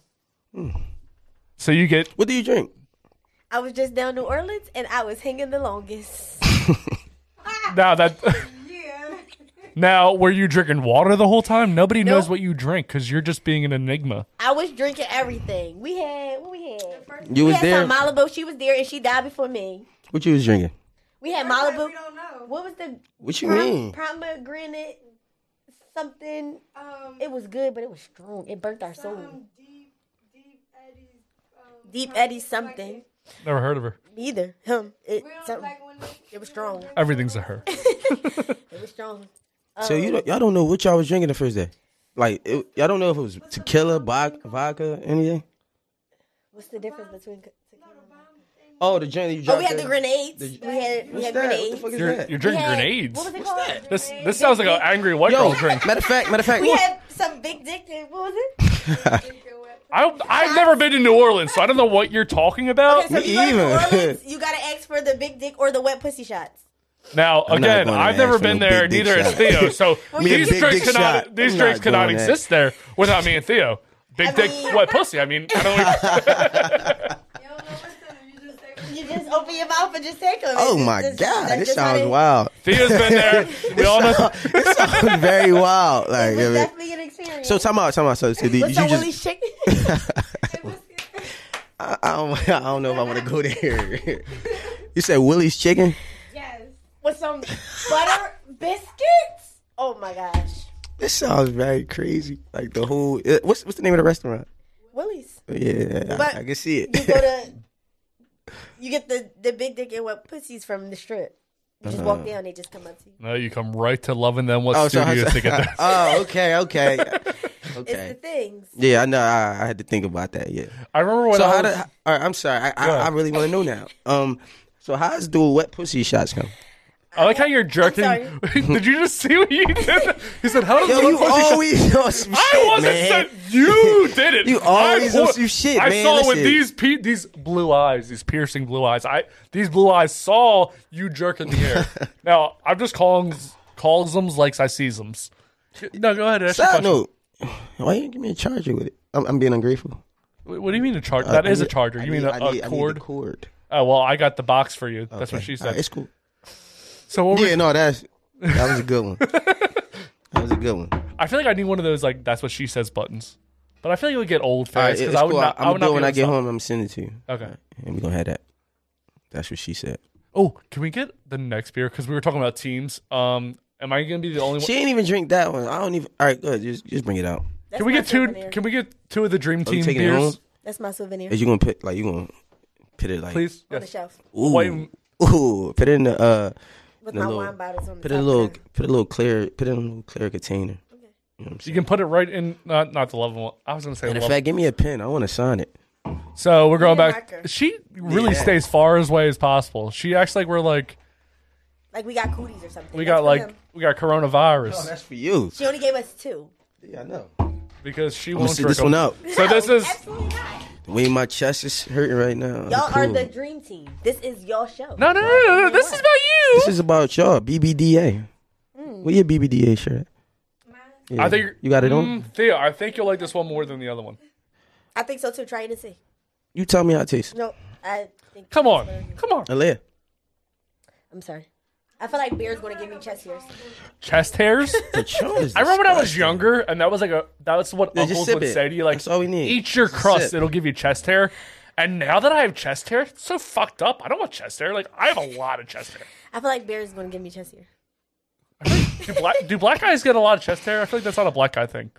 [SPEAKER 2] So you get
[SPEAKER 1] What do you drink?
[SPEAKER 4] I was just down New Orleans and I was hanging the longest.
[SPEAKER 2] now that. Now, were you drinking water the whole time? Nobody knows
[SPEAKER 4] Nope.
[SPEAKER 2] what you drink because you're just being an enigma.
[SPEAKER 4] I was drinking everything. We had what we had.
[SPEAKER 1] You
[SPEAKER 4] we
[SPEAKER 1] was
[SPEAKER 4] had
[SPEAKER 1] there.
[SPEAKER 4] some Malibu. She was there and she died before me.
[SPEAKER 1] What you was drinking?
[SPEAKER 4] We had Malibu. What was the
[SPEAKER 1] What you
[SPEAKER 4] prom-
[SPEAKER 1] mean?
[SPEAKER 4] pomegranate something?
[SPEAKER 1] Um,
[SPEAKER 4] it was good, but it was strong. It burnt our soul.
[SPEAKER 1] um,
[SPEAKER 4] Deep Eddie something.
[SPEAKER 2] Never heard of her.
[SPEAKER 4] Neither him. It something. It was strong.
[SPEAKER 2] Everything's a her.
[SPEAKER 4] It was strong.
[SPEAKER 1] So you don't, y'all don't know what y'all was drinking the first day. Like it, y'all don't know if it was tequila, vodka, vodka anything.
[SPEAKER 4] What's the difference between?
[SPEAKER 1] Oh, the joint that you
[SPEAKER 4] Oh,
[SPEAKER 1] dropped.
[SPEAKER 4] we had the
[SPEAKER 1] there.
[SPEAKER 4] grenades.
[SPEAKER 1] The-
[SPEAKER 4] we had we
[SPEAKER 1] What's
[SPEAKER 4] had
[SPEAKER 1] that? What the
[SPEAKER 4] grenades.
[SPEAKER 1] fuck is
[SPEAKER 2] You're,
[SPEAKER 1] that?
[SPEAKER 2] you're drinking
[SPEAKER 4] We had-
[SPEAKER 2] grenades.
[SPEAKER 4] What was it called?
[SPEAKER 2] This this sounds like an angry white
[SPEAKER 1] Yo,
[SPEAKER 2] girl drink.
[SPEAKER 1] matter of fact, matter of fact,
[SPEAKER 4] We had some big dick. What was it?
[SPEAKER 2] I, I've never been to New Orleans, so I don't know what you're talking about.
[SPEAKER 1] Oh, Me
[SPEAKER 4] if you go to
[SPEAKER 1] either.
[SPEAKER 4] New Orleans, you gotta ask for the big dick or the wet pussy shots.
[SPEAKER 2] Now,
[SPEAKER 1] not going
[SPEAKER 2] again,
[SPEAKER 1] to
[SPEAKER 2] I've
[SPEAKER 1] ask
[SPEAKER 2] never
[SPEAKER 1] for
[SPEAKER 2] been
[SPEAKER 1] no
[SPEAKER 2] there.
[SPEAKER 1] big dick
[SPEAKER 2] Neither is
[SPEAKER 1] shot.
[SPEAKER 2] Theo. So
[SPEAKER 1] Me a
[SPEAKER 2] these
[SPEAKER 1] big
[SPEAKER 2] drinks
[SPEAKER 1] dick
[SPEAKER 2] cannot
[SPEAKER 1] shot.
[SPEAKER 2] these
[SPEAKER 1] I'm
[SPEAKER 2] drinks
[SPEAKER 1] not
[SPEAKER 2] cannot
[SPEAKER 1] doing that.
[SPEAKER 2] exist there without me and Theo. Big
[SPEAKER 4] I
[SPEAKER 2] dick,
[SPEAKER 4] mean-
[SPEAKER 2] wet pussy. I mean, I don't even-
[SPEAKER 4] You just open your mouth and just take them.
[SPEAKER 1] oh
[SPEAKER 4] It's
[SPEAKER 1] my
[SPEAKER 4] just-
[SPEAKER 1] god,
[SPEAKER 4] that's
[SPEAKER 1] this
[SPEAKER 4] just how
[SPEAKER 1] sounds
[SPEAKER 4] they-
[SPEAKER 1] wild.
[SPEAKER 2] Theo's been there. We all know.
[SPEAKER 1] This sounds very wild. Like,
[SPEAKER 4] It
[SPEAKER 1] I
[SPEAKER 4] was
[SPEAKER 1] mean-
[SPEAKER 4] definitely an experience.
[SPEAKER 1] so time out, time out. So, so did
[SPEAKER 4] What's
[SPEAKER 1] you
[SPEAKER 4] up, Willie
[SPEAKER 1] just?
[SPEAKER 4] Shake?
[SPEAKER 1] I, I don't, I don't know if I want to go there. you said Willie's chicken.
[SPEAKER 4] With some butter biscuits? Oh my gosh.
[SPEAKER 1] This sounds very crazy. Like the whole. uh, What's what's the name of the restaurant?
[SPEAKER 4] Willie's.
[SPEAKER 1] Yeah,
[SPEAKER 4] But
[SPEAKER 1] I, I can see it.
[SPEAKER 4] You go to, you get the, the big dick and wet pussies from the strip. You just
[SPEAKER 1] Uh-huh.
[SPEAKER 4] walk down, they just come up to you.
[SPEAKER 2] No, you come right to loving them. What
[SPEAKER 1] Oh, so-
[SPEAKER 2] studios to get there?
[SPEAKER 1] oh, okay, okay,
[SPEAKER 4] It's the
[SPEAKER 1] okay.
[SPEAKER 4] things.
[SPEAKER 1] Yeah, I know. I, I had to think about that. Yeah.
[SPEAKER 2] I remember when
[SPEAKER 1] So
[SPEAKER 2] I
[SPEAKER 1] how
[SPEAKER 2] was,
[SPEAKER 1] did? All right, I'm sorry. I, I,
[SPEAKER 2] um, Go ahead.
[SPEAKER 1] I really want to know now. Um, so how's the wet pussy shots come?
[SPEAKER 2] I like how you're jerking.
[SPEAKER 4] I'm
[SPEAKER 2] did you just see what you did? He said, "How does
[SPEAKER 1] Yo,
[SPEAKER 2] the
[SPEAKER 1] you
[SPEAKER 2] wet pussy shot-
[SPEAKER 1] always on some
[SPEAKER 2] I
[SPEAKER 1] shit,
[SPEAKER 2] wasn't
[SPEAKER 1] man.
[SPEAKER 2] said you did it.
[SPEAKER 1] You always
[SPEAKER 2] I, wa-
[SPEAKER 1] on some shit,
[SPEAKER 2] I
[SPEAKER 1] man.
[SPEAKER 2] saw
[SPEAKER 1] Listen.
[SPEAKER 2] with these pe- these blue eyes, these piercing blue eyes. I these blue eyes saw you jerk in the air. now I'm just calling calls them like I sees them. No, go ahead. Ask your
[SPEAKER 1] Side
[SPEAKER 2] question.
[SPEAKER 1] note, why you didn't give me a charger with it? I'm, I'm being ungrateful.
[SPEAKER 2] Wh- What do you mean a charger? That
[SPEAKER 1] Uh, I
[SPEAKER 2] is a
[SPEAKER 1] need-
[SPEAKER 2] charger.
[SPEAKER 1] I
[SPEAKER 2] You mean
[SPEAKER 1] need-
[SPEAKER 2] a,
[SPEAKER 1] I
[SPEAKER 2] a
[SPEAKER 1] need- I need the
[SPEAKER 2] cord?
[SPEAKER 1] cord.
[SPEAKER 2] Oh well, I got the box for you. That's what
[SPEAKER 1] Okay.
[SPEAKER 2] she
[SPEAKER 1] All
[SPEAKER 2] said.
[SPEAKER 1] right, it's cool.
[SPEAKER 2] so what were-
[SPEAKER 1] Yeah, no, that's that was a good one. that was a good one. All
[SPEAKER 2] I feel like I need one of those like that's what she says buttons. But I feel like it would get old
[SPEAKER 1] right,
[SPEAKER 2] fast
[SPEAKER 1] it's
[SPEAKER 2] because I would
[SPEAKER 1] cool.
[SPEAKER 2] not. I
[SPEAKER 1] I'm
[SPEAKER 2] would not
[SPEAKER 1] gonna do it
[SPEAKER 2] be
[SPEAKER 1] when I
[SPEAKER 2] able to
[SPEAKER 1] get
[SPEAKER 2] stop.
[SPEAKER 1] home. I'm sending it to you.
[SPEAKER 2] Okay.
[SPEAKER 1] and we gonna have that. That's what she said.
[SPEAKER 2] Oh, can we get the next beer? Because we were talking about teams. Um, Am I gonna be the only one?
[SPEAKER 1] She ain't even drink that one. I don't even. All right, good. Just, just bring it out.
[SPEAKER 2] Can we get two? Can we get two of the Dream
[SPEAKER 1] Are you
[SPEAKER 2] Team
[SPEAKER 1] taking it home?
[SPEAKER 2] beers,
[SPEAKER 4] That's my souvenir.
[SPEAKER 1] Is you gonna put like you gonna put it like
[SPEAKER 2] please?
[SPEAKER 4] on the
[SPEAKER 2] Yes.
[SPEAKER 4] shelf
[SPEAKER 1] ooh
[SPEAKER 2] White-
[SPEAKER 1] ooh put it in the uh
[SPEAKER 4] with
[SPEAKER 1] The
[SPEAKER 4] my
[SPEAKER 1] little-
[SPEAKER 4] wine bottles on the
[SPEAKER 1] put
[SPEAKER 4] top
[SPEAKER 1] it in a
[SPEAKER 4] of
[SPEAKER 1] little
[SPEAKER 4] that.
[SPEAKER 1] put it in a little clear put it in a little clear container. You know what I'm
[SPEAKER 2] You
[SPEAKER 1] saying?
[SPEAKER 2] can put it right in. Not not the level one. I was gonna say
[SPEAKER 1] And in
[SPEAKER 2] level-
[SPEAKER 1] fact, give me a pen. I want to sign it.
[SPEAKER 2] So we're going
[SPEAKER 4] Need a
[SPEAKER 2] back.
[SPEAKER 4] marker.
[SPEAKER 2] She really
[SPEAKER 1] Yeah.
[SPEAKER 2] stays far as away as possible. She acts like we're like
[SPEAKER 4] Like we got cooties or something.
[SPEAKER 2] we
[SPEAKER 4] That's
[SPEAKER 2] got
[SPEAKER 4] for
[SPEAKER 2] like
[SPEAKER 4] him. Oh,
[SPEAKER 2] we got coronavirus
[SPEAKER 1] that's for you.
[SPEAKER 4] She only gave us two.
[SPEAKER 1] Yeah, I know.
[SPEAKER 2] because she
[SPEAKER 1] I'm gonna
[SPEAKER 2] won't
[SPEAKER 1] sit
[SPEAKER 2] drink
[SPEAKER 1] this one
[SPEAKER 2] them.
[SPEAKER 1] out.
[SPEAKER 2] So this
[SPEAKER 4] No,
[SPEAKER 2] is
[SPEAKER 4] absolutely not.
[SPEAKER 1] The way my chest is hurting right now. I'm
[SPEAKER 4] Y'all are
[SPEAKER 1] cool.
[SPEAKER 4] the dream team. This is your show.
[SPEAKER 2] no, no, no, no, no. This is about you.
[SPEAKER 1] This is about y'all. BBDA.
[SPEAKER 4] Hmm.
[SPEAKER 1] Where your BBDA shirt? at? Yeah.
[SPEAKER 2] I think
[SPEAKER 1] you got it on.
[SPEAKER 2] Mm, Theo, I think you'll like this one more than the other one.
[SPEAKER 4] I think so too. Try it and see.
[SPEAKER 1] You tell me how it tastes.
[SPEAKER 4] No, I think.
[SPEAKER 2] Come on, come on.
[SPEAKER 1] Alea.
[SPEAKER 4] I'm sorry. I feel like beer's gonna give me chest hairs.
[SPEAKER 2] Chest hairs.
[SPEAKER 1] The chum is
[SPEAKER 2] I remember when I was
[SPEAKER 1] disgusting.
[SPEAKER 2] younger, and that was like a that was what
[SPEAKER 1] Yeah, just
[SPEAKER 2] uncles
[SPEAKER 1] sip
[SPEAKER 2] would
[SPEAKER 1] it.
[SPEAKER 2] say to you, like,
[SPEAKER 1] That's all we need.
[SPEAKER 2] "Eat your
[SPEAKER 1] Just
[SPEAKER 2] crust;
[SPEAKER 1] sip.
[SPEAKER 2] it'll give you chest hair." And now that I have chest hair, it's so fucked up. I don't want chest hair. Like I have a lot of chest hair.
[SPEAKER 4] I feel like beer's gonna give me chest hair.
[SPEAKER 2] Do black do black guys get a lot of chest hair? I feel like that's not a black guy thing.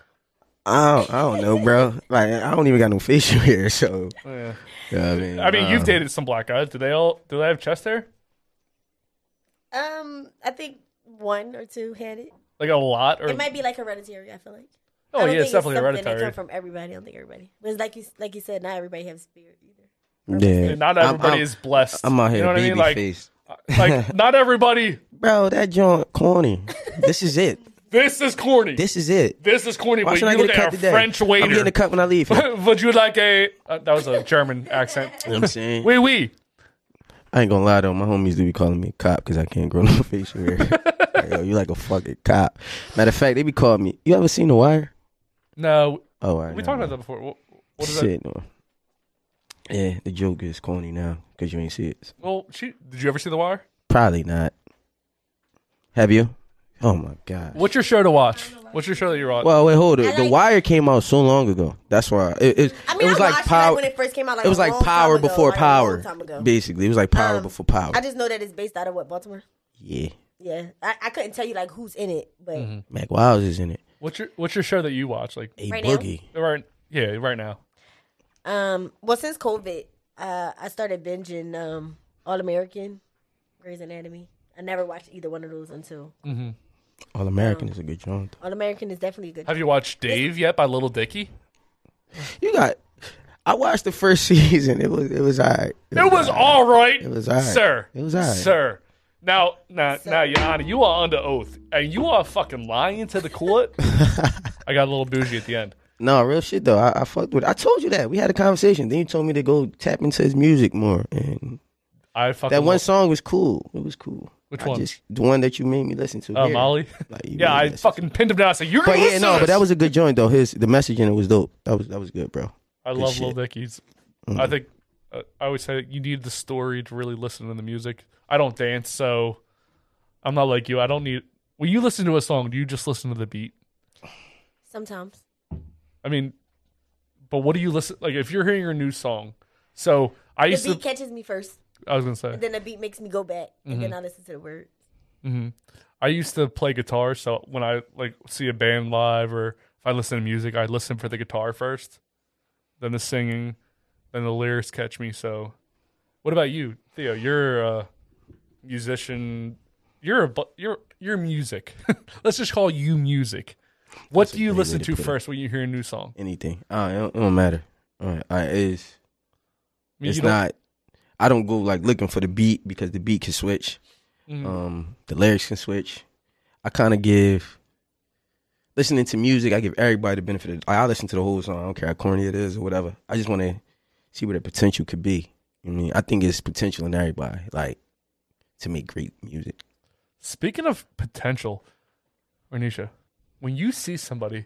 [SPEAKER 1] I don't, I don't know, bro. Like I don't even got no facial hair, so. You know what I mean,
[SPEAKER 2] I mean, you've
[SPEAKER 1] Uh,
[SPEAKER 2] dated some black guys. Do they all do they have chest hair?
[SPEAKER 4] Um, I think one or two had it.
[SPEAKER 2] Like a lot, or
[SPEAKER 4] It might be like hereditary. I feel like. I
[SPEAKER 2] oh
[SPEAKER 4] don't
[SPEAKER 2] yeah, it's
[SPEAKER 4] think
[SPEAKER 2] definitely
[SPEAKER 4] something That
[SPEAKER 2] hereditary.
[SPEAKER 4] come from everybody. I don't think everybody. But it's like you, like you said, not everybody has beer either.
[SPEAKER 1] Yeah.
[SPEAKER 2] And not
[SPEAKER 1] I'm-
[SPEAKER 2] everybody
[SPEAKER 1] I'm-
[SPEAKER 2] is blessed.
[SPEAKER 1] I'm out here,
[SPEAKER 2] You know what I mean?
[SPEAKER 1] baby
[SPEAKER 2] Like,
[SPEAKER 1] face.
[SPEAKER 2] like not everybody.
[SPEAKER 1] Bro, that joint corny. this is it.
[SPEAKER 2] This is corny. This,
[SPEAKER 1] This is it.
[SPEAKER 2] is corny.
[SPEAKER 1] Why
[SPEAKER 2] but
[SPEAKER 1] should I
[SPEAKER 2] you
[SPEAKER 1] get a
[SPEAKER 2] are
[SPEAKER 1] cut
[SPEAKER 2] a
[SPEAKER 1] today?
[SPEAKER 2] French waiter.
[SPEAKER 1] I'm getting a cut when I leave. You know
[SPEAKER 2] Would you like a? Uh, that was a German accent.
[SPEAKER 1] what I'm saying?
[SPEAKER 2] Wee wee.
[SPEAKER 1] I ain't gonna lie though, my homies do be calling me cop because I can't grow no facial hair. Like, Yo, you like a fucking cop. Matter of fact, they be calling me. You ever seen The Wire?
[SPEAKER 2] No,
[SPEAKER 1] Oh, I
[SPEAKER 2] we talked about that before. What, what is that?
[SPEAKER 1] Shit, no. Yeah, the joke is corny now because you ain't see it.
[SPEAKER 2] Well, she, did you ever see The Wire?
[SPEAKER 1] Probably not. Have you? Oh my god.
[SPEAKER 2] What's your show to watch? What's your show that you're on?
[SPEAKER 1] Well, wait, hold it. The
[SPEAKER 4] like-
[SPEAKER 1] Wire came out so long ago. That's why it, it,
[SPEAKER 4] I mean,
[SPEAKER 1] it was
[SPEAKER 4] I
[SPEAKER 1] like
[SPEAKER 4] watched it
[SPEAKER 1] power.
[SPEAKER 4] like when it first came out. Like
[SPEAKER 1] it was
[SPEAKER 4] a
[SPEAKER 1] like
[SPEAKER 4] long
[SPEAKER 1] power
[SPEAKER 4] time ago,
[SPEAKER 1] before
[SPEAKER 4] like a long
[SPEAKER 1] power.
[SPEAKER 4] time ago.
[SPEAKER 1] Basically, it was like power
[SPEAKER 4] Um,
[SPEAKER 1] before power.
[SPEAKER 4] I just know that it's based out of what Baltimore.
[SPEAKER 1] yeah,
[SPEAKER 4] Yeah, I, I couldn't tell you like who's in it, but
[SPEAKER 2] Mm-hmm.
[SPEAKER 1] Mac Wiles is in it.
[SPEAKER 2] What's your What's your show that you watch? Like
[SPEAKER 1] A
[SPEAKER 4] Right now?
[SPEAKER 1] boogie.
[SPEAKER 2] right, yeah, right now.
[SPEAKER 4] um, well, since COVID, uh, I started binging um All American, Grey's Anatomy. I never watched either one of those until
[SPEAKER 1] All American
[SPEAKER 4] Oh.
[SPEAKER 1] is a good joint.
[SPEAKER 4] All American is definitely a good.
[SPEAKER 2] Have you watched Dave yet by Little Dicky?
[SPEAKER 1] You got. I watched the first season. It was it was alright.
[SPEAKER 2] It was all right. It
[SPEAKER 1] was all right.
[SPEAKER 2] sir.
[SPEAKER 1] It was all right.
[SPEAKER 2] sir. Now, now, now, Your Honor, you are under oath, and you are fucking lying to the court. I got a little bougie at the end.
[SPEAKER 1] No, real shit though. I, I fucked with. it. I told you that we had a conversation. Then you told me to go tap into his music more, and
[SPEAKER 2] I fucking
[SPEAKER 1] that one
[SPEAKER 2] lo-
[SPEAKER 1] song was cool. It was cool.
[SPEAKER 2] Which
[SPEAKER 1] I
[SPEAKER 2] one?
[SPEAKER 1] Just, the one that you made me listen to.
[SPEAKER 2] Oh,
[SPEAKER 1] here.
[SPEAKER 2] Molly.
[SPEAKER 1] Like, you
[SPEAKER 2] yeah,
[SPEAKER 1] made me
[SPEAKER 2] I
[SPEAKER 1] listen.
[SPEAKER 2] fucking pinned him down. I said, "You're
[SPEAKER 1] But
[SPEAKER 2] gonna
[SPEAKER 1] yeah,
[SPEAKER 2] listen
[SPEAKER 1] no,
[SPEAKER 2] to
[SPEAKER 1] but
[SPEAKER 2] this."
[SPEAKER 1] that was a good joint though. His the message in it was dope. That was that was good, bro.
[SPEAKER 2] I love
[SPEAKER 1] shit. Mm.
[SPEAKER 2] Lil Dicky's. I think uh, I always say you need the story to really listen to the music. I don't dance, so I'm not like you. I don't need. When you listen to a song, do you just listen to the beat?
[SPEAKER 4] Sometimes
[SPEAKER 2] I mean, but what do you listen? Like, if you're hearing a new song, so I
[SPEAKER 4] the
[SPEAKER 2] used
[SPEAKER 4] beat
[SPEAKER 2] to.
[SPEAKER 4] catches me first,
[SPEAKER 2] I was gonna say.
[SPEAKER 4] then the beat makes me go back, and
[SPEAKER 2] Mm-hmm.
[SPEAKER 4] then I listen to the words.
[SPEAKER 2] I used to play guitar, so when I like see a band live or if I listen to music, I listen for the guitar first, then the singing, then the lyrics catch me. So, what about you, Theo? You're a musician. You're a bu- you're you're music. Let's just call you music. What do you
[SPEAKER 1] great
[SPEAKER 2] listen
[SPEAKER 1] way
[SPEAKER 2] to
[SPEAKER 1] to put it.
[SPEAKER 2] first when you hear a new song?
[SPEAKER 1] Anything. Uh, it, don't, it don't matter. All right, all right, it is.
[SPEAKER 2] I mean,
[SPEAKER 1] it's
[SPEAKER 2] you don't-
[SPEAKER 1] not. I don't go like looking for the beat because the beat can switch.
[SPEAKER 2] Mm-hmm.
[SPEAKER 1] Um, the lyrics can switch. I kind of give listening to music. I give everybody the benefit. Of, I I listen to the whole song. I don't care how corny it is or whatever. I just want to see what the potential could be. I mean, I think it's potential in everybody, like to make great music.
[SPEAKER 2] Speaking of potential, Renisha, when you see somebody,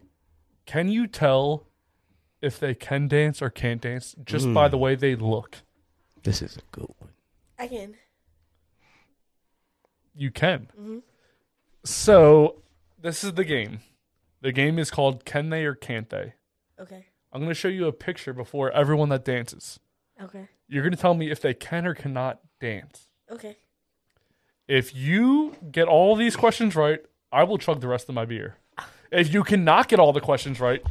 [SPEAKER 2] can you tell if they can dance or can't dance just by the way they look?
[SPEAKER 1] This is a good one.
[SPEAKER 4] I can.
[SPEAKER 2] You can. So, this is the game. The game is called Can They or Can't They?
[SPEAKER 4] Okay.
[SPEAKER 2] I'm going to show you a picture before everyone that dances.
[SPEAKER 4] Okay.
[SPEAKER 2] You're going to tell me if they can or cannot dance.
[SPEAKER 4] Okay.
[SPEAKER 2] If you get all these questions right, I will chug the rest of my beer. If you cannot get all the questions right,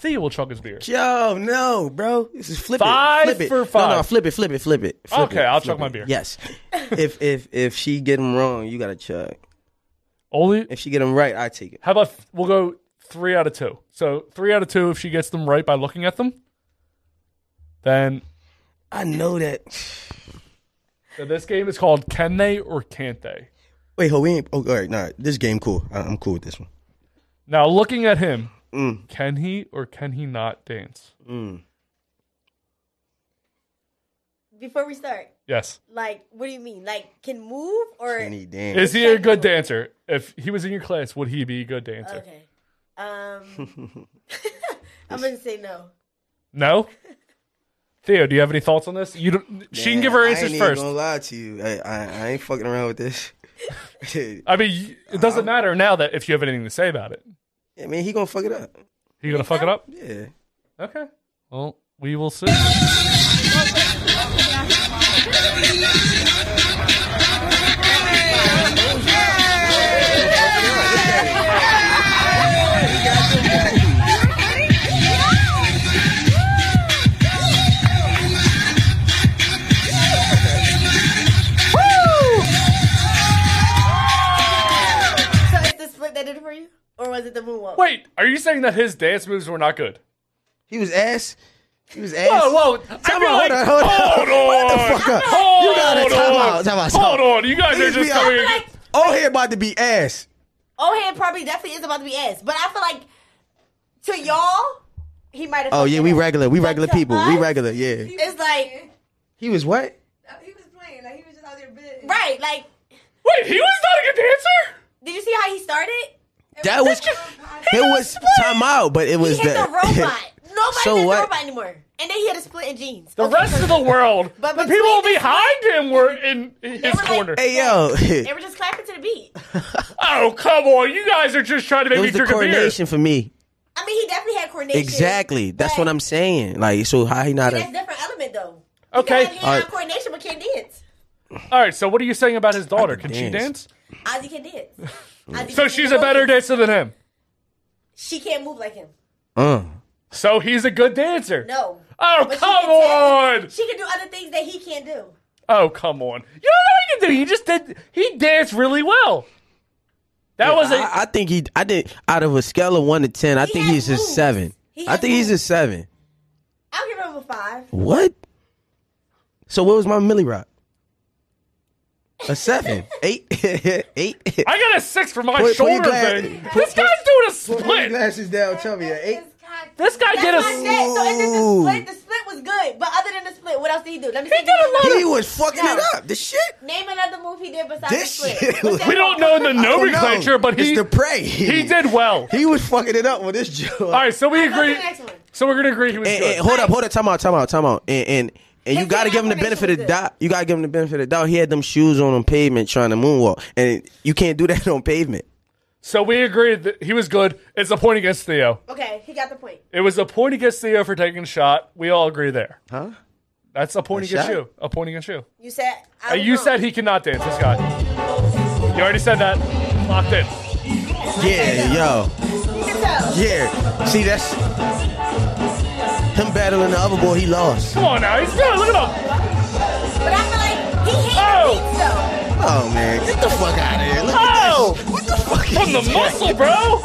[SPEAKER 2] Thea will chug his beer.
[SPEAKER 1] Yo, no, bro. This is flip
[SPEAKER 2] Five
[SPEAKER 1] it. Flip it.
[SPEAKER 2] for
[SPEAKER 1] No, no,
[SPEAKER 2] five.
[SPEAKER 1] flip it, flip it, flip it. Flip
[SPEAKER 2] Okay,
[SPEAKER 1] it,
[SPEAKER 2] I'll
[SPEAKER 1] flip
[SPEAKER 2] chug my
[SPEAKER 1] it.
[SPEAKER 2] beer.
[SPEAKER 1] Yes. if if if she get them wrong, you gotta chug.
[SPEAKER 2] Only
[SPEAKER 1] If she get them right, I take it.
[SPEAKER 2] how about we'll go three out of two. So three out of two if she gets them right by looking at them. Then
[SPEAKER 1] I know that.
[SPEAKER 2] so this game is called Can They or Can't They?
[SPEAKER 1] Wait, hold. We ain't. Oh, all right, nah. This game cool. I, I'm cool with this one.
[SPEAKER 2] Now looking at him,
[SPEAKER 1] Mm.
[SPEAKER 2] can he or can he not dance?
[SPEAKER 4] Before we start,
[SPEAKER 2] Yes.
[SPEAKER 4] like, what do you mean? Like, can move or
[SPEAKER 1] Can he dance?
[SPEAKER 2] Is he a good dancer? If he was in your class, would he be a good dancer?
[SPEAKER 4] okay? Um, I'm gonna say no.
[SPEAKER 2] No. Theo, do you have any thoughts on this? You don't, she can
[SPEAKER 1] Man,
[SPEAKER 2] give her
[SPEAKER 1] I
[SPEAKER 2] answers
[SPEAKER 1] ain't
[SPEAKER 2] first.
[SPEAKER 1] Even gonna lie to you. I, I, I ain't fucking around with this.
[SPEAKER 2] I mean, y- it
[SPEAKER 1] Uh-huh.
[SPEAKER 2] doesn't matter now that if you have anything to say about it,
[SPEAKER 1] I mean, he gonna fuck it up.
[SPEAKER 2] you gonna fuck it up.
[SPEAKER 1] Yeah.
[SPEAKER 2] Okay. Well, we will see.
[SPEAKER 4] So is the split that did it for you, or was it the moonwalk?
[SPEAKER 2] Wait, are you saying that his dance moves were not good?
[SPEAKER 1] He was ass. He was ass.
[SPEAKER 2] Whoa, whoa! I
[SPEAKER 1] Oh, Time
[SPEAKER 2] feel
[SPEAKER 1] out,
[SPEAKER 2] like,
[SPEAKER 1] hold on, hold on.
[SPEAKER 2] Hold on.
[SPEAKER 1] Shut the fuck up.
[SPEAKER 2] Hold
[SPEAKER 1] You gotta- time
[SPEAKER 2] on.
[SPEAKER 1] out, time out, time
[SPEAKER 2] Hold on. You guys are
[SPEAKER 1] Leave me
[SPEAKER 2] just
[SPEAKER 1] out.
[SPEAKER 2] coming.
[SPEAKER 4] Like,
[SPEAKER 1] Oh, he about to be ass.
[SPEAKER 4] oh, hand probably definitely is about to be ass, but I feel like to y'all, he might have.
[SPEAKER 1] Oh yeah, we regular. We regular
[SPEAKER 4] to
[SPEAKER 1] people. We
[SPEAKER 4] us?
[SPEAKER 1] regular. Yeah.
[SPEAKER 4] It's like
[SPEAKER 1] He was what?
[SPEAKER 10] He was playing, like he was just out there bidding.
[SPEAKER 4] right, like.
[SPEAKER 2] Wait, he was not a good dancer.
[SPEAKER 4] Did you see how he started?
[SPEAKER 1] That was. It was time out, but it
[SPEAKER 4] He
[SPEAKER 1] was
[SPEAKER 4] hit the robot.
[SPEAKER 1] So
[SPEAKER 4] Nobody so hit
[SPEAKER 1] what?
[SPEAKER 4] the robot anymore. And then he had a split in jeans.
[SPEAKER 2] The
[SPEAKER 4] Okay,
[SPEAKER 2] rest of the world,
[SPEAKER 4] But
[SPEAKER 2] the
[SPEAKER 4] between
[SPEAKER 2] people
[SPEAKER 4] this
[SPEAKER 2] behind him were in his
[SPEAKER 4] were like-
[SPEAKER 2] corner.
[SPEAKER 1] hey yo,
[SPEAKER 4] They
[SPEAKER 1] it
[SPEAKER 4] were just clapping to the beat.
[SPEAKER 2] Oh come on! You guys are just trying to make me
[SPEAKER 1] was the
[SPEAKER 2] drink a beer.
[SPEAKER 1] coronation for me.
[SPEAKER 4] I mean, he definitely had coordination.
[SPEAKER 1] Exactly. That's what I'm saying. Like, so how he not
[SPEAKER 4] That's a
[SPEAKER 1] a?
[SPEAKER 4] different element, though.
[SPEAKER 2] Okay.
[SPEAKER 4] He can have
[SPEAKER 1] Alright.
[SPEAKER 4] coordination, but can't dance.
[SPEAKER 2] All right. So what are you saying about his daughter? Can she
[SPEAKER 1] dance.
[SPEAKER 2] dance?
[SPEAKER 4] Ozzy can dance. Ozzy
[SPEAKER 2] So
[SPEAKER 4] can
[SPEAKER 2] she's
[SPEAKER 4] move.
[SPEAKER 2] a better dancer than him.
[SPEAKER 4] She can't move like him.
[SPEAKER 1] Uh.
[SPEAKER 2] So he's a good dancer.
[SPEAKER 4] No.
[SPEAKER 2] Oh
[SPEAKER 4] But she
[SPEAKER 2] come
[SPEAKER 4] can
[SPEAKER 2] on!
[SPEAKER 4] dance. She can do other things that he can't do.
[SPEAKER 2] Oh come on! You don't know what he can do. He just did. He danced really well. That was a.
[SPEAKER 1] I, I think he. I did. Out of a scale of one to ten, I
[SPEAKER 4] He
[SPEAKER 1] think
[SPEAKER 4] has
[SPEAKER 1] he's a
[SPEAKER 4] moves.
[SPEAKER 1] seven.
[SPEAKER 4] He
[SPEAKER 1] I
[SPEAKER 4] has
[SPEAKER 1] think he's a
[SPEAKER 4] moves.
[SPEAKER 1] seven.
[SPEAKER 4] I'll give him a five.
[SPEAKER 1] What? So what was my Millie Rock? A seven, eight, eight.
[SPEAKER 2] I got a six for my
[SPEAKER 1] Put- put your
[SPEAKER 2] shoulder
[SPEAKER 1] glass-
[SPEAKER 2] thing.
[SPEAKER 1] put-
[SPEAKER 2] this guy's doing a split.
[SPEAKER 1] glasses down. Tell me, eight.
[SPEAKER 2] This guy
[SPEAKER 4] That's
[SPEAKER 2] did
[SPEAKER 4] what
[SPEAKER 2] a.
[SPEAKER 4] I said. So it's just
[SPEAKER 1] Ooh.
[SPEAKER 4] the split. The split was good. But other than the split, what else did he do? Let me
[SPEAKER 2] He
[SPEAKER 4] see.
[SPEAKER 2] did a lot of-
[SPEAKER 1] He was fucking it up. The shit.
[SPEAKER 4] Name another move he did besides
[SPEAKER 1] This
[SPEAKER 4] the
[SPEAKER 1] shit
[SPEAKER 4] split.
[SPEAKER 1] was-
[SPEAKER 4] What's that
[SPEAKER 2] We don't
[SPEAKER 4] called?
[SPEAKER 2] know the
[SPEAKER 1] I don't know.
[SPEAKER 2] nomenclature, but he
[SPEAKER 1] it's the prey.
[SPEAKER 2] he did well.
[SPEAKER 1] He was fucking it up with this joke.
[SPEAKER 2] All right, so we
[SPEAKER 4] What's
[SPEAKER 2] agree.
[SPEAKER 4] the next one?
[SPEAKER 2] So we're gonna agree he was
[SPEAKER 1] And,
[SPEAKER 2] good.
[SPEAKER 1] and hold up, hold up, time out, time out, time out. And and, and you
[SPEAKER 4] His
[SPEAKER 1] gotta give him the
[SPEAKER 4] combination
[SPEAKER 1] benefit of the
[SPEAKER 4] was
[SPEAKER 1] doubt. You gotta give him the benefit of the doubt. He had them shoes on on pavement trying to moonwalk, and you can't do that on pavement.
[SPEAKER 2] so we agreed that he was good. It's a point against Theo.
[SPEAKER 4] Okay, he got the point.
[SPEAKER 2] It was a point against Theo for taking a shot. We all agree there.
[SPEAKER 1] Huh?
[SPEAKER 2] That's a point
[SPEAKER 1] A
[SPEAKER 2] against
[SPEAKER 1] shot?
[SPEAKER 2] you. A point against you.
[SPEAKER 4] You said. I
[SPEAKER 2] Uh,
[SPEAKER 4] was
[SPEAKER 2] you
[SPEAKER 4] wrong.
[SPEAKER 2] said he cannot dance. This guy. You already said that. Locked in.
[SPEAKER 1] Yeah, yo,
[SPEAKER 4] You can tell.
[SPEAKER 1] yeah. See, that's him battling the other boy. He lost.
[SPEAKER 2] Come on now, he's good. Look at him.
[SPEAKER 4] But I feel like he hated
[SPEAKER 2] Oh.
[SPEAKER 4] beats though.
[SPEAKER 1] Oh man, get the fuck out of here. Look at
[SPEAKER 2] Oh!
[SPEAKER 1] this. What the fuck?
[SPEAKER 2] From the
[SPEAKER 1] is this?
[SPEAKER 2] muscle, bro.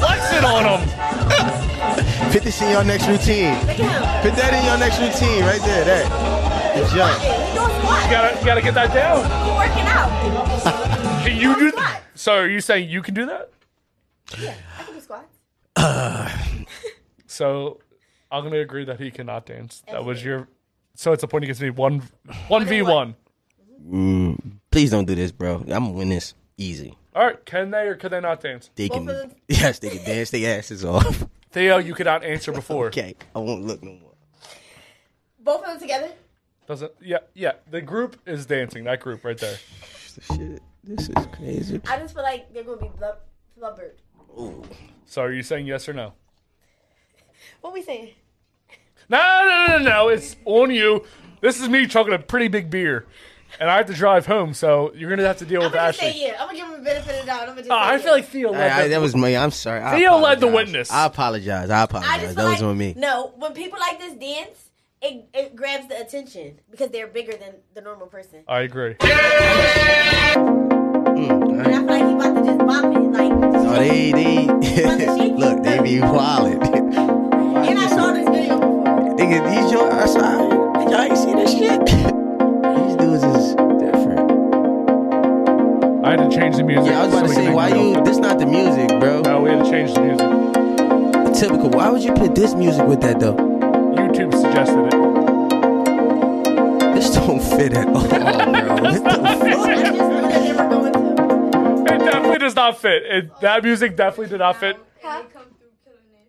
[SPEAKER 2] Flexing on him.
[SPEAKER 1] Put this in your next routine.
[SPEAKER 4] Look at him.
[SPEAKER 1] Put that in your next routine right there. That. Good job.
[SPEAKER 4] He doing squats.
[SPEAKER 2] You gotta, you gotta get that down.
[SPEAKER 4] He working out.
[SPEAKER 2] Can you do that? So are you saying you can do that?
[SPEAKER 4] I can do squats.
[SPEAKER 2] So I'm gonna agree that he cannot dance. That was your. So it's a point against me. One, one v one.
[SPEAKER 1] Mm, Please don't do this, bro. I'm gonna win this easy.
[SPEAKER 2] All right. Can they or can they not dance?
[SPEAKER 1] They
[SPEAKER 4] Both of
[SPEAKER 1] can,
[SPEAKER 4] them?
[SPEAKER 1] yes, they can dance their asses off.
[SPEAKER 2] Theo, you could not answer before.
[SPEAKER 1] Okay, I won't look no more.
[SPEAKER 4] Both of them together.
[SPEAKER 2] Doesn't. Yeah. Yeah. The group is dancing. That group right there.
[SPEAKER 1] Shit, this is crazy.
[SPEAKER 4] I just feel like they're gonna be blub- blubbered.
[SPEAKER 2] So are you saying yes or no?
[SPEAKER 4] What we saying?
[SPEAKER 2] No, no, no, no, no. It's on you. This is me chugging a pretty big beer. and I have to drive home, so you're gonna have to deal with
[SPEAKER 4] I'm gonna say
[SPEAKER 2] Ashley.
[SPEAKER 4] yeah. I'm gonna give him the benefit of the doubt. I'm gonna just
[SPEAKER 2] Oh,
[SPEAKER 4] say
[SPEAKER 2] I
[SPEAKER 4] yeah.
[SPEAKER 2] feel like Theo
[SPEAKER 1] All
[SPEAKER 2] led
[SPEAKER 1] right,
[SPEAKER 2] the-
[SPEAKER 1] that was me. I'm sorry. I
[SPEAKER 2] Theo led the
[SPEAKER 1] apologize.
[SPEAKER 2] witness.
[SPEAKER 1] I apologize. I
[SPEAKER 4] I
[SPEAKER 1] apologize.
[SPEAKER 4] just
[SPEAKER 1] That
[SPEAKER 4] feel
[SPEAKER 1] was
[SPEAKER 4] like,
[SPEAKER 1] on me.
[SPEAKER 4] No, when people like this dance, it, it grabs the attention because they're bigger than the normal person.
[SPEAKER 2] I agree.
[SPEAKER 4] And I feel like he about to just bump it. Like,
[SPEAKER 1] No, Mm. Oh, they they look. They be wild.
[SPEAKER 4] and I saw this video before.
[SPEAKER 1] Nigga, these y'all outside. Y'all ain't see this shit. these dudes is different.
[SPEAKER 2] I had to change the music.
[SPEAKER 1] Yeah, I was about to
[SPEAKER 2] so we
[SPEAKER 1] say
[SPEAKER 2] can
[SPEAKER 1] why
[SPEAKER 2] make it
[SPEAKER 1] you. This not the music, bro.
[SPEAKER 2] No, we had to change the music.
[SPEAKER 1] Typical. Why would you put this music with that though?
[SPEAKER 2] YouTube suggested it.
[SPEAKER 1] This don't fit at all, bro. What the fuck?
[SPEAKER 2] It definitely does not fit. It, that music definitely did not fit.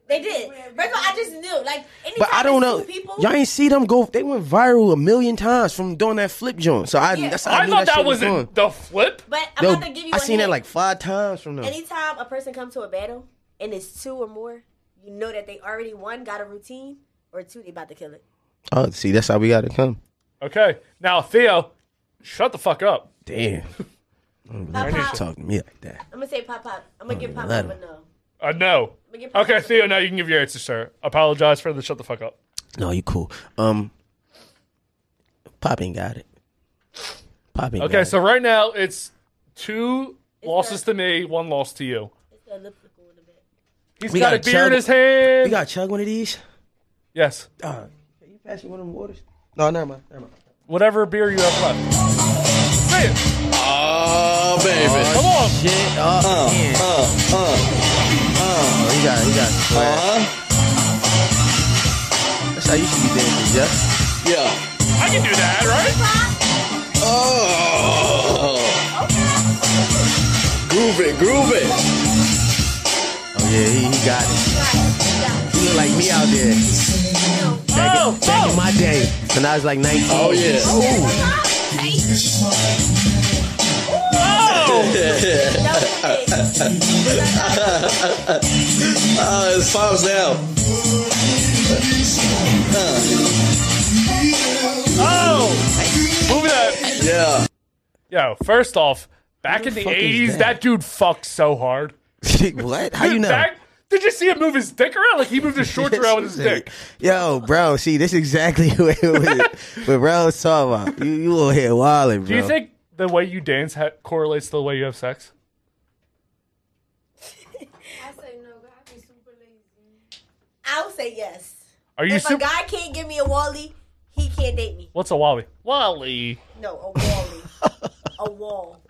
[SPEAKER 4] They did. First of all, I just knew. Like, anytime
[SPEAKER 1] But I don't
[SPEAKER 4] it's two
[SPEAKER 1] know.
[SPEAKER 4] People,
[SPEAKER 1] Y'all ain't see them go. They went viral a million times from doing that flip joint. So I, that's how I,
[SPEAKER 2] Oh, I
[SPEAKER 1] knew
[SPEAKER 2] thought
[SPEAKER 1] that,
[SPEAKER 2] that
[SPEAKER 1] shit was
[SPEAKER 2] was
[SPEAKER 1] going.
[SPEAKER 2] in the flip.
[SPEAKER 4] but I'm
[SPEAKER 1] Yo,
[SPEAKER 4] about to give you.
[SPEAKER 1] I
[SPEAKER 4] a
[SPEAKER 1] seen
[SPEAKER 4] hint.
[SPEAKER 1] that like five times from them.
[SPEAKER 4] Anytime a person comes to a battle and it's two or more, you know that they already one got a routine or two they about to kill it.
[SPEAKER 1] Oh, see, that's how we gotta come.
[SPEAKER 2] Okay, now Theo, shut the fuck up.
[SPEAKER 1] Damn. I don't
[SPEAKER 4] Pop,
[SPEAKER 1] believe you
[SPEAKER 4] pop.
[SPEAKER 1] talk to me like that.
[SPEAKER 4] I'm gonna say pop pop. I'm gonna give pop
[SPEAKER 1] Oh, let
[SPEAKER 4] pop a
[SPEAKER 1] him.
[SPEAKER 4] no.
[SPEAKER 2] Uh, no. Okay, Theo, now you can give your answer, sir. Apologize for the shut the fuck up.
[SPEAKER 1] No, you cool. Um, Pop ain't got it. Pop ain't
[SPEAKER 2] Okay,
[SPEAKER 1] got
[SPEAKER 2] so right now it's two losses to me, one loss to you.
[SPEAKER 4] It's the elliptical in the back.
[SPEAKER 2] He's
[SPEAKER 1] We
[SPEAKER 2] got a
[SPEAKER 1] gotta
[SPEAKER 2] beer in
[SPEAKER 1] chug-
[SPEAKER 2] his
[SPEAKER 1] it.
[SPEAKER 2] hand.
[SPEAKER 1] We gotta chug one of these.
[SPEAKER 2] yes,
[SPEAKER 1] Uh, can you pass me one of them waters? No, never mind. Never mind.
[SPEAKER 2] whatever beer you have left. Say it.
[SPEAKER 8] Oh, baby.
[SPEAKER 2] Come on.
[SPEAKER 1] Shit. Uh, uh, uh, uh. He got. He got. That's how you should be dancing, yeah.
[SPEAKER 2] I
[SPEAKER 8] Yeah.
[SPEAKER 2] can do that, right?
[SPEAKER 8] Oh. Groove it, groove it.
[SPEAKER 1] Oh yeah, he, he got it. He look like me out there. Back,
[SPEAKER 2] Oh,
[SPEAKER 1] in- back in my day, when I was like 19.
[SPEAKER 8] Oh, yeah. Uh, it's Pops now.
[SPEAKER 2] Oh, move that.
[SPEAKER 8] Yeah.
[SPEAKER 2] Yo, first off, back in the
[SPEAKER 1] fuck is
[SPEAKER 2] eighties,
[SPEAKER 1] that?
[SPEAKER 2] that dude fucked so hard.
[SPEAKER 1] what? How you know?
[SPEAKER 2] Back- did you see him move his dick around? Like he moved his shorts around with his dick.
[SPEAKER 1] Yo, bro, see, this is exactly what, what, what bro was talking about. You, you over here wildin', bro.
[SPEAKER 2] Do you think the way you dance ha- correlates to the way you have sex?
[SPEAKER 4] I'll say yes.
[SPEAKER 2] Are you
[SPEAKER 4] If a
[SPEAKER 2] super?
[SPEAKER 4] guy can't give me a wally, he can't date me.
[SPEAKER 2] What's a wally? Wally.
[SPEAKER 4] No, a wally, a wall,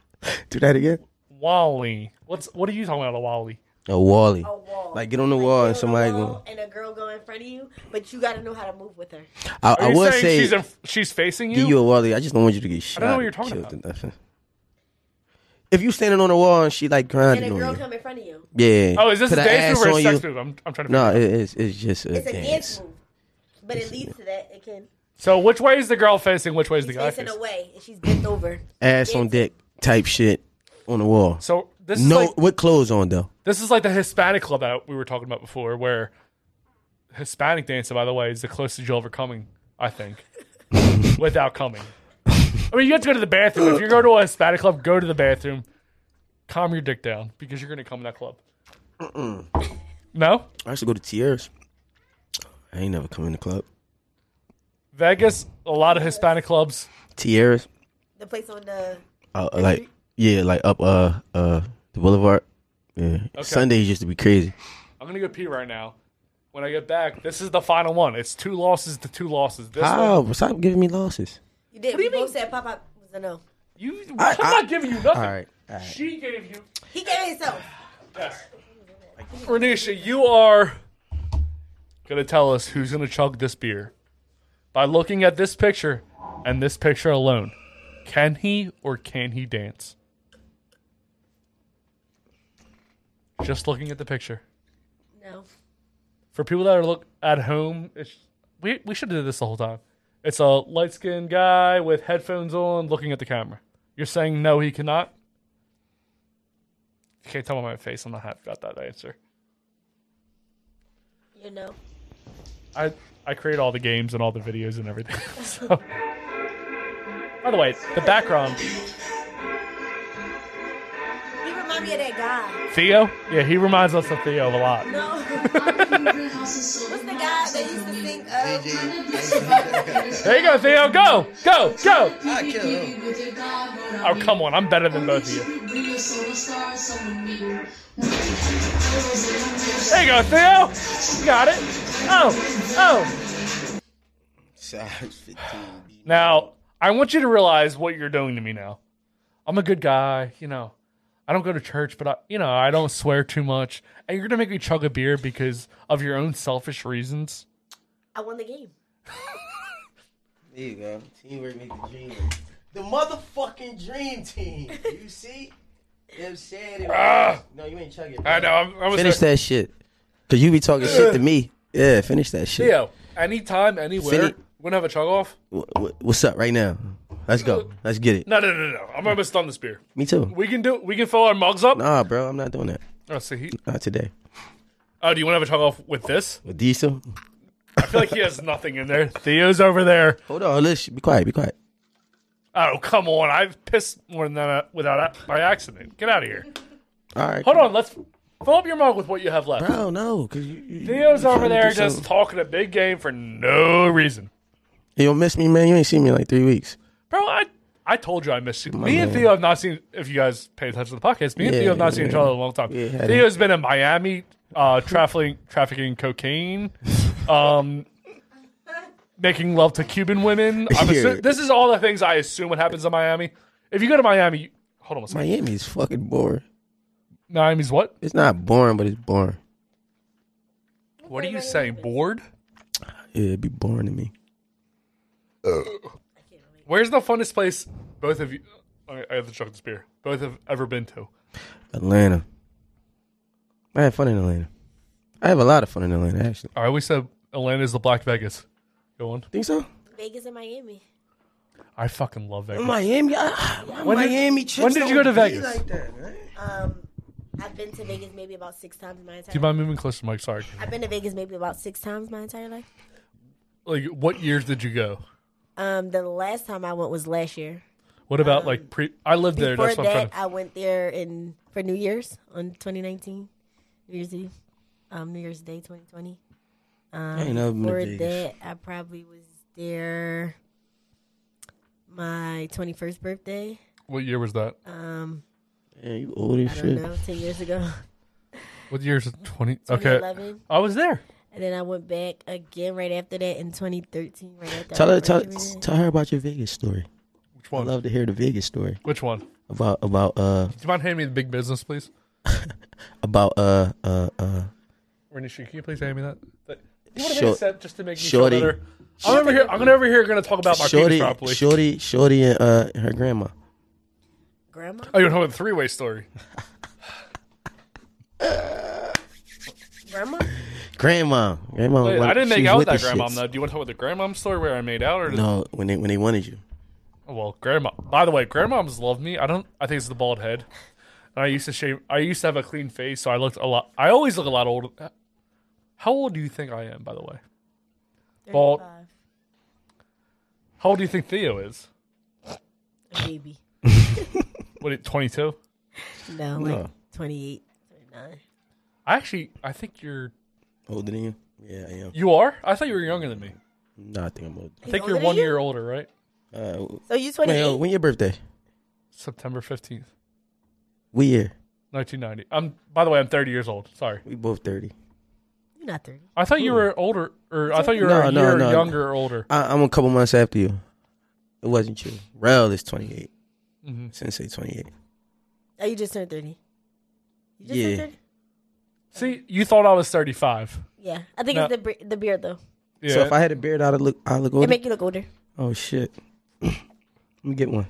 [SPEAKER 1] Do that again?
[SPEAKER 2] Wally. What's what are you talking about? A wally?
[SPEAKER 1] A wally.
[SPEAKER 4] a wall.
[SPEAKER 1] Like, get on the wall and
[SPEAKER 4] get on
[SPEAKER 1] somebody
[SPEAKER 4] the
[SPEAKER 1] go.
[SPEAKER 4] wall and a girl go in front of you, but you got to know how to move with her.
[SPEAKER 1] I,
[SPEAKER 2] Are
[SPEAKER 1] I
[SPEAKER 2] you
[SPEAKER 1] would
[SPEAKER 2] saying
[SPEAKER 1] say,
[SPEAKER 2] she's in, she's facing you?
[SPEAKER 1] give you a wally. I just don't want you to get shot.
[SPEAKER 2] don't know what
[SPEAKER 1] or
[SPEAKER 2] you're talking
[SPEAKER 1] killed
[SPEAKER 2] about.
[SPEAKER 1] or nothing. If you standing on the wall and she like
[SPEAKER 4] And a
[SPEAKER 1] grinding on
[SPEAKER 4] girl
[SPEAKER 1] you,
[SPEAKER 4] come in front of you.
[SPEAKER 1] yeah.
[SPEAKER 2] oh, is this a
[SPEAKER 1] put her
[SPEAKER 2] dance
[SPEAKER 1] ass
[SPEAKER 2] move or
[SPEAKER 1] on
[SPEAKER 2] a sex
[SPEAKER 1] you.
[SPEAKER 2] move? I'm, I'm trying to.
[SPEAKER 1] No, it, it's it's just a
[SPEAKER 4] It's a
[SPEAKER 1] dance.
[SPEAKER 4] dance move, but it leads to that. It can
[SPEAKER 2] So which way is the girl facing? Which way is the
[SPEAKER 4] she's
[SPEAKER 2] guy
[SPEAKER 4] facing
[SPEAKER 2] facing?
[SPEAKER 4] away and she's bent over.
[SPEAKER 1] Ass on dick type shit on the wall.
[SPEAKER 2] So this is
[SPEAKER 1] no,
[SPEAKER 2] like
[SPEAKER 1] with clothes on though.
[SPEAKER 2] this is like the Hispanic club that we were talking about before, where Hispanic dancing, by the way, is the closest you'll ever coming, I think, without coming. I mean, you have to go to the bathroom. If you go to a Hispanic club, go to the bathroom, calm your dick down because you're gonna come in that club. No,
[SPEAKER 1] I used to go to Tier's. I ain't never come in the club.
[SPEAKER 2] Vegas, a lot of Hispanic clubs.
[SPEAKER 1] Tier's.
[SPEAKER 4] The place on the
[SPEAKER 1] uh, like yeah, like up uh uh the boulevard. Yeah, Sundays used to be crazy.
[SPEAKER 2] I'm gonna go pee right now. When I get back, this is the final one. It's two losses to two losses. This one,
[SPEAKER 1] How? Ah, Stop giving me losses.
[SPEAKER 4] you did. We both said pop pop was a no.
[SPEAKER 2] you, I,
[SPEAKER 1] I-
[SPEAKER 2] am
[SPEAKER 1] I-
[SPEAKER 2] not giving you nothing.
[SPEAKER 1] All right, all right.
[SPEAKER 2] She gave you.
[SPEAKER 4] He gave it himself.
[SPEAKER 2] Yes. Renisha, you are gonna tell us who's gonna chug this beer by looking at this picture and this picture alone. Can he or can he dance? Just looking at the picture.
[SPEAKER 4] No,
[SPEAKER 2] for people that are look at home, it's, we we should have did this the whole time. It's a light skinned guy with headphones on, looking at the camera. You're saying no, he cannot. You can't tell by my face. I'm not happy about that answer.
[SPEAKER 4] you know.
[SPEAKER 2] I I create all the games and all the videos and everything. so By the way, the background
[SPEAKER 4] He remind me of that guy.
[SPEAKER 2] Theo. Yeah, he reminds us of Theo a lot.
[SPEAKER 4] No. What's the guy that used to sing? Uh,
[SPEAKER 2] There you go, Theo. Go, go, go.
[SPEAKER 1] I kill him.
[SPEAKER 2] Oh come on, I'm better than both of you. There you go, Theo. You got it. Oh, oh.
[SPEAKER 1] Size 15. B.
[SPEAKER 2] Now I want you to realize what you're doing to me. Now, I'm a good guy. You know, I don't go to church, but I, you know, I don't swear too much. And you're gonna make me chug a beer because of your own selfish reasons.
[SPEAKER 4] I won the game.
[SPEAKER 1] There you go. Teamwork make the dream. work. The motherfucking dream team. You see? You know what I'm saying?
[SPEAKER 2] Ah.
[SPEAKER 1] No, you ain't chugging.
[SPEAKER 2] I know. I'm, I was
[SPEAKER 1] Finish that shit. Cause you be talking shit to me. Yeah, finish that shit.
[SPEAKER 2] Theo, anytime, anywhere.
[SPEAKER 1] Fini-
[SPEAKER 2] We're gonna have a chug off.
[SPEAKER 1] Wh- wh- What's up right now? Let's go. Let's get it.
[SPEAKER 2] No, no, no, no. I'm almost done this beer.
[SPEAKER 1] Me too.
[SPEAKER 2] We can do. We can fill our mugs up.
[SPEAKER 1] Nah, bro, I'm not doing that.
[SPEAKER 2] Oh, see, he,
[SPEAKER 1] Not today.
[SPEAKER 2] oh, do you want to have a chug off with this?
[SPEAKER 1] With diesel.
[SPEAKER 2] I feel like he has nothing in there. Theo's over there.
[SPEAKER 1] Hold on, listen. Be quiet. Be quiet.
[SPEAKER 2] Oh, come on. I've pissed more than that without by accident. Get out of here.
[SPEAKER 1] All right.
[SPEAKER 2] Hold on. Let's fill up your mug with what you have left.
[SPEAKER 1] Bro, no, cause you, you,
[SPEAKER 2] Theo's
[SPEAKER 1] you trying
[SPEAKER 2] over
[SPEAKER 1] to
[SPEAKER 2] there
[SPEAKER 1] do
[SPEAKER 2] just
[SPEAKER 1] something.
[SPEAKER 2] talking a big game for no reason.
[SPEAKER 1] You don't miss me, man. You ain't seen me in like three weeks.
[SPEAKER 2] Bro, I I told you I missed you.
[SPEAKER 1] My
[SPEAKER 2] me and
[SPEAKER 1] man.
[SPEAKER 2] Theo have not seen if you guys pay attention to the podcast. Me and
[SPEAKER 1] Yeah,
[SPEAKER 2] Theo have not seen
[SPEAKER 1] yeah.
[SPEAKER 2] each other in a long time.
[SPEAKER 1] Yeah, had
[SPEAKER 2] Theo's been in Miami uh, trafficking trafficking cocaine, um, making love to Cuban women. I'm
[SPEAKER 1] Yeah.
[SPEAKER 2] assu- this is all the things I assume what happens in Miami. If you go to Miami, you- hold on a second.
[SPEAKER 1] Miami's fucking boring.
[SPEAKER 2] Miami's what?
[SPEAKER 1] It's not boring, but it's boring.
[SPEAKER 2] What are you saying? Bored?
[SPEAKER 1] Yeah, it'd be boring to me.
[SPEAKER 2] Where's the funnest place both of you? I I have to chuck this beer. Both have ever been to.
[SPEAKER 1] Atlanta. I had fun in Atlanta. I have a lot of fun in Atlanta, actually.
[SPEAKER 2] I always said Atlanta's the Black Vegas. Go on.
[SPEAKER 1] Think so?
[SPEAKER 4] Vegas and Miami.
[SPEAKER 2] I fucking love Vegas.
[SPEAKER 1] Miami. I, my
[SPEAKER 2] When did-
[SPEAKER 1] Miami
[SPEAKER 2] when
[SPEAKER 1] trips
[SPEAKER 2] did you
[SPEAKER 1] don't
[SPEAKER 2] go to
[SPEAKER 1] be
[SPEAKER 2] Vegas?
[SPEAKER 1] Like that, man.
[SPEAKER 4] Um, I've been to Vegas maybe about six times my
[SPEAKER 2] Do you
[SPEAKER 4] entire.
[SPEAKER 2] mind moving closer, Mike? Sorry.
[SPEAKER 4] I've been to Vegas maybe about six times my entire life.
[SPEAKER 2] Like, what years did you go?
[SPEAKER 4] Um, the last time I went was last year.
[SPEAKER 2] What about like pre? I lived there.
[SPEAKER 4] Before
[SPEAKER 2] That's what I'm trying
[SPEAKER 4] that,
[SPEAKER 2] to.
[SPEAKER 4] I went there in for New Year's on 2019, New Year's Eve, um, New Year's Day 2020. Um,
[SPEAKER 1] ain't never been to
[SPEAKER 4] before
[SPEAKER 1] Vegas.
[SPEAKER 4] that, I probably was there my 21st birthday.
[SPEAKER 2] What year was that?
[SPEAKER 4] Um,
[SPEAKER 1] Yeah, you old as
[SPEAKER 4] I don't
[SPEAKER 1] shit.
[SPEAKER 4] know, 10 years ago,
[SPEAKER 2] What years? Twenty. Okay.
[SPEAKER 4] 2011,
[SPEAKER 2] I was there.
[SPEAKER 4] and then I went back again right after that in 2013. Right after
[SPEAKER 1] Tell
[SPEAKER 4] I
[SPEAKER 1] her, tell,
[SPEAKER 4] graduated.
[SPEAKER 1] tell her about your Vegas story.
[SPEAKER 2] Which
[SPEAKER 1] I
[SPEAKER 2] one?
[SPEAKER 1] love to hear the Vegas story
[SPEAKER 2] Which one? Do
[SPEAKER 1] about about uh
[SPEAKER 2] you mind handing me the big business, please?
[SPEAKER 1] about uh uh uh
[SPEAKER 2] Renisha, can you please hand me that? But- You want to make
[SPEAKER 1] Short-
[SPEAKER 2] a set just to make me
[SPEAKER 1] shorty.
[SPEAKER 2] feel better? I'm over here. I'm gonna over here. Gonna talk about my
[SPEAKER 1] Shorty,
[SPEAKER 2] penis properly.
[SPEAKER 1] Shorty, Shorty, and uh her grandma.
[SPEAKER 4] Grandma,
[SPEAKER 2] Oh, you're talking about the three-way story.
[SPEAKER 4] grandma.
[SPEAKER 1] Grandma, grandma.
[SPEAKER 2] Wait,
[SPEAKER 1] wanted-
[SPEAKER 2] I didn't
[SPEAKER 1] she
[SPEAKER 2] make
[SPEAKER 1] was
[SPEAKER 2] out with
[SPEAKER 1] with
[SPEAKER 2] that
[SPEAKER 1] the
[SPEAKER 2] grandmom
[SPEAKER 1] shits.
[SPEAKER 2] though. Do you want to talk about the grandmom story where I made out, or
[SPEAKER 1] No, when they when they wanted you.
[SPEAKER 2] Oh, well, grandma. By the way, grandmoms love me. I don't. I think it's the bald head. And I used to shave. I used to have a clean face, so I looked a lot. I always look a lot older. How old do you think I am? By the way, bald.
[SPEAKER 4] 35,
[SPEAKER 2] How old do you think Theo is?
[SPEAKER 4] a baby.
[SPEAKER 2] What? Twenty two.
[SPEAKER 4] No, like
[SPEAKER 1] No.
[SPEAKER 4] 28, 29.
[SPEAKER 2] I actually. I think you're.
[SPEAKER 1] Older than you? Yeah, I am.
[SPEAKER 2] You are. I thought you were younger than me.
[SPEAKER 1] No, I think I'm older.
[SPEAKER 2] I think
[SPEAKER 4] older
[SPEAKER 2] you're
[SPEAKER 4] than
[SPEAKER 2] one
[SPEAKER 4] you?
[SPEAKER 2] year older, right?
[SPEAKER 1] Uh,
[SPEAKER 4] So you 28.
[SPEAKER 1] wait, oh, when your birthday?
[SPEAKER 2] September fifteenth,
[SPEAKER 1] We year?
[SPEAKER 2] nineteen ninety. I'm. By the way, I'm thirty years old. Sorry.
[SPEAKER 1] We both thirty.
[SPEAKER 4] You're not 30.
[SPEAKER 2] I thought you were older, or I thought you were
[SPEAKER 1] Hmm. No,
[SPEAKER 2] a
[SPEAKER 1] no,
[SPEAKER 2] year
[SPEAKER 1] no.
[SPEAKER 2] younger or older.
[SPEAKER 1] I, I'm a couple months after you. It wasn't you. Rel is 28.
[SPEAKER 2] Mm-hmm.
[SPEAKER 1] Sensei 28.
[SPEAKER 4] Oh, you just turned 30. You just
[SPEAKER 1] Yeah.
[SPEAKER 4] turned 30?
[SPEAKER 2] See, you thought I was thirty-five.
[SPEAKER 4] Yeah. I think
[SPEAKER 2] No.
[SPEAKER 4] it's the bre- the beard though.
[SPEAKER 2] Yeah.
[SPEAKER 1] So if I had a beard, I'd look. I look older.
[SPEAKER 4] It make you look older.
[SPEAKER 1] oh shit! Let me get one.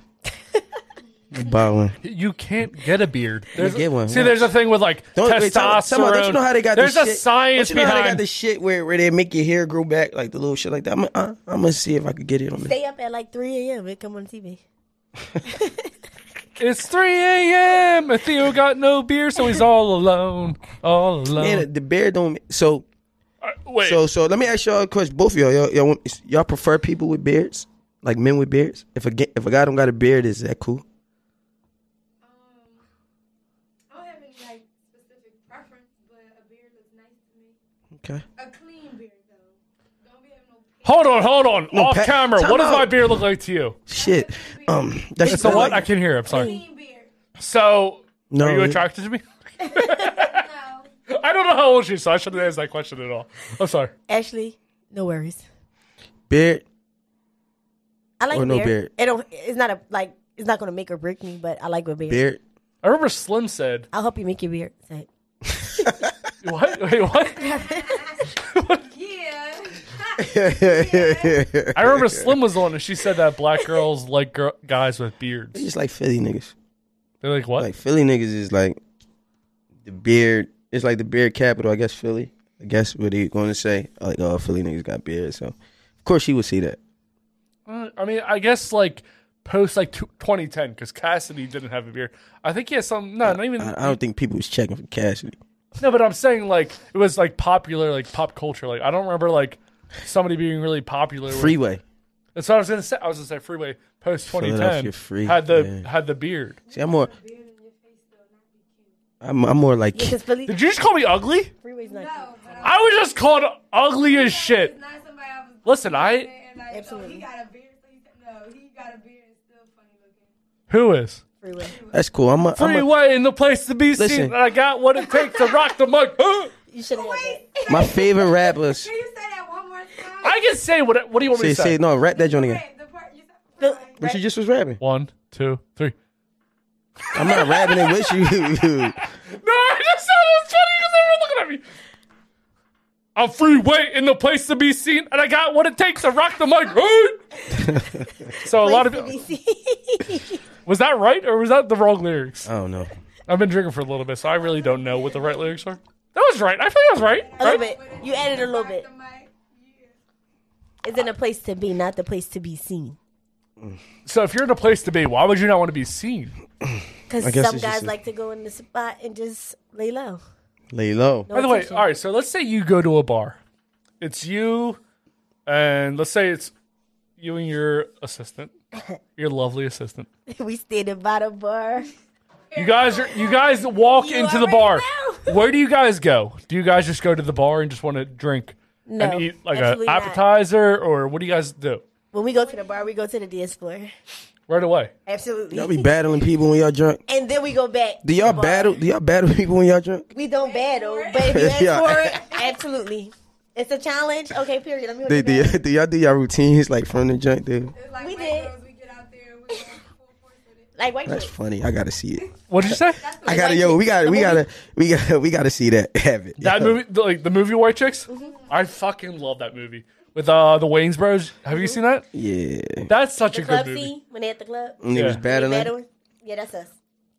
[SPEAKER 1] Let me buy one.
[SPEAKER 2] You can't get a beard. There's,
[SPEAKER 1] get one,
[SPEAKER 2] See,
[SPEAKER 1] yeah.
[SPEAKER 2] there's a thing with like
[SPEAKER 1] Don't,
[SPEAKER 2] testosterone.
[SPEAKER 1] wait, tell, tell me, don't you know how they got
[SPEAKER 2] there's
[SPEAKER 1] this
[SPEAKER 2] a
[SPEAKER 1] shit?
[SPEAKER 2] science
[SPEAKER 1] don't you know how they got
[SPEAKER 2] behind.
[SPEAKER 1] this shit where, where they make your hair grow back, like the little shit like that. I'm, I, I'm gonna see if I could get it on this.
[SPEAKER 4] Stay up at like 3 a.m. It come on TV.
[SPEAKER 2] It's 3 a.m. and Theo got no beer, so he's all alone. All alone.
[SPEAKER 1] Man, the beard don't. So
[SPEAKER 2] Uh, Wait,
[SPEAKER 1] so so. Let me ask y'all a question. Both of y'all, y'all, y'all, want- y'all prefer people with beards? Like men with beards. If a ga- if a guy don't got a beard, is that
[SPEAKER 10] Um,
[SPEAKER 1] cool?
[SPEAKER 10] I don't have any like specific preference, but a beard looks nice to me.
[SPEAKER 1] Okay.
[SPEAKER 10] A clean beard though. Don't be having no
[SPEAKER 2] Hold on, hold on.
[SPEAKER 1] No,
[SPEAKER 2] Off
[SPEAKER 1] Pat,
[SPEAKER 2] camera.
[SPEAKER 1] time
[SPEAKER 2] What does
[SPEAKER 1] out.
[SPEAKER 2] my beard look like to you?
[SPEAKER 1] Shit. Um. That's
[SPEAKER 2] It's a
[SPEAKER 1] like-
[SPEAKER 2] what? I can hear. I'm sorry. So,
[SPEAKER 1] No,
[SPEAKER 2] are you
[SPEAKER 1] it-
[SPEAKER 2] attracted to me? I don't know how old she is, so I shouldn't ask that question at all. I'm sorry.
[SPEAKER 4] Ashley, no worries.
[SPEAKER 1] Beard.
[SPEAKER 4] I like
[SPEAKER 1] Or no
[SPEAKER 4] beard.
[SPEAKER 1] beard.
[SPEAKER 4] It don't. It's not a like. It's not gonna make or break me, but I like a beard.
[SPEAKER 1] Beard.
[SPEAKER 2] I remember Slim said,
[SPEAKER 4] I'll help you make your beard. Say,
[SPEAKER 2] "What? Wait, what?" I remember Slim was on, and she said that black girls like girl- guys with beards.
[SPEAKER 1] They just like Philly niggas.
[SPEAKER 2] They're like, "What?"
[SPEAKER 1] Like Philly niggas is like the beard. It's like the beard capital, I guess. Philly. I guess what they going to say? Like, oh, Philly niggas got beard. So, of course, she would see that.
[SPEAKER 2] Uh, I mean, I guess like post like tw 2010 because Cassidy didn't have a beard. I think he has some. No, not even.
[SPEAKER 1] I, I don't think people was checking for Cassidy.
[SPEAKER 2] No, but I'm saying like it was like popular, like pop culture. Like I don't remember like somebody being really popular. with-
[SPEAKER 1] Freeway.
[SPEAKER 2] That's what I was gonna say. I was gonna say Freeway post
[SPEAKER 1] Philadelphia
[SPEAKER 2] 2010
[SPEAKER 1] Free,
[SPEAKER 2] had the
[SPEAKER 1] yeah.
[SPEAKER 2] had the beard.
[SPEAKER 1] See, I'm more. I'm, I'm more like.
[SPEAKER 4] because Philly
[SPEAKER 2] Did you just call me ugly?
[SPEAKER 4] freeway's not.
[SPEAKER 2] I was just called ugly as shit. Listen, I
[SPEAKER 10] And like, so
[SPEAKER 4] Absolutely.
[SPEAKER 10] he got a beard. So he, no, he got a beard and still funny looking.
[SPEAKER 2] who is
[SPEAKER 4] Freeway.
[SPEAKER 1] That's cool. I'm a. I'm a
[SPEAKER 2] Freeway in the place to be
[SPEAKER 1] Listen.
[SPEAKER 2] seen. And I got what it takes to rock the mic. Huh?
[SPEAKER 4] You should have. Wait.
[SPEAKER 1] my favorite rappers.
[SPEAKER 10] Can you say that one more time?
[SPEAKER 2] I can say what. What do you want me
[SPEAKER 1] Say,
[SPEAKER 2] to say?
[SPEAKER 1] say no. Rap that joint again.
[SPEAKER 10] Wait, the part you said.
[SPEAKER 4] Phil-
[SPEAKER 1] What she just was rapping.
[SPEAKER 2] One, two, three.
[SPEAKER 1] I'm not rapping it with you.
[SPEAKER 2] No, I just said it was funny because everyone looking at me. I'm freeway in the place to be seen, and I got what it takes to rock the mic. Hey! so a lot of was that right or was that the wrong lyrics?
[SPEAKER 1] I don't know.
[SPEAKER 2] I've been drinking for a little bit, so I really don't know what the right lyrics are. That was right. I think that was right.
[SPEAKER 4] a little
[SPEAKER 2] right?
[SPEAKER 4] bit. You added a little bit. It's in a place to be, not the place to be seen.
[SPEAKER 2] So if you're in a place to be, why would you not want to be seen?
[SPEAKER 4] Because
[SPEAKER 1] I guess
[SPEAKER 4] some
[SPEAKER 1] it's just
[SPEAKER 4] guys
[SPEAKER 1] a-
[SPEAKER 4] like to go in the spot and just lay low.
[SPEAKER 1] Lay low.
[SPEAKER 2] By the way, all right. So let's say you go to a bar. It's you, and let's say it's you and your assistant, your lovely assistant.
[SPEAKER 4] we stayed at the bar.
[SPEAKER 2] You guys are you guys walk
[SPEAKER 4] You
[SPEAKER 2] into the
[SPEAKER 4] already
[SPEAKER 2] bar.
[SPEAKER 4] know.
[SPEAKER 2] Where do you guys go? Do you guys just go to the bar and just want to drink
[SPEAKER 4] No,
[SPEAKER 2] and eat like an
[SPEAKER 4] absolutely not.
[SPEAKER 2] appetizer or what do you guys do?
[SPEAKER 4] When we go to the bar, we go to the dance floor.
[SPEAKER 2] Right away.
[SPEAKER 4] Absolutely.
[SPEAKER 1] Y'all be battling people when y'all drunk.
[SPEAKER 4] and then we go back.
[SPEAKER 1] Do
[SPEAKER 4] to
[SPEAKER 1] y'all
[SPEAKER 4] the bar.
[SPEAKER 1] battle? Do y'all battle people when y'all drunk?
[SPEAKER 4] We don't battle, but if you ask
[SPEAKER 1] Yeah.
[SPEAKER 4] for it, absolutely. It's a challenge. Okay, period. Let me
[SPEAKER 1] They, do, do y'all do y'all routines like from the junk, dude?
[SPEAKER 10] Like
[SPEAKER 4] We
[SPEAKER 10] white
[SPEAKER 4] did.
[SPEAKER 10] girls, we get out there. We go full force with it.
[SPEAKER 4] Like white
[SPEAKER 1] That's
[SPEAKER 4] people-
[SPEAKER 1] funny. I gotta see it.
[SPEAKER 2] What did you say?
[SPEAKER 1] I gotta yo. We gotta we gotta we gotta we gotta see that. Have it.
[SPEAKER 2] That
[SPEAKER 1] yo.
[SPEAKER 2] movie the, like the movie White Chicks?
[SPEAKER 4] Mm-hmm.
[SPEAKER 2] I fucking love that movie. With uh the Waynes Bros. Have you seen that?
[SPEAKER 1] Yeah.
[SPEAKER 2] That's such
[SPEAKER 4] Mm-hmm. the
[SPEAKER 2] a good
[SPEAKER 4] club
[SPEAKER 2] movie.
[SPEAKER 4] scene when they at the club.
[SPEAKER 1] Niggas
[SPEAKER 2] Yeah.
[SPEAKER 1] battling.
[SPEAKER 4] Battling. Yeah, that's us.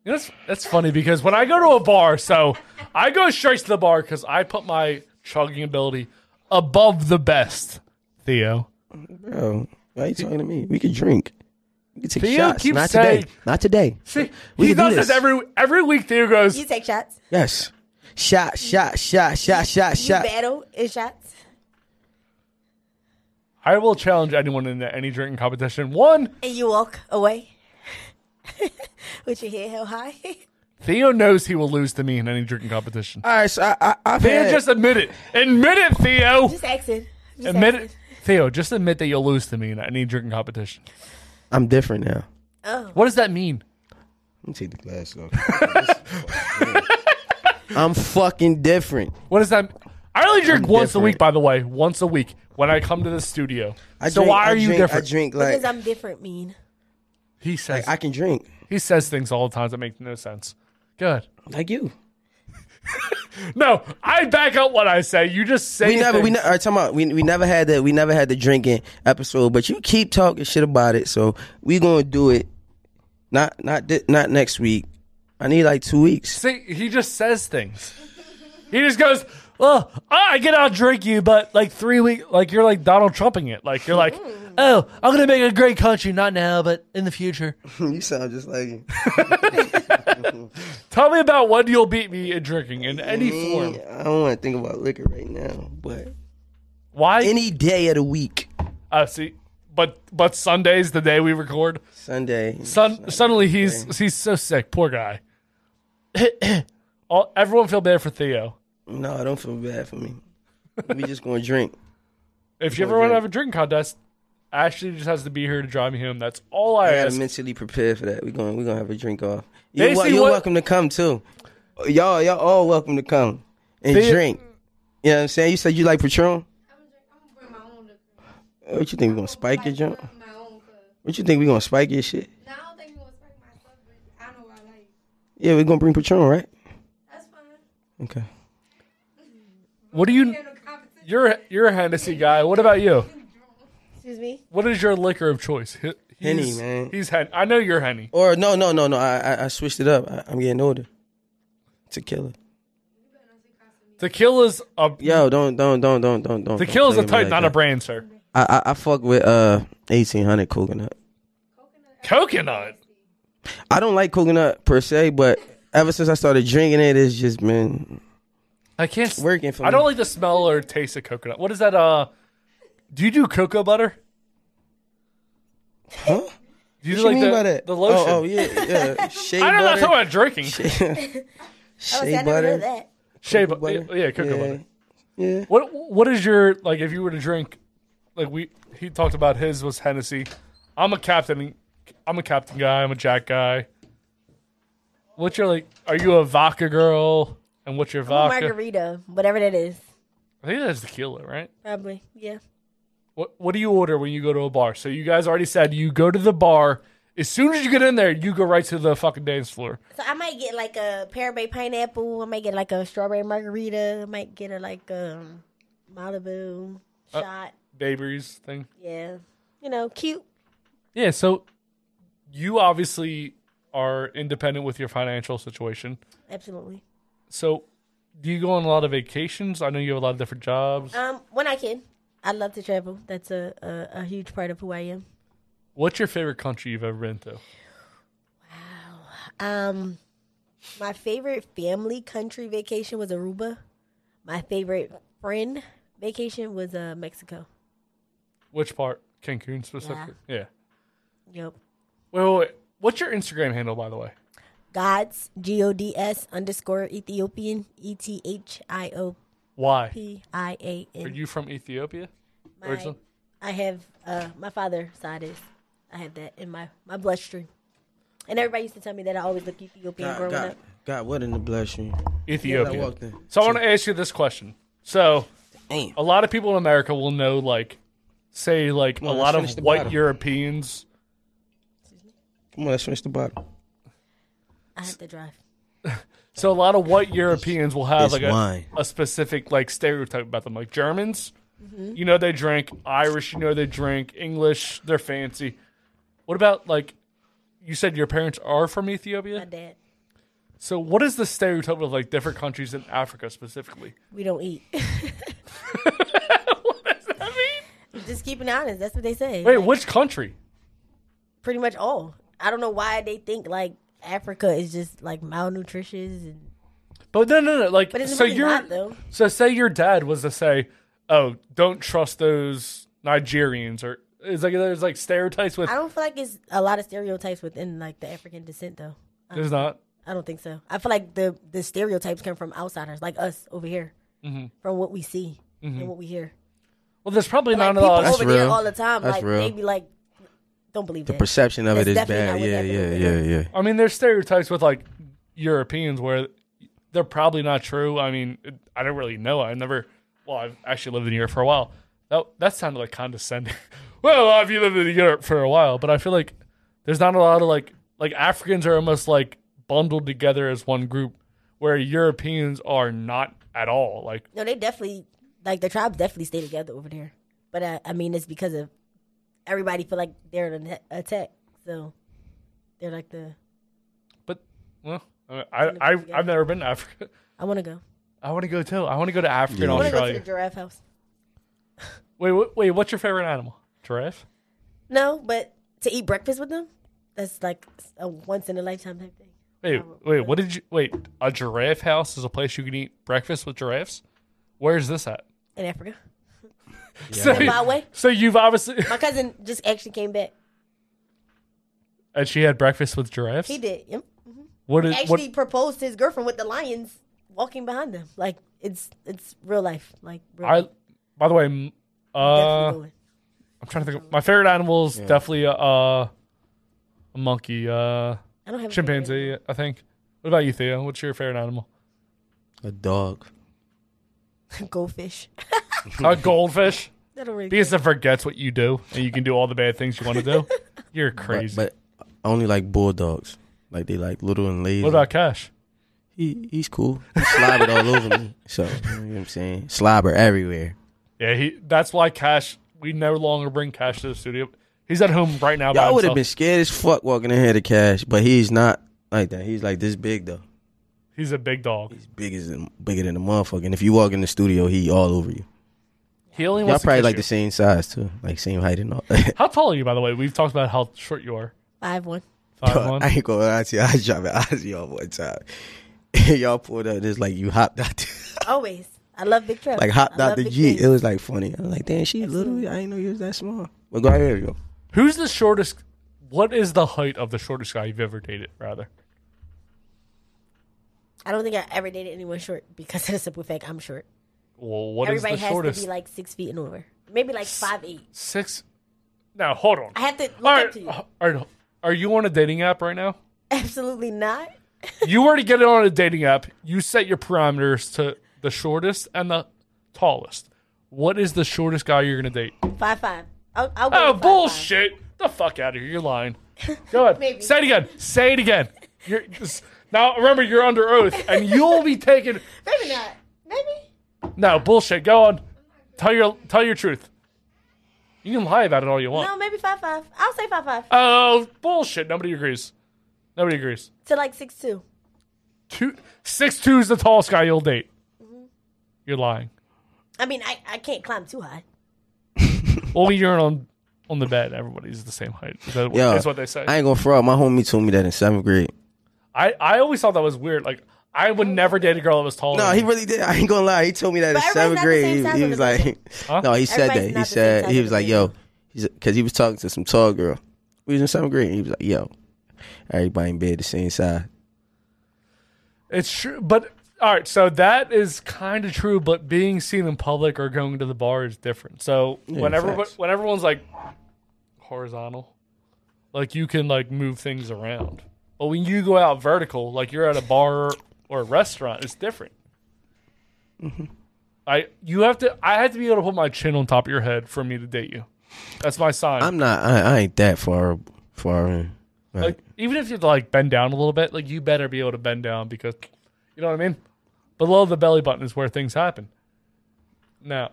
[SPEAKER 2] You know, That's that's funny because when I go to a bar, so I go straight to the bar because I put my chugging ability above the best. Theo.
[SPEAKER 1] Bro, why you talking to me? We could drink. We could take
[SPEAKER 2] Theo
[SPEAKER 1] shots.
[SPEAKER 2] keeps
[SPEAKER 1] Not
[SPEAKER 2] saying-
[SPEAKER 1] today. Not today.
[SPEAKER 2] See,
[SPEAKER 1] We
[SPEAKER 2] he
[SPEAKER 1] can do
[SPEAKER 2] does this.
[SPEAKER 1] this.
[SPEAKER 2] every every week. Theo goes,
[SPEAKER 4] You take shots.
[SPEAKER 1] Yes. Shot. Shot. Shot. Shot. Shot.
[SPEAKER 4] You
[SPEAKER 1] Shot.
[SPEAKER 4] battle in shots.
[SPEAKER 2] "I will challenge anyone in any drinking competition." One,
[SPEAKER 4] And you walk away with your head held high.
[SPEAKER 2] Theo knows he will lose to me in any drinking competition.
[SPEAKER 1] All right. So I, I I've
[SPEAKER 2] Theo,
[SPEAKER 1] had
[SPEAKER 2] just admit it. Admit it, Theo.
[SPEAKER 4] Just asking. Just
[SPEAKER 2] Admit
[SPEAKER 4] asking.
[SPEAKER 2] it, Theo. Just admit that you'll lose to me in any drinking competition.
[SPEAKER 1] I'm different now.
[SPEAKER 4] Oh.
[SPEAKER 2] What does that mean?
[SPEAKER 1] Let me take the glass off. I'm fucking different.
[SPEAKER 2] What does that? I only drink
[SPEAKER 1] I'm
[SPEAKER 2] once a week,
[SPEAKER 1] different.
[SPEAKER 2] by the way. Once a week when I come to the studio.
[SPEAKER 1] I
[SPEAKER 2] so
[SPEAKER 1] drink-
[SPEAKER 2] why
[SPEAKER 1] I
[SPEAKER 2] are you
[SPEAKER 1] drink-
[SPEAKER 2] different?
[SPEAKER 1] I drink
[SPEAKER 4] Because
[SPEAKER 1] like
[SPEAKER 4] I'm different mean.
[SPEAKER 2] He says
[SPEAKER 1] I can drink
[SPEAKER 2] he says things all the time that make no sense. Good.
[SPEAKER 1] like you.
[SPEAKER 2] No, I back up what I say. You just say
[SPEAKER 1] We never, we
[SPEAKER 2] things-
[SPEAKER 1] never. Right, talking about we, we never had that. We never had the drinking episode, but you keep talking shit about it. So we gonna do it. Not not thi- not next week. I need like two weeks.
[SPEAKER 2] See, he just says things. He just goes, "Oh, I get out drink you, but like three weeks, like you're like Donald Trumping it. Like you're like, oh, I'm gonna make a great country, not now, but in the future.
[SPEAKER 1] you sound just like you.
[SPEAKER 2] Tell me about when you'll beat me in drinking in any form.
[SPEAKER 1] I don't want to think about liquor right now, but
[SPEAKER 2] Why?
[SPEAKER 1] any day of the week.
[SPEAKER 2] uh, see, but but Sunday's the day we record.
[SPEAKER 1] Sunday.
[SPEAKER 2] Sun, suddenly he's he's so sick. Poor guy. All, everyone feel bad for Theo.
[SPEAKER 1] No, don't feel bad for me. We just gonna drink.
[SPEAKER 2] If you ever want to have a drinking contest, Ashley just has to be here to drive me home. That's all I,
[SPEAKER 1] I gotta
[SPEAKER 2] ask.
[SPEAKER 1] mentally prepare for that. We're gonna we're gonna have a drink off.
[SPEAKER 2] They
[SPEAKER 1] You're, wel-
[SPEAKER 2] see
[SPEAKER 1] you're
[SPEAKER 2] what-
[SPEAKER 1] welcome to come too. Y'all y'all all welcome to come and
[SPEAKER 2] They-
[SPEAKER 1] drink. You know what I'm saying? You said you like Patron. Uh, What you think we gonna spike your jump? What you think we gonna spike your shit? Yeah, we're gonna bring Patron, right? Okay.
[SPEAKER 2] What do you? You're you're a Hennessy guy. What about you?
[SPEAKER 4] Excuse me.
[SPEAKER 2] What is your liquor of choice? He-
[SPEAKER 1] Henny,
[SPEAKER 2] he's-
[SPEAKER 1] man.
[SPEAKER 2] He's Hen. I know you're Henny.
[SPEAKER 1] Or no, no, no, no. I I, I switched it up. I, I'm getting older. Tequila.
[SPEAKER 2] Tequila's a
[SPEAKER 1] Yo, don't don't don't don't don't don't.
[SPEAKER 2] tequila's a
[SPEAKER 1] don't play
[SPEAKER 2] type,
[SPEAKER 1] with me
[SPEAKER 2] not
[SPEAKER 1] like
[SPEAKER 2] a brand, sir.
[SPEAKER 1] that. I, I I fuck with uh 1800 coconut.
[SPEAKER 2] Coconut.
[SPEAKER 1] I don't like coconut per se, but ever since I started drinking it, it's just been
[SPEAKER 2] I can't s-
[SPEAKER 1] working for me.
[SPEAKER 2] I don't like the smell or taste of coconut. What is that? Uh, do you do cocoa butter?
[SPEAKER 1] Huh?
[SPEAKER 2] Do you
[SPEAKER 1] What
[SPEAKER 2] do
[SPEAKER 1] you
[SPEAKER 2] like
[SPEAKER 1] mean
[SPEAKER 2] the,
[SPEAKER 1] by that?
[SPEAKER 2] the lotion?
[SPEAKER 1] Oh, oh, yeah, yeah. Shea
[SPEAKER 2] I don't know.
[SPEAKER 1] butter.
[SPEAKER 2] I'm talking about drinking.
[SPEAKER 4] Oh, see,
[SPEAKER 1] Shea
[SPEAKER 4] I never knew
[SPEAKER 1] butter.
[SPEAKER 4] that.
[SPEAKER 2] Shea
[SPEAKER 1] cocoa
[SPEAKER 2] butter.
[SPEAKER 1] butter.
[SPEAKER 2] Yeah, cocoa
[SPEAKER 1] Yeah.
[SPEAKER 2] butter.
[SPEAKER 1] Yeah.
[SPEAKER 2] What What is your like? If you were to drink, like we he talked about his was Hennessy. I'm a captain. I'm a captain guy. I'm a Jack guy. What's your like? Are you a vodka girl? And what's your vodka?
[SPEAKER 4] Margarita, whatever that is,
[SPEAKER 2] I think that's tequila, right?
[SPEAKER 4] probably. Yeah.
[SPEAKER 2] What What do you order when you go to a bar? So you guys already said you go to the bar. As soon as you get in there, you go right to the fucking dance floor.
[SPEAKER 4] So I might get like a pear bay pineapple. I might get like a strawberry margarita. I might get a like um Malibu
[SPEAKER 2] Uh,
[SPEAKER 4] shot.
[SPEAKER 2] Babies thing.
[SPEAKER 4] Yeah. You know, cute.
[SPEAKER 2] Yeah. So you obviously are independent with your financial situation.
[SPEAKER 4] Absolutely.
[SPEAKER 2] So, do you go on a lot of vacations? I know you have a lot of different jobs.
[SPEAKER 1] Uh,
[SPEAKER 4] Um, when I can, I love to travel. That's a, a, a huge part of who I am.
[SPEAKER 2] What's your favorite country you've ever been to?
[SPEAKER 4] Um, my favorite family country vacation was Aruba. My favorite friend vacation was uh, Mexico.
[SPEAKER 2] Which part? Cancun specifically? Yeah.
[SPEAKER 4] Yep.
[SPEAKER 2] Wait, wait, wait. What's your Instagram handle, by the way?
[SPEAKER 4] Gods, G O D S underscore Ethiopian, E T H I O
[SPEAKER 2] Why?
[SPEAKER 4] P I A
[SPEAKER 2] Are
[SPEAKER 4] N.
[SPEAKER 2] you from Ethiopia?
[SPEAKER 4] My-
[SPEAKER 2] original?
[SPEAKER 4] I have uh, my father side is, I have that in my, my bloodstream. And everybody used to tell me that I always looked Ethiopian
[SPEAKER 1] God,
[SPEAKER 4] growing
[SPEAKER 1] God,
[SPEAKER 4] up.
[SPEAKER 1] God, what in the bloodstream?
[SPEAKER 2] Ethiopia.
[SPEAKER 1] I walked in.
[SPEAKER 2] So I want to ask you this question. So
[SPEAKER 1] Damn.
[SPEAKER 2] a lot of people in America will know, like, say, like
[SPEAKER 1] Come on,
[SPEAKER 2] a
[SPEAKER 1] let's
[SPEAKER 2] lot
[SPEAKER 1] finish
[SPEAKER 2] of
[SPEAKER 1] the
[SPEAKER 2] white
[SPEAKER 1] bottle.
[SPEAKER 2] Europeans.
[SPEAKER 1] Come on, let's finish the bottle.
[SPEAKER 4] I have to drive.
[SPEAKER 2] So a lot of white Europeans will have
[SPEAKER 1] it's
[SPEAKER 2] like a,
[SPEAKER 1] wine.
[SPEAKER 2] a specific like stereotype about them. Like Germans, you know they drink. Irish, you know they drink. English, they're fancy. What about like you said your parents are from
[SPEAKER 4] My
[SPEAKER 2] Ethiopia?
[SPEAKER 4] dad,
[SPEAKER 2] So what is the stereotype of like different countries in Africa specifically?
[SPEAKER 4] we don't eat.
[SPEAKER 2] what does that mean?
[SPEAKER 4] Just keeping honest, that's what they say.
[SPEAKER 2] Wait, which country?
[SPEAKER 4] pretty much all. I don't know why they think like Africa is just like malnutritious and
[SPEAKER 2] But no, no, no. Like,
[SPEAKER 4] But it's
[SPEAKER 2] so
[SPEAKER 4] really
[SPEAKER 2] you're
[SPEAKER 4] not, though.
[SPEAKER 2] so say your dad was to say, "Oh, don't trust those Nigerians," or it's like there's like stereotypes with
[SPEAKER 4] I don't feel like it's a lot of stereotypes within like the African descent though.
[SPEAKER 2] there's not.
[SPEAKER 4] I don't think so. I feel like the the stereotypes come from outsiders like us over here, from what we see and what we hear.
[SPEAKER 2] Well, there's probably
[SPEAKER 4] Like
[SPEAKER 2] not a
[SPEAKER 4] people
[SPEAKER 2] lot. of-
[SPEAKER 4] over there
[SPEAKER 1] real.
[SPEAKER 4] all the time,
[SPEAKER 1] That's
[SPEAKER 4] like
[SPEAKER 1] real.
[SPEAKER 4] they be like, don't believe
[SPEAKER 1] The
[SPEAKER 4] that.
[SPEAKER 1] perception of
[SPEAKER 4] That's
[SPEAKER 1] it is
[SPEAKER 4] definitely not
[SPEAKER 1] bad.
[SPEAKER 4] what
[SPEAKER 1] Yeah, yeah,
[SPEAKER 4] happened.
[SPEAKER 1] yeah, yeah.
[SPEAKER 2] I mean, there's stereotypes with like Europeans where they're probably not true. I mean, it- I don't really know. I never. Well, I've actually lived in Europe for a while. That that sounded like condescending. well, I've lived in Europe for a while, but I feel like there's not a lot of like like Africans are almost like bundled together as one group, where Europeans are not at all. Like
[SPEAKER 4] No, they definitely like the tribes definitely stay together over there. But uh, I, I mean, it's because of everybody feel like they're an atta- attack, so they're like the
[SPEAKER 2] But well, I I I've, I've never been to Africa.
[SPEAKER 4] I want to go.
[SPEAKER 2] I want to go too. I want to go to Africa and
[SPEAKER 4] I want to go to the
[SPEAKER 2] Australia.
[SPEAKER 4] giraffe house.
[SPEAKER 2] Wait, wait, wait, what's your favorite animal? Giraffe.
[SPEAKER 4] No, but to eat breakfast with them, that's like a once in a lifetime type thing.
[SPEAKER 2] Wait, wait, what did you wait? A giraffe house is a place you can eat breakfast with giraffes. Where's this at?
[SPEAKER 4] In Africa,
[SPEAKER 2] so,
[SPEAKER 4] My way.
[SPEAKER 2] so you've obviously
[SPEAKER 4] My cousin just actually came back.
[SPEAKER 2] and she had breakfast with giraffes.
[SPEAKER 4] He did. Yep.
[SPEAKER 2] What is what?
[SPEAKER 4] actually proposed to his girlfriend with the lions walking behind them. Like it's it's real life. Like real
[SPEAKER 2] I, by the way, m- uh,
[SPEAKER 4] Definitely
[SPEAKER 2] I'm trying to think. Of, my favorite animal is definitely a, uh, a monkey, uh, I
[SPEAKER 4] don't have a favorite
[SPEAKER 2] chimpanzee. I think. What about you, Theo? What's your favorite animal?
[SPEAKER 1] A dog.
[SPEAKER 4] goldfish.
[SPEAKER 2] a goldfish.
[SPEAKER 4] That'll really
[SPEAKER 2] Because it forgets what you do, and you can do all the bad things you want to do. You're crazy.
[SPEAKER 1] But, but I only like bulldogs. Like they like little and lazy.
[SPEAKER 2] what about Cash?
[SPEAKER 1] He he's cool. He slobbered all over me. So you know what I'm saying? Slobber everywhere.
[SPEAKER 2] Yeah, he. That's why Cash. We no longer bring Cash to the studio. He's at home right now. by
[SPEAKER 1] Y'all would have
[SPEAKER 2] himself.
[SPEAKER 1] been scared as fuck walking ahead of Cash, but he's not like that. He's like this big though.
[SPEAKER 2] He's a big dog.
[SPEAKER 1] Big as bigger than a motherfucker. And if you walk in the studio, he all over you.
[SPEAKER 2] He only
[SPEAKER 1] Y'all
[SPEAKER 2] wants
[SPEAKER 1] probably
[SPEAKER 2] to kiss
[SPEAKER 1] like
[SPEAKER 2] you.
[SPEAKER 1] the same size too, like same height and all.
[SPEAKER 2] How tall are you, by the way? We've talked about how short you are.
[SPEAKER 4] Five one.
[SPEAKER 2] Five
[SPEAKER 1] I
[SPEAKER 2] one.
[SPEAKER 1] ain't gonna lie to you. I was driving Ozzy on one time. Y'all pulled up, just like you hopped out, the,
[SPEAKER 4] Always. I love Big Trevor.
[SPEAKER 1] like
[SPEAKER 4] I
[SPEAKER 1] hopped
[SPEAKER 4] love
[SPEAKER 1] out the
[SPEAKER 4] big
[SPEAKER 1] Jeep.
[SPEAKER 4] things.
[SPEAKER 1] It was like funny. I was like, damn, she little. I didn't know you was that small. But go ahead, yo.
[SPEAKER 2] Who's the shortest? What is the height of the shortest guy you've ever dated? Rather,
[SPEAKER 4] I don't think I ever dated anyone short because of the simple fact I'm short.
[SPEAKER 2] well, what is
[SPEAKER 4] Everybody
[SPEAKER 2] the
[SPEAKER 4] has
[SPEAKER 2] shortest?
[SPEAKER 4] to be like six feet and over. Maybe like five eight.
[SPEAKER 2] Six. Now hold on.
[SPEAKER 4] I have to look
[SPEAKER 2] All
[SPEAKER 4] up
[SPEAKER 2] right,
[SPEAKER 4] to you.
[SPEAKER 2] all right. Are you on a dating app right now?
[SPEAKER 4] Absolutely not.
[SPEAKER 2] you were to get it on a dating app. You set your parameters to the shortest and the tallest. What is the shortest guy you're gonna date?
[SPEAKER 4] Five five. I'll, I'll go
[SPEAKER 2] Oh
[SPEAKER 4] with five,
[SPEAKER 2] bullshit! The fuck out of here! You're lying. Go ahead.
[SPEAKER 4] Maybe.
[SPEAKER 2] Say it again. Say it again. You're, this- now remember you're under oath, and you'll be taken.
[SPEAKER 4] five. Maybe not. Maybe.
[SPEAKER 2] No bullshit. Go on. Tell your tell your truth. You can lie about it all you want.
[SPEAKER 4] No, maybe five five. I'll say five five.
[SPEAKER 2] Oh bullshit! Nobody agrees. Nobody agrees.
[SPEAKER 4] to like six two.
[SPEAKER 2] Two six two is the tallest guy you'll date.
[SPEAKER 4] Mm-hmm.
[SPEAKER 2] You're lying.
[SPEAKER 4] I mean, I, I can't climb too high.
[SPEAKER 2] Well, when you're on on the bed, everybody's the same height. Is, that,
[SPEAKER 1] Yo,
[SPEAKER 2] is what they say.
[SPEAKER 1] I ain't gonna fraud. My homie told me that in seventh grade.
[SPEAKER 2] I, I always thought that was weird. Like I would never date a girl that was taller.
[SPEAKER 1] No,
[SPEAKER 2] than
[SPEAKER 1] he
[SPEAKER 2] me.
[SPEAKER 1] really did. I ain't gonna lie. He told me that in
[SPEAKER 4] everybody's
[SPEAKER 1] seventh
[SPEAKER 4] not the same
[SPEAKER 1] grade.
[SPEAKER 4] size
[SPEAKER 1] He, he
[SPEAKER 4] on
[SPEAKER 1] was
[SPEAKER 4] the
[SPEAKER 1] like,
[SPEAKER 2] Huh?
[SPEAKER 1] no, he said
[SPEAKER 4] Everybody's
[SPEAKER 1] that. He
[SPEAKER 4] not the same
[SPEAKER 1] said
[SPEAKER 4] size
[SPEAKER 1] he
[SPEAKER 4] on
[SPEAKER 1] was
[SPEAKER 4] the
[SPEAKER 1] like, yo, because he was talking to some tall girl. We was in seventh grade. He was like, yo, everybody in bed the same size.
[SPEAKER 2] It's true, but all right. So that is kind of true, but being seen in public or going to the bar is different. So
[SPEAKER 1] Yeah,
[SPEAKER 2] whenever
[SPEAKER 1] facts.
[SPEAKER 2] when everyone's like horizontal, like you can like move things around. But when you go out vertical, like you're at a bar or a restaurant, it's different.
[SPEAKER 1] Mm-hmm.
[SPEAKER 2] I you have to I have to be able to put my chin on top of your head for me to date you. That's my sign.
[SPEAKER 1] I'm not. I, I ain't that far far in. Right.
[SPEAKER 2] Like, even if you like bend down a little bit, like you better be able to bend down because you know what I mean. Below the belly button is where things happen. Now,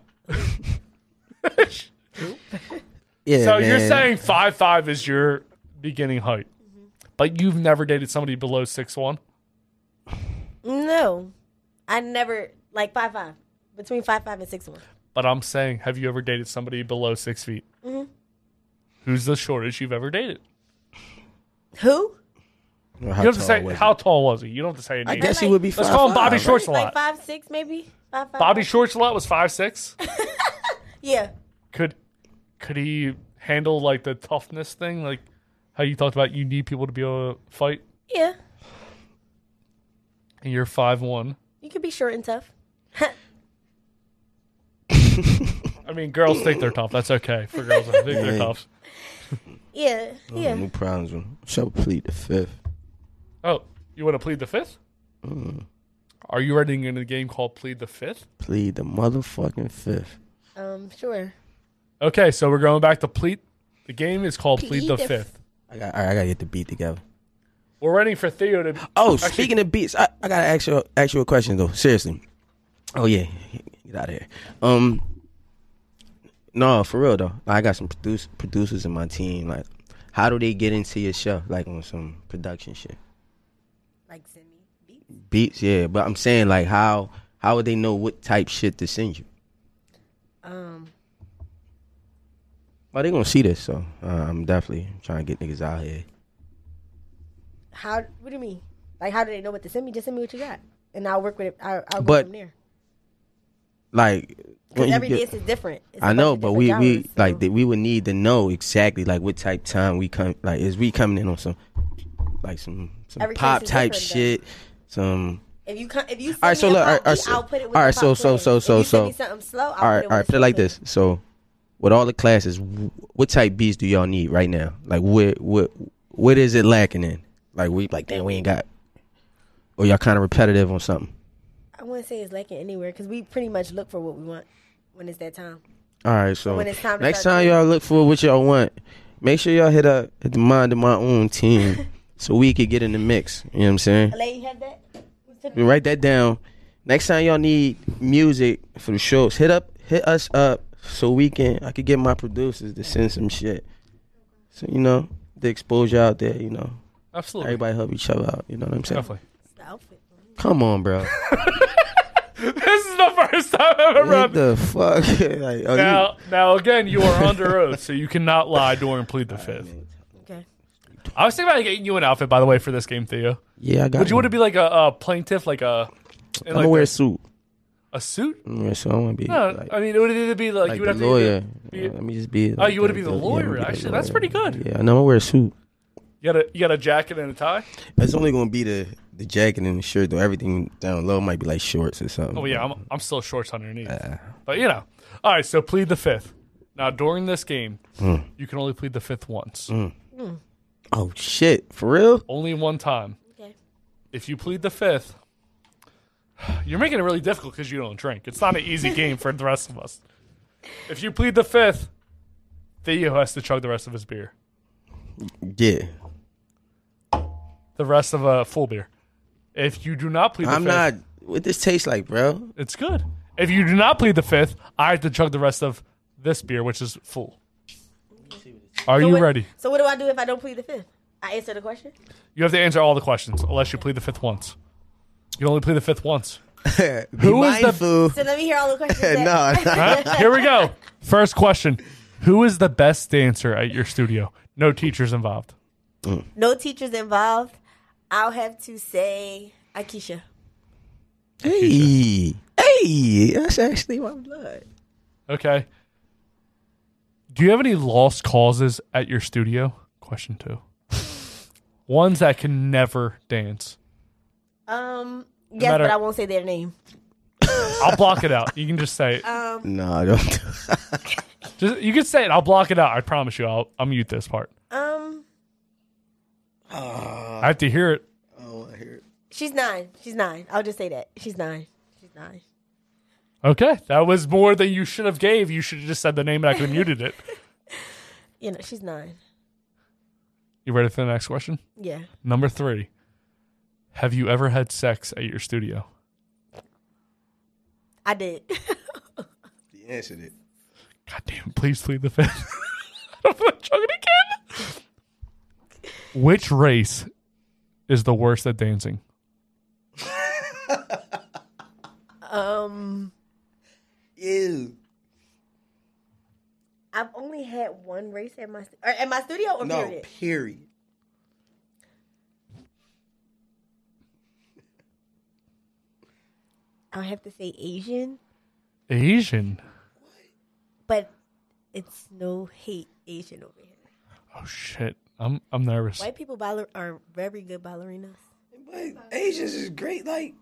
[SPEAKER 1] yeah.
[SPEAKER 2] so you're
[SPEAKER 1] man.
[SPEAKER 2] saying five five is your beginning height, but you've never dated somebody below six one.
[SPEAKER 4] No, I never like five five. Between five five and six one.
[SPEAKER 2] But I'm saying, have you ever dated somebody below six feet?
[SPEAKER 4] Mhm.
[SPEAKER 2] Who's the shortest you've ever dated?
[SPEAKER 4] Who?
[SPEAKER 1] Well, how
[SPEAKER 2] you don't have to
[SPEAKER 1] tall
[SPEAKER 2] say
[SPEAKER 1] was
[SPEAKER 2] how tall was he. You don't have to say. a
[SPEAKER 1] I
[SPEAKER 2] name.
[SPEAKER 1] guess he
[SPEAKER 4] like-
[SPEAKER 1] would be.
[SPEAKER 2] Let's call him
[SPEAKER 1] 5'5",
[SPEAKER 2] Bobby
[SPEAKER 1] right?
[SPEAKER 2] Shorts a
[SPEAKER 4] Like
[SPEAKER 2] lot.
[SPEAKER 4] five six maybe. Five five.
[SPEAKER 2] Bobby Shorts a lot was five six.
[SPEAKER 4] Yeah.
[SPEAKER 2] could could he handle like the toughness thing like how you talked about you need people to be able to fight
[SPEAKER 4] Yeah.
[SPEAKER 2] and you're 5-1
[SPEAKER 4] You could be short and tough.
[SPEAKER 2] i mean girls think they're tough that's okay for girls i think they're
[SPEAKER 1] Yeah.
[SPEAKER 2] tough
[SPEAKER 4] Yeah.
[SPEAKER 1] Oh,
[SPEAKER 4] Yeah.
[SPEAKER 1] No problems. with him. Shall plead the fifth.
[SPEAKER 2] oh you want to plead the fifth
[SPEAKER 1] Mm,
[SPEAKER 2] are you running in a game called plead the fifth
[SPEAKER 1] Plead the motherfucking fifth.
[SPEAKER 4] Um. Sure.
[SPEAKER 2] okay so we're going back to plead the game is called plead,
[SPEAKER 4] Plead
[SPEAKER 2] the
[SPEAKER 4] the
[SPEAKER 2] fifth
[SPEAKER 1] I got. I gotta get the beat together.
[SPEAKER 2] we're waiting for theo to
[SPEAKER 1] Oh, speaking of beats, I, I gotta ask you, ask you a question though. Seriously. Oh yeah, get out of here. Um, no, for real though. I got some produce, producers in my team. Like, how do they get into your show? Like on some production shit,
[SPEAKER 4] Like send me beats.
[SPEAKER 1] beats. Yeah, but I'm saying like how how would they know what type shit to send you?
[SPEAKER 4] Um.
[SPEAKER 1] Well, they gonna see this, so uh, I'm definitely trying to get niggas out here.
[SPEAKER 4] How? What do you mean? Like how do they know what to send me? Just send me what you got, and I'll work with it. I'll, I'll go
[SPEAKER 1] But-
[SPEAKER 4] from there.
[SPEAKER 1] Like, Well,
[SPEAKER 4] Because
[SPEAKER 1] you
[SPEAKER 4] every
[SPEAKER 1] get-
[SPEAKER 4] dance is different. It's
[SPEAKER 1] I
[SPEAKER 4] a
[SPEAKER 1] know,
[SPEAKER 4] bunch of
[SPEAKER 1] but we
[SPEAKER 4] different
[SPEAKER 1] we
[SPEAKER 4] genres,
[SPEAKER 1] like
[SPEAKER 4] so-
[SPEAKER 1] that we would need to know exactly like what type time we come like is we coming in on some like some some
[SPEAKER 4] Every case
[SPEAKER 1] pop
[SPEAKER 4] is
[SPEAKER 1] type
[SPEAKER 4] different, though.
[SPEAKER 1] shit some.
[SPEAKER 4] If you come, if you send
[SPEAKER 1] All right, so
[SPEAKER 4] me
[SPEAKER 1] look,
[SPEAKER 4] a
[SPEAKER 1] all right,
[SPEAKER 4] pop
[SPEAKER 1] all right,
[SPEAKER 4] beat,
[SPEAKER 1] so,
[SPEAKER 4] I'll put it with
[SPEAKER 1] all
[SPEAKER 4] the
[SPEAKER 1] right, so,
[SPEAKER 4] pop
[SPEAKER 1] so,
[SPEAKER 4] tune.
[SPEAKER 1] so,
[SPEAKER 4] If
[SPEAKER 1] so,
[SPEAKER 4] you send
[SPEAKER 1] so,
[SPEAKER 4] me something slow, I'll
[SPEAKER 1] all right,
[SPEAKER 4] put it
[SPEAKER 1] all
[SPEAKER 4] with
[SPEAKER 1] right,
[SPEAKER 4] the
[SPEAKER 1] put it like
[SPEAKER 4] slow
[SPEAKER 1] this. So, with all the classes, wh- what type beats do y'all need right now? Like, what, what, what is it lacking in? Like, we like, damn, we ain't got, or y'all kind of repetitive on something.
[SPEAKER 4] tune. I wouldn't say it's lacking anywhere because we pretty much look for what we want when it's that time.
[SPEAKER 1] All right, so
[SPEAKER 4] When it's time to
[SPEAKER 1] next
[SPEAKER 4] start
[SPEAKER 1] time
[SPEAKER 4] doing-
[SPEAKER 1] y'all look for what y'all want, make sure y'all hit up hit the mind of my own team, so we could get in the mix. You know what I'm saying?
[SPEAKER 4] A lady have that?
[SPEAKER 1] We write that down. Next time y'all need music for the shows, hit up hit us up so we can I could get my producers to send some shit. So you know, the exposure out there, you know.
[SPEAKER 2] Absolutely.
[SPEAKER 1] Everybody help each other out, you know what I'm saying?
[SPEAKER 2] Definitely.
[SPEAKER 1] Come on, bro.
[SPEAKER 2] This is the first time I've ever.
[SPEAKER 1] what the fuck? like, oh, you,
[SPEAKER 2] now, now again, you are under oath, so you cannot lie during plead the fifth.
[SPEAKER 4] Okay.
[SPEAKER 2] I was thinking about getting you an outfit, by the way, for this game, Theo.
[SPEAKER 1] Yeah, I got
[SPEAKER 2] Would you
[SPEAKER 1] one.
[SPEAKER 2] want to be like a, a plaintiff, like a? in
[SPEAKER 1] I'm
[SPEAKER 2] like
[SPEAKER 1] gonna wear
[SPEAKER 2] the-
[SPEAKER 1] a suit.
[SPEAKER 2] a suit?
[SPEAKER 1] Yeah, so I wanna be
[SPEAKER 2] No,
[SPEAKER 1] Mm, like,
[SPEAKER 2] I mean it would either be like,
[SPEAKER 1] like
[SPEAKER 2] you would
[SPEAKER 1] the
[SPEAKER 2] have to
[SPEAKER 1] lawyer.
[SPEAKER 2] either be-
[SPEAKER 1] Yeah, let me just be.
[SPEAKER 2] Oh, you wanna be the lawyer, actually, that's pretty
[SPEAKER 1] good. Yeah, and I'm gonna wear a suit.
[SPEAKER 2] you got a you got a jacket and a tie.
[SPEAKER 1] It's only gonna be the the jacket and the shirt though. Everything down low might be like shorts or something.
[SPEAKER 2] Oh yeah, I'm I'm still shorts underneath.
[SPEAKER 1] Uh.
[SPEAKER 2] But you know, all right. So plead the fifth. Now during this game,
[SPEAKER 1] Mm.
[SPEAKER 2] you can only plead the fifth once,
[SPEAKER 1] Mm. Oh shit, for real?
[SPEAKER 2] only one time.
[SPEAKER 4] Okay.
[SPEAKER 2] If you plead the fifth, you're making it really difficult because you don't drink. It's not an easy game for the rest of us. If you plead the fifth, Theo has to chug the rest of his beer,
[SPEAKER 1] Yeah.
[SPEAKER 2] the rest of a full beer. If you do not plead, the
[SPEAKER 1] I'm
[SPEAKER 2] fifth,
[SPEAKER 1] not. What this tastes like, bro?
[SPEAKER 2] It's good. If you do not plead the fifth, I have to chug the rest of this beer, which is full. Are
[SPEAKER 4] So
[SPEAKER 2] you
[SPEAKER 4] what-
[SPEAKER 2] ready?
[SPEAKER 4] So what do I do if I don't plead the fifth? I answer the question.
[SPEAKER 2] You have to answer all the questions unless you plead the fifth once. You only plead the fifth once.
[SPEAKER 1] Who
[SPEAKER 2] is
[SPEAKER 1] the
[SPEAKER 4] So let me hear all the questions.
[SPEAKER 1] no.
[SPEAKER 2] Huh? Here we go. First question. Who is the best dancer at your studio? No teachers involved.
[SPEAKER 4] No teachers involved. I'll have to say Akisha.
[SPEAKER 1] Hey, hey, that's actually my blood.
[SPEAKER 2] Okay. Do you have any lost causes at your studio? Question two. Ones that can never dance.
[SPEAKER 4] Um. Yes,
[SPEAKER 2] matter-
[SPEAKER 4] but I won't say their name.
[SPEAKER 2] I'll block it out. You can just say it.
[SPEAKER 4] Um.
[SPEAKER 1] No, don't.
[SPEAKER 2] Just, you can say it. I'll block it out. I promise you. I'll, I'll mute this part.
[SPEAKER 4] Um.
[SPEAKER 2] I have to hear it.
[SPEAKER 1] Oh, I hear it.
[SPEAKER 4] She's nine. She's nine. I'll just say that. She's nine. She's nine.
[SPEAKER 2] Okay, that was more than you should have gave. You should have just said the name, and I could have muted it.
[SPEAKER 4] You know, she's nine.
[SPEAKER 2] You ready for the next question?
[SPEAKER 4] Yeah.
[SPEAKER 2] Number three. Have you ever had sex at your studio?
[SPEAKER 4] I did.
[SPEAKER 1] The answer it.
[SPEAKER 2] Damn, please plead the fifth. I'm gonna chug it again. Which race is the worst at dancing?
[SPEAKER 4] um.
[SPEAKER 1] Ew.
[SPEAKER 4] I've only had one race at my stu- or at my studio or
[SPEAKER 1] No,
[SPEAKER 4] period.
[SPEAKER 1] period.
[SPEAKER 4] I'll have to say Asian,
[SPEAKER 2] Asian.
[SPEAKER 4] but it's no hate Asian over here.
[SPEAKER 2] Oh shit, I'm I'm nervous.
[SPEAKER 4] White people baller- are very good ballerinas.
[SPEAKER 1] But Asians is great, like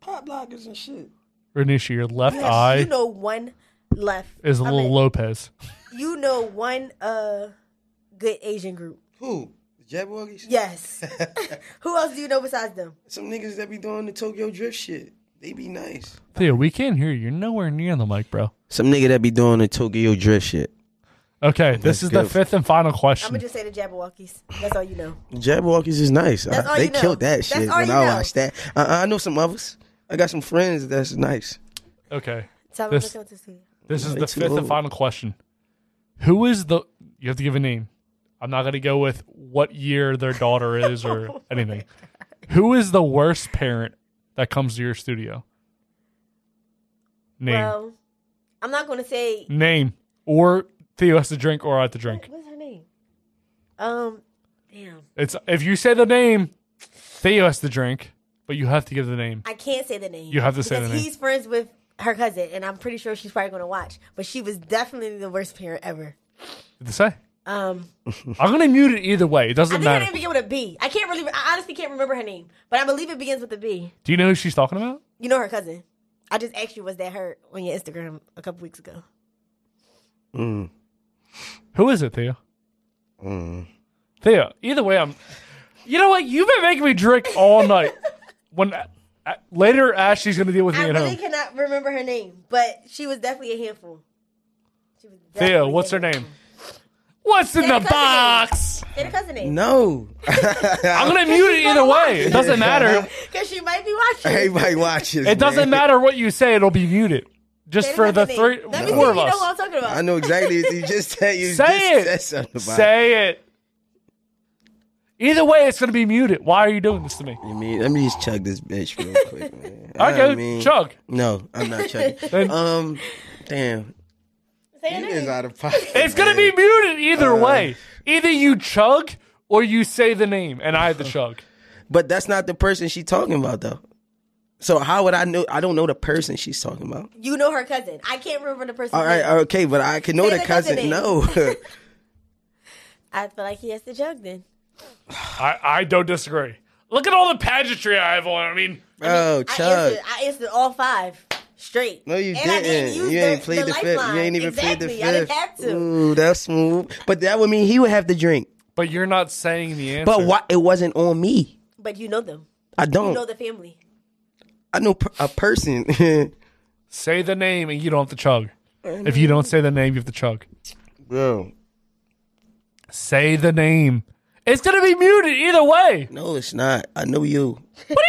[SPEAKER 1] pop blockers and shit.
[SPEAKER 2] Renisha, your left
[SPEAKER 4] Yes,
[SPEAKER 2] eye
[SPEAKER 4] you know one left.
[SPEAKER 2] is
[SPEAKER 4] I
[SPEAKER 2] Lil
[SPEAKER 4] mean,
[SPEAKER 2] Lopez.
[SPEAKER 4] You know one uh good Asian group.
[SPEAKER 1] Who? Jabberwockies?
[SPEAKER 4] Yes. Who else do you know besides them?
[SPEAKER 1] Some niggas that be doing the Tokyo Drift shit. They be nice.
[SPEAKER 2] Theo, we can't hear you. You're nowhere near the mic, bro.
[SPEAKER 1] Some nigga that be doing the Tokyo Drift shit.
[SPEAKER 2] Okay, this
[SPEAKER 1] That's
[SPEAKER 2] is the
[SPEAKER 1] good.
[SPEAKER 2] fifth and final
[SPEAKER 4] I'm
[SPEAKER 2] question.
[SPEAKER 4] gonna just say the Jabberwockies. That's all you know.
[SPEAKER 1] Jabberwockies is nice.
[SPEAKER 4] That's
[SPEAKER 1] I-
[SPEAKER 4] all
[SPEAKER 1] they
[SPEAKER 4] you know.
[SPEAKER 1] killed that
[SPEAKER 4] That's
[SPEAKER 1] shit
[SPEAKER 4] all
[SPEAKER 1] when
[SPEAKER 4] you
[SPEAKER 1] I
[SPEAKER 4] know.
[SPEAKER 1] watched that. Uh-uh, I, I know some others. I got some friends that's nice.
[SPEAKER 2] Okay.
[SPEAKER 4] Tell them to
[SPEAKER 2] this,
[SPEAKER 4] come to the studio.
[SPEAKER 2] this
[SPEAKER 1] No,
[SPEAKER 2] is the
[SPEAKER 1] it's
[SPEAKER 2] fifth
[SPEAKER 1] low.
[SPEAKER 2] and final question. Who is the? You have to give a name. I'm not going to go with what year their daughter is
[SPEAKER 4] Oh
[SPEAKER 2] or anything. Who is the worst parent that comes to your studio? Name,
[SPEAKER 4] Well, I'm not gonna say
[SPEAKER 2] name, or Theo has to drink, or I have to drink.
[SPEAKER 4] what's her name. Um, damn,
[SPEAKER 2] It's if you say the name, Theo has to drink, but you have to give the name.
[SPEAKER 4] I can't say the name.
[SPEAKER 2] You have to say
[SPEAKER 4] because
[SPEAKER 2] the name.
[SPEAKER 4] He's friends with her cousin, and I'm pretty sure she's probably gonna watch. But she was definitely the worst parent ever.
[SPEAKER 2] Did they say?
[SPEAKER 4] Um,
[SPEAKER 2] I'm gonna mute it either way. It
[SPEAKER 4] I
[SPEAKER 2] doesn't
[SPEAKER 4] think her
[SPEAKER 2] matter.
[SPEAKER 4] name begins with a B. I can't really, I honestly can't remember her name, but I believe it begins with a B.
[SPEAKER 2] Do you know who she's talking about?
[SPEAKER 4] You know her cousin. I just asked you, was that her on your Instagram a couple weeks ago?
[SPEAKER 1] Mm.
[SPEAKER 2] Who is it, Theo?
[SPEAKER 1] Mm.
[SPEAKER 2] Theo. Either way, I'm. You know what? You've been making me drink all night. When uh, uh, later, Ashley's gonna deal with me
[SPEAKER 4] I
[SPEAKER 2] at
[SPEAKER 4] really
[SPEAKER 2] home.
[SPEAKER 4] cannot remember her name, but she was definitely a handful. She was
[SPEAKER 2] Theo,
[SPEAKER 4] definitely
[SPEAKER 2] what's her name? What's in
[SPEAKER 4] Say the
[SPEAKER 2] the
[SPEAKER 4] cousin name.
[SPEAKER 2] box?
[SPEAKER 4] Say the cousin name.
[SPEAKER 1] No.
[SPEAKER 2] I'm gonna mute it either way. It doesn't matter.
[SPEAKER 4] Because she might be watching.
[SPEAKER 1] Everybody watches.
[SPEAKER 2] It doesn't
[SPEAKER 1] man.
[SPEAKER 2] matter what you say. It'll be muted. Just
[SPEAKER 4] Say
[SPEAKER 2] for the
[SPEAKER 4] cousin
[SPEAKER 2] three,
[SPEAKER 4] name. Let me see
[SPEAKER 2] four
[SPEAKER 4] if
[SPEAKER 2] of
[SPEAKER 4] you know
[SPEAKER 2] us.
[SPEAKER 4] what I'm talking about.
[SPEAKER 1] I know exactly. what You just said you
[SPEAKER 2] Say
[SPEAKER 1] just said something
[SPEAKER 2] it.
[SPEAKER 1] about
[SPEAKER 2] Say it. Either way, it's gonna be muted. Why are you doing this to me?
[SPEAKER 1] I mean, let me just chug this bitch real quick, man. I
[SPEAKER 2] Okay,
[SPEAKER 1] mean-
[SPEAKER 2] chug.
[SPEAKER 1] No, I'm not chugging.
[SPEAKER 2] Then-
[SPEAKER 1] um, damn,
[SPEAKER 4] Say her
[SPEAKER 1] you
[SPEAKER 4] name.
[SPEAKER 1] is out of pocket.
[SPEAKER 2] It's gonna be
[SPEAKER 1] man.
[SPEAKER 2] muted either way. Either you chug or you say the name, and I have to chug.
[SPEAKER 1] but that's not the person she's talking about though. So how would I know? I don't know the person she's talking about.
[SPEAKER 4] You know her cousin. I can't remember the person.
[SPEAKER 1] All right, okay, but I can know
[SPEAKER 4] Say
[SPEAKER 1] the
[SPEAKER 4] the cousin
[SPEAKER 1] cousin.
[SPEAKER 4] name.
[SPEAKER 1] No,
[SPEAKER 4] I feel like he has to jug then.
[SPEAKER 2] I, I don't disagree. Look at all the pageantry I have on. I mean,
[SPEAKER 1] oh,
[SPEAKER 4] I
[SPEAKER 1] chug.
[SPEAKER 4] answered, I answered all five straight.
[SPEAKER 1] No, you
[SPEAKER 4] And I
[SPEAKER 1] didn't.
[SPEAKER 4] use
[SPEAKER 1] you
[SPEAKER 4] the-
[SPEAKER 1] ain't played the, fifth. You
[SPEAKER 4] lifeline.
[SPEAKER 1] ain't even
[SPEAKER 4] exactly.
[SPEAKER 1] played the
[SPEAKER 4] I didn't
[SPEAKER 1] fifth.
[SPEAKER 4] have to.
[SPEAKER 1] Ooh, that's smooth. But that would mean he would have to drink.
[SPEAKER 2] but you're not saying the answer.
[SPEAKER 1] But why? It wasn't on me.
[SPEAKER 4] But you know them.
[SPEAKER 1] I
[SPEAKER 4] You
[SPEAKER 1] don't.
[SPEAKER 4] know the family.
[SPEAKER 1] I know per- a person.
[SPEAKER 2] Say the name, and you don't have to chug. If you don't say the name, you have to chug.
[SPEAKER 1] Bro,
[SPEAKER 2] Say the name. It's gonna be muted either way.
[SPEAKER 1] no, it's not. I know you.
[SPEAKER 2] What do you mean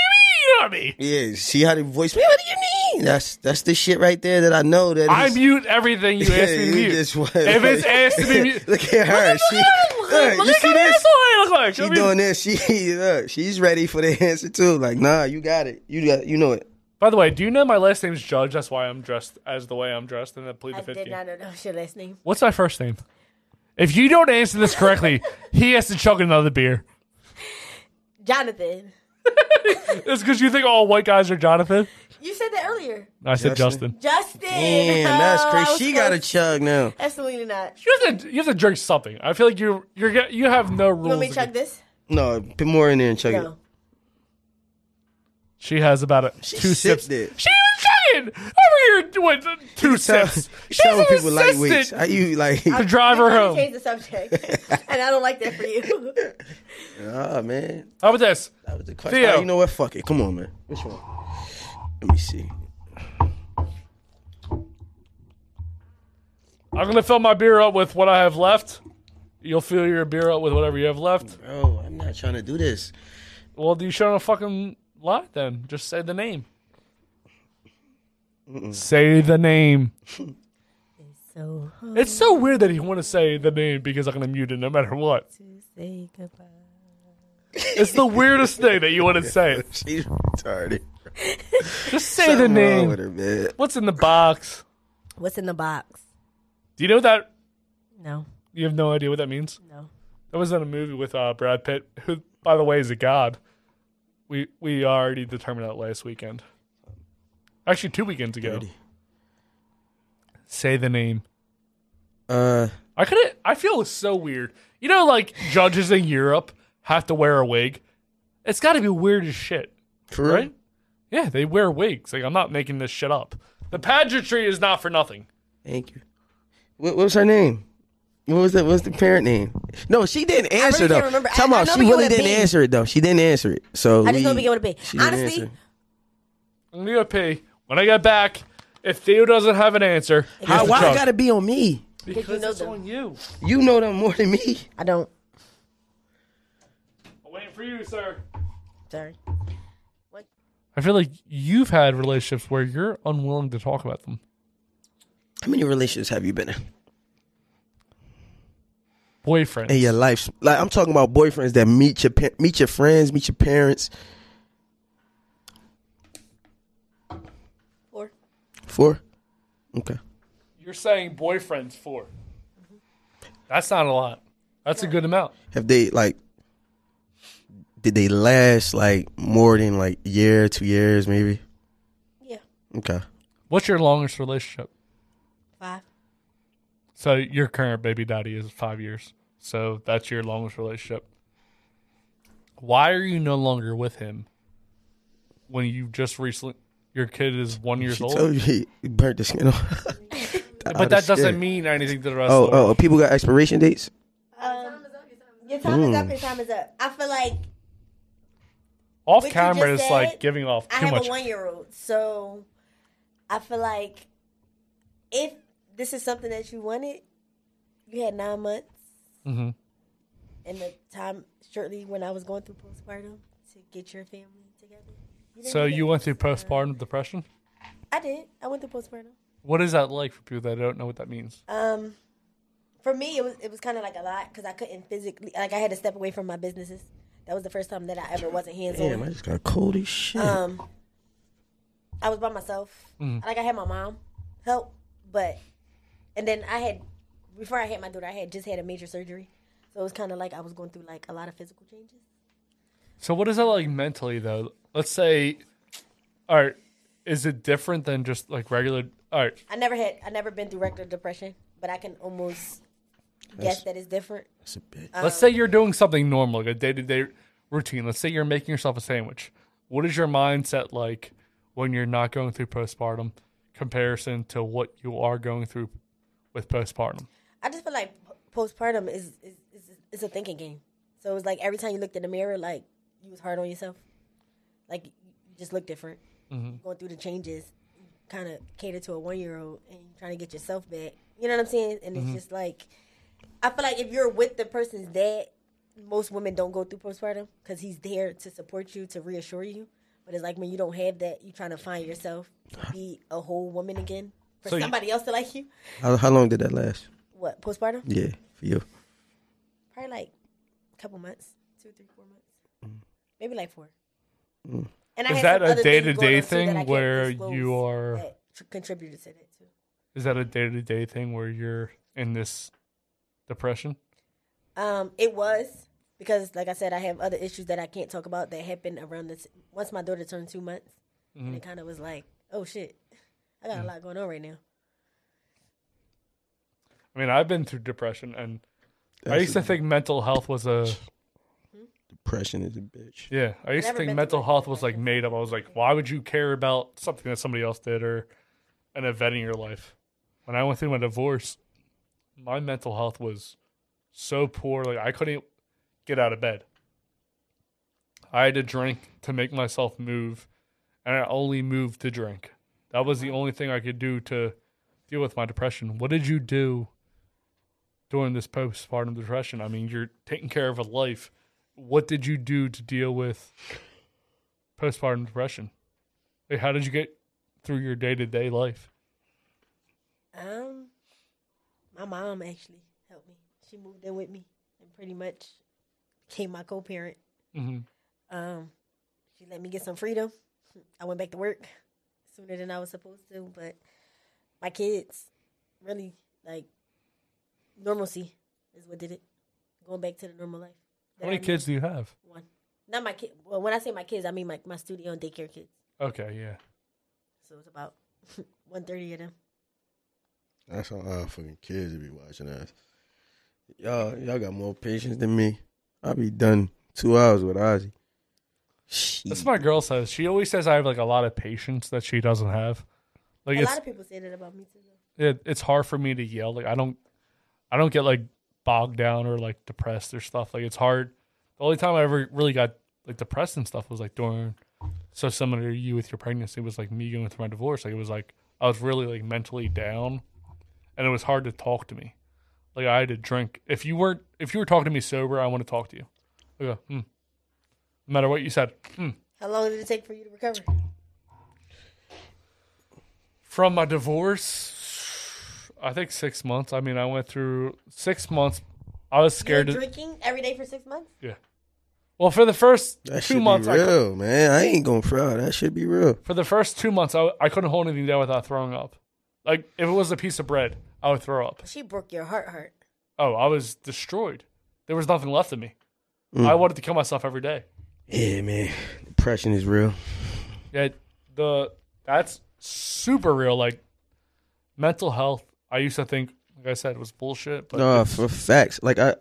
[SPEAKER 2] you know me?
[SPEAKER 1] Yeah, see how the voice. What do you mean? That's that's the shit right there that I know that
[SPEAKER 2] I
[SPEAKER 1] is-
[SPEAKER 2] mute everything you ask me to
[SPEAKER 1] You
[SPEAKER 2] mute.
[SPEAKER 1] just want-
[SPEAKER 2] if it's asked to be muted,
[SPEAKER 1] Look at her. She, look,
[SPEAKER 2] look
[SPEAKER 1] you
[SPEAKER 2] at
[SPEAKER 1] see
[SPEAKER 2] how
[SPEAKER 1] this?
[SPEAKER 2] asshole I look like.
[SPEAKER 1] She
[SPEAKER 2] I mean,
[SPEAKER 1] doing this. She look, she's ready for the answer too. Like, nah, you got it. You got you know it.
[SPEAKER 2] By the way, do you know my last name's Judge? That's why I'm dressed as the way I'm dressed, and I plead
[SPEAKER 4] I
[SPEAKER 2] the fifth.
[SPEAKER 4] did not know that was your last name.
[SPEAKER 2] What's my first name? If you don't answer this correctly, he has to chug another beer.
[SPEAKER 4] Jonathan.
[SPEAKER 2] It's because you think all white guys are Jonathan.
[SPEAKER 4] You said that earlier.
[SPEAKER 2] I said
[SPEAKER 1] Justin.
[SPEAKER 2] Justin.
[SPEAKER 4] Justin.
[SPEAKER 1] Damn, that's
[SPEAKER 4] Oh, I was
[SPEAKER 1] crazy. She got a
[SPEAKER 4] close.
[SPEAKER 1] chug now.
[SPEAKER 4] Absolutely not.
[SPEAKER 2] You have to you have to drink something. I feel like you you're get- you have no rules.
[SPEAKER 4] You want me to chug this?
[SPEAKER 1] No, put more in there and chug
[SPEAKER 4] No.
[SPEAKER 2] She has about a,
[SPEAKER 1] She
[SPEAKER 2] two
[SPEAKER 1] sipped it.
[SPEAKER 2] sips. She was chugging over here doing uh, two
[SPEAKER 1] it. Tell-
[SPEAKER 2] sips. She's
[SPEAKER 1] Telling people lightweights.
[SPEAKER 2] insistent
[SPEAKER 1] Are you like?
[SPEAKER 2] to drive her
[SPEAKER 4] I'm trying to
[SPEAKER 2] home.
[SPEAKER 4] Change the subject, and I don't like that for you.
[SPEAKER 1] Nah, man.
[SPEAKER 2] How about this?
[SPEAKER 1] That was the question.
[SPEAKER 2] Theo.
[SPEAKER 1] Oh, you know what? Fuck it. Come on, man. Which one? Let me see.
[SPEAKER 2] I'm gonna fill my beer up with what I have left. You'll fill your beer up with whatever you have left.
[SPEAKER 1] Bro, I'm not trying to do this.
[SPEAKER 2] Well, you shouldn't have fucking lie then. Just say the name. Say the name.
[SPEAKER 4] so hard
[SPEAKER 2] It's so weird that he want to say the name because I'm gonna mute it no matter what.
[SPEAKER 4] to say goodbye.
[SPEAKER 2] It's the weirdest thing that you want to say. it.
[SPEAKER 1] She's retarded.
[SPEAKER 2] Just say the
[SPEAKER 1] Something wrong
[SPEAKER 2] name.
[SPEAKER 1] with her, man.
[SPEAKER 2] What's in the box?
[SPEAKER 4] What's in the box?
[SPEAKER 2] Do you know that?
[SPEAKER 4] No,
[SPEAKER 2] You have no idea what that means.
[SPEAKER 4] no.
[SPEAKER 2] That was in a movie with uh, Brad Pitt, who, by the way, is a god. We we already determined that last weekend. Actually, two weekends ago. Say the name.
[SPEAKER 1] Uh,
[SPEAKER 2] I couldn't. I feel it's so weird. You know, like judges in Europe have to wear a wig. It's got to be weird as shit,
[SPEAKER 1] for real?
[SPEAKER 2] right? Yeah, they wear wigs. Like I'm not making this shit up. The pageantry is not for nothing.
[SPEAKER 1] Thank you. What, what was her name? What was the what was the parent name? No, she didn't answer
[SPEAKER 4] can't
[SPEAKER 1] though.
[SPEAKER 4] remember. I-
[SPEAKER 1] Tell me,
[SPEAKER 4] I know
[SPEAKER 1] she
[SPEAKER 4] we
[SPEAKER 1] really
[SPEAKER 4] went
[SPEAKER 1] didn't
[SPEAKER 4] B.
[SPEAKER 1] answer it though. She didn't answer it. So
[SPEAKER 4] I just
[SPEAKER 1] we-
[SPEAKER 4] don't think it would be.
[SPEAKER 1] she didn't
[SPEAKER 4] Honestly,
[SPEAKER 1] answer.
[SPEAKER 2] I'm gonna go pee. When I get back, if Theo doesn't have an answer, he has
[SPEAKER 1] How-
[SPEAKER 2] to
[SPEAKER 1] why
[SPEAKER 2] chug.
[SPEAKER 1] it gotta be on me?
[SPEAKER 2] because
[SPEAKER 4] you know
[SPEAKER 2] it's
[SPEAKER 4] them?
[SPEAKER 2] on you.
[SPEAKER 1] You know them more than me.
[SPEAKER 4] I don't.
[SPEAKER 2] I'm waiting for you, sir.
[SPEAKER 4] Sorry.
[SPEAKER 2] I feel like you've had relationships where you're unwilling to talk about them.
[SPEAKER 1] How many relationships have you been in
[SPEAKER 2] Boyfriend.
[SPEAKER 1] in your life? Like I'm talking about boyfriends that meet your pa- meet your friends, meet your parents.
[SPEAKER 4] Four.
[SPEAKER 1] Four. Okay.
[SPEAKER 2] You're saying boyfriends 4 That's not a lot. That's a good amount.
[SPEAKER 1] Have they like? Did they last like more than like a year, two years, maybe?
[SPEAKER 4] Yeah.
[SPEAKER 1] Okay.
[SPEAKER 2] What's your longest relationship?
[SPEAKER 4] Five.
[SPEAKER 2] So your current baby daddy is five years. So that's your longest relationship. Why are you no longer with him when you just recently your kid is one years
[SPEAKER 1] She
[SPEAKER 2] old?
[SPEAKER 1] told you he he burnt the skin off.
[SPEAKER 2] But that doesn't mean anything to the rest
[SPEAKER 1] Oh,
[SPEAKER 2] of the
[SPEAKER 1] oh, people got expiration dates.
[SPEAKER 4] Um, your time is up.
[SPEAKER 1] Mm.
[SPEAKER 4] Your time is up. I feel like
[SPEAKER 2] Off
[SPEAKER 4] What you
[SPEAKER 2] camera is
[SPEAKER 4] just
[SPEAKER 2] like
[SPEAKER 4] said,
[SPEAKER 2] giving off
[SPEAKER 4] I
[SPEAKER 2] too
[SPEAKER 4] have
[SPEAKER 2] much.
[SPEAKER 4] a one year old, so I feel like if this is something that you wanted, you had nine months,
[SPEAKER 2] Mhm.
[SPEAKER 4] and the time shortly when I was going through postpartum to get your family together. didn't
[SPEAKER 2] So
[SPEAKER 4] do that.
[SPEAKER 2] you went through postpartum depression.
[SPEAKER 4] I did. I went through postpartum.
[SPEAKER 2] What is that like for people that don't know what that means?
[SPEAKER 4] Um, for me, it was it was kind of like a lot because I couldn't physically like I had to step away from my businesses. That was the first time that I ever wasn't hands on.
[SPEAKER 1] Damn, I just got cold as shit.
[SPEAKER 2] Uh,
[SPEAKER 4] Um, I was by myself.
[SPEAKER 1] Mhm.
[SPEAKER 4] Like I had my mom help, but and then I had before I had my daughter, I had just had a major surgery, so it was kind of like I was going through like a lot of physical changes.
[SPEAKER 2] So what is that like mentally though? Let's say, all right, is it different than just like regular? All right,
[SPEAKER 4] I never had I never been through rectal depression, but I can almost
[SPEAKER 2] That's-
[SPEAKER 4] guess that it's different.
[SPEAKER 1] That's a bit.
[SPEAKER 2] let's say you're doing something normal, like a day to day routine. Let's say you're making yourself a sandwich. What is your mindset like when you're not going through postpartum comparison to what you are going through with postpartum?
[SPEAKER 4] I just feel like p- postpartum is is, is is a thinking game. So it was like every time you looked in the mirror, like you was hard on yourself, like you just look different.
[SPEAKER 1] Mm-hmm.
[SPEAKER 2] Mhm.
[SPEAKER 4] Going through the changes, kind of cater to a one year old and you're trying to get yourself back. You know what I'm saying? And
[SPEAKER 1] Mm-hmm.
[SPEAKER 11] Mhm.
[SPEAKER 4] it's just like I feel like if you're with the person's dad, most women don't go through postpartum because he's there to support you to reassure you. But it's like when you don't have that, you're trying to find yourself to be a whole woman again for
[SPEAKER 1] So you-
[SPEAKER 4] somebody else to like you.
[SPEAKER 1] How, how long did that last?
[SPEAKER 4] What postpartum?
[SPEAKER 1] Yeah, for you.
[SPEAKER 4] probably like a couple months, two, three, four months, maybe like four.
[SPEAKER 1] Mm.
[SPEAKER 4] And
[SPEAKER 2] Is
[SPEAKER 4] had
[SPEAKER 2] that
[SPEAKER 4] some
[SPEAKER 2] a
[SPEAKER 4] other things
[SPEAKER 2] day-to-day
[SPEAKER 4] going on, too, that
[SPEAKER 2] thing
[SPEAKER 4] I can't
[SPEAKER 2] where
[SPEAKER 4] disclose
[SPEAKER 2] you are-
[SPEAKER 4] that tr- contributed to that too?
[SPEAKER 2] Is that a day to day thing where you're in this depression?
[SPEAKER 4] Um, it was because, like I said, I have other issues that I can't talk about that happened around this. Once my daughter turned two months, and it
[SPEAKER 2] Mhm.
[SPEAKER 4] kind of was like, oh shit, I got
[SPEAKER 2] Mhm.
[SPEAKER 4] a lot going on right now.
[SPEAKER 2] I mean, I've been through depression, and I
[SPEAKER 1] That's
[SPEAKER 2] used to
[SPEAKER 1] a-
[SPEAKER 2] think mental health was a
[SPEAKER 1] Depression is a bitch.
[SPEAKER 2] yeah. I used to
[SPEAKER 4] Never
[SPEAKER 2] think
[SPEAKER 4] been
[SPEAKER 2] mental health was like made up. I was like, why would you care about something that somebody else did or an event in your life? When I went through my divorce, my mental health was so poor. Like I couldn't get out of bed. I had to drink to make myself move, and I only moved to drink. That was the only thing I could do to deal with my depression. What did you do during this postpartum depression? I mean, you're taking care of a life. What did you do to deal with postpartum depression? Like, how did you get through your day to day life?
[SPEAKER 4] Um, my mom actually helped me. She moved in with me and pretty much became my co-parent.
[SPEAKER 2] Mhm.
[SPEAKER 4] Um, she let me get some freedom. I went back to work sooner than I was supposed to, but my kids really like normalcy is what did it. Going back to the normal life.
[SPEAKER 2] How many kids do you have?
[SPEAKER 4] One. Not my kid. Well, when I say my kids, I mean my my studio and daycare kids.
[SPEAKER 2] Okay, yeah.
[SPEAKER 4] So it's about one thirty of them.
[SPEAKER 1] That's how our fucking kids be watching us. Y'all, y'all got more patience than me. I'll be done two hours with Ozzy.
[SPEAKER 2] That's what my girl says. She always says I have like a lot of patience that she doesn't have. Like
[SPEAKER 4] a
[SPEAKER 2] it's
[SPEAKER 4] lot of people say that about me too.
[SPEAKER 2] it, it's hard for me to yell. Like I don't, I don't get like bogged down or like depressed or stuff. Like it's hard. The only time I ever really got like depressed and stuff was like during. So similar to you with your pregnancy was like me going through my divorce. Like it was like I was really like mentally down, and it was hard to talk to me. Like I had to drink. If you weren't, if you were talking to me sober, I want to talk to you. I go, hmm. No matter what you said, hmm.
[SPEAKER 4] How long did it take for you to recover?
[SPEAKER 2] from my divorce i think six months i mean i went through six months i was
[SPEAKER 4] You were
[SPEAKER 2] scared to,
[SPEAKER 4] drinking every day for six months.
[SPEAKER 2] yeah well for the first
[SPEAKER 1] That should
[SPEAKER 2] two months
[SPEAKER 1] be
[SPEAKER 2] I, cou-
[SPEAKER 1] real, man. I ain't gonna fry. That should be real.
[SPEAKER 2] for the first two months I, I couldn't hold anything down without throwing up like if it was a piece of bread i would throw up
[SPEAKER 4] She broke your heart, heart.
[SPEAKER 2] oh i was destroyed there was nothing left of me
[SPEAKER 1] Mm.
[SPEAKER 2] i wanted to kill myself every day
[SPEAKER 1] Yeah, man. Depression is real.
[SPEAKER 2] Yeah, the that's super real. Like mental health, I used to think, like I said, was bullshit. But
[SPEAKER 1] No, for facts. Like I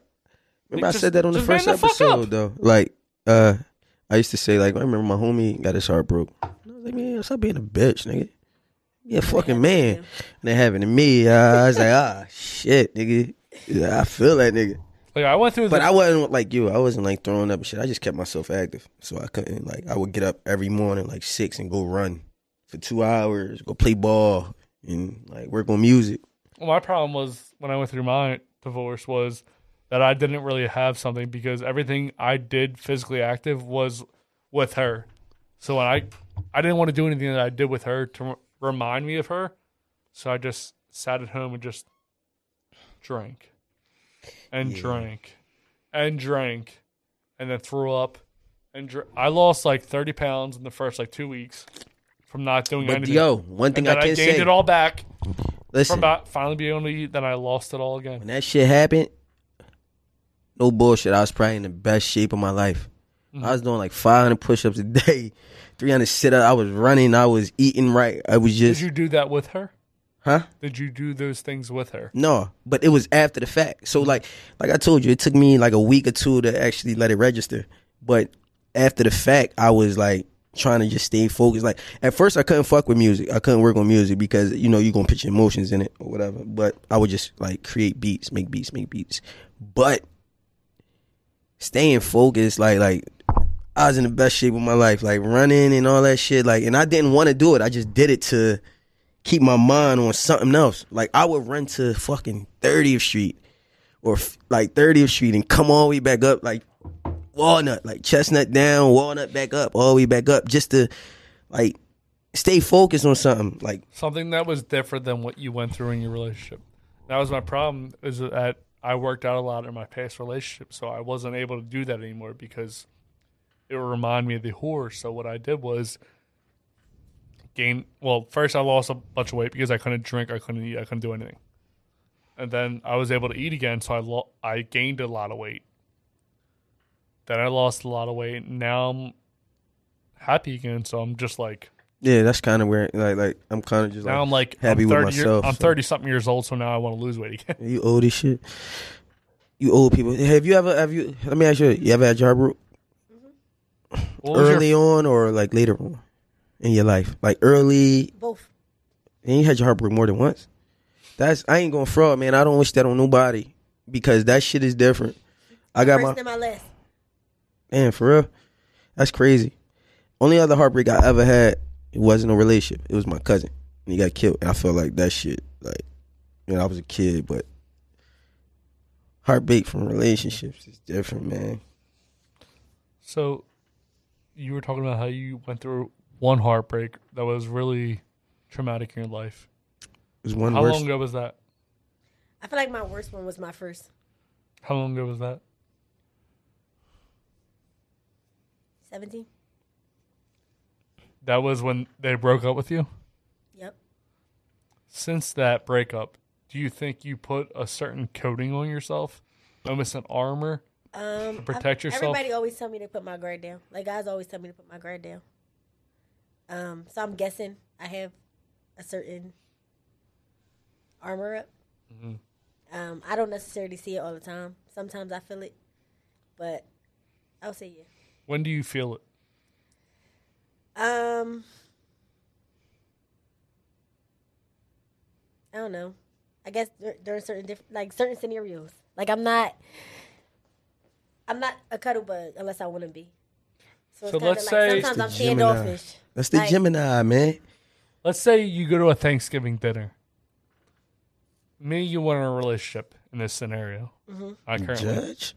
[SPEAKER 1] remember, I
[SPEAKER 2] Just-
[SPEAKER 1] said that on the
[SPEAKER 2] just man
[SPEAKER 1] first
[SPEAKER 2] the fuck up.
[SPEAKER 1] episode though. Like, uh, I used to say like I remember my homie got his heart broke. I was like, man, stop being a bitch, nigga. Yeah, fucking man. And that happened to me. Uh, I was like, ah, shit, nigga. Yeah, I feel that nigga.
[SPEAKER 2] like I went through.
[SPEAKER 1] But
[SPEAKER 2] the,
[SPEAKER 1] I wasn't like you. I wasn't like throwing up and shit. I just kept myself active, so I couldn't like. I would get up every morning like six and go run for two hours, go play ball, and like work on music.
[SPEAKER 2] Well, my problem was when I went through my divorce was that I didn't really have something because everything I did physically active was with her. So when I I didn't want to do anything that I did with her to r- remind me of her, so I just sat at home and just drank and
[SPEAKER 1] Yeah.
[SPEAKER 2] drank and drank and then threw up and dr- I lost like 30 pounds in the first like 2 weeks from not doing
[SPEAKER 1] But,
[SPEAKER 2] anything.
[SPEAKER 1] yo, one thing
[SPEAKER 2] and then
[SPEAKER 1] I can
[SPEAKER 2] gained
[SPEAKER 1] say-
[SPEAKER 2] it all back
[SPEAKER 1] Listen,
[SPEAKER 2] from about finally being able to eat, then I lost it all again.
[SPEAKER 1] when that shit happened, no bullshit. I was probably in the best shape of my life.
[SPEAKER 2] Mm-hmm.
[SPEAKER 1] I was doing like 500 push-ups a day, 300 sit-ups. I was running. I was eating right. I was
[SPEAKER 2] Did
[SPEAKER 1] just,
[SPEAKER 2] you do that with her?
[SPEAKER 1] huh?
[SPEAKER 2] Did you do those things with her?
[SPEAKER 1] No, but it was after the fact. So like, like I told you, it took me like a week or two to actually let it register. But after the fact, I was like trying to just stay focused. Like at first, I couldn't fuck with music. I couldn't work on music because you know you gonna put your emotions in it or whatever. But I would just like create beats, make beats, make beats. But staying focused, like like. I was in the best shape of my life, like running and all that shit. Like, and I didn't want to do it. I just did it to keep my mind on something else. Like I would run to fucking 30th Street or f- like 30th Street and come all the way back up like Walnut, like Chestnut down, Walnut back up, all the way back up just to like stay focused on something. Like
[SPEAKER 2] Something that was different than what you went through in your relationship. That was my problem. Is that I worked out a lot in my past relationship, so I wasn't able to do that anymore because it would remind me of the horror. So what I did was gain. Well, first I lost a bunch of weight because I couldn't drink, I couldn't eat, I couldn't do anything, and then I was able to eat again. So I lo- I gained a lot of weight. Then I lost a lot of weight. Now I'm happy again. So I'm just like
[SPEAKER 1] yeah, that's kind of where like like I'm kind of just
[SPEAKER 2] now I'm like
[SPEAKER 1] happy
[SPEAKER 2] I'm
[SPEAKER 1] with
[SPEAKER 2] 30
[SPEAKER 1] myself.
[SPEAKER 2] Year, I'm
[SPEAKER 1] so.
[SPEAKER 2] thirty something years old, so now I want to lose weight again.
[SPEAKER 1] You old as shit. You old people. Have you ever have you? Let me ask you. You ever had your heart broke?
[SPEAKER 2] What was your-
[SPEAKER 1] early on or like later on in your life? Like early
[SPEAKER 4] Both.
[SPEAKER 1] And you had your heart broke more than once. That's I ain't gonna fraud, man. I don't wish that on nobody because that shit is different. I got
[SPEAKER 4] First
[SPEAKER 1] my
[SPEAKER 4] and my last.
[SPEAKER 1] man for real. That's crazy. Only other heartbreak I ever had it wasn't a relationship. It was my cousin, and he got killed. And I felt like that shit. Like, you know, I was a kid, but heartbreak from relationships is different, man.
[SPEAKER 2] so you were talking about how you went through one heartbreak that was really traumatic in your life.
[SPEAKER 1] It was one
[SPEAKER 2] how
[SPEAKER 1] worse.
[SPEAKER 2] long ago was that?
[SPEAKER 4] I feel like my worst one was my first.
[SPEAKER 2] How long ago was that?
[SPEAKER 4] 17?
[SPEAKER 2] That was when they broke up with you.
[SPEAKER 4] Yep.
[SPEAKER 2] Since that breakup, do you think you put a certain coating on yourself, almost an armor?
[SPEAKER 4] Um,
[SPEAKER 2] To protect
[SPEAKER 4] I-
[SPEAKER 2] yourself?
[SPEAKER 4] Everybody always tell me to put my guard down. Like guys always tell me to put my guard down. Um, so I'm guessing I have a certain armor up.
[SPEAKER 2] Mm-hmm.
[SPEAKER 4] Um, I don't necessarily see it all the time. Sometimes I feel it, but I'll say yeah.
[SPEAKER 2] When do you feel it?
[SPEAKER 4] Um, I don't know. I guess dur- during certain diff- like certain scenarios, like I'm not, I'm not a cuddle bug unless I want to be. So, it's
[SPEAKER 2] So
[SPEAKER 4] kinda
[SPEAKER 2] let's
[SPEAKER 4] like
[SPEAKER 2] say-
[SPEAKER 4] sometimes I'm
[SPEAKER 1] That's the Gemini.
[SPEAKER 4] standoffish.
[SPEAKER 1] That's the
[SPEAKER 4] Like-
[SPEAKER 1] Gemini, man.
[SPEAKER 2] Let's say you go to a Thanksgiving dinner. Me, and you want a relationship in this scenario. I currently.
[SPEAKER 1] Judge.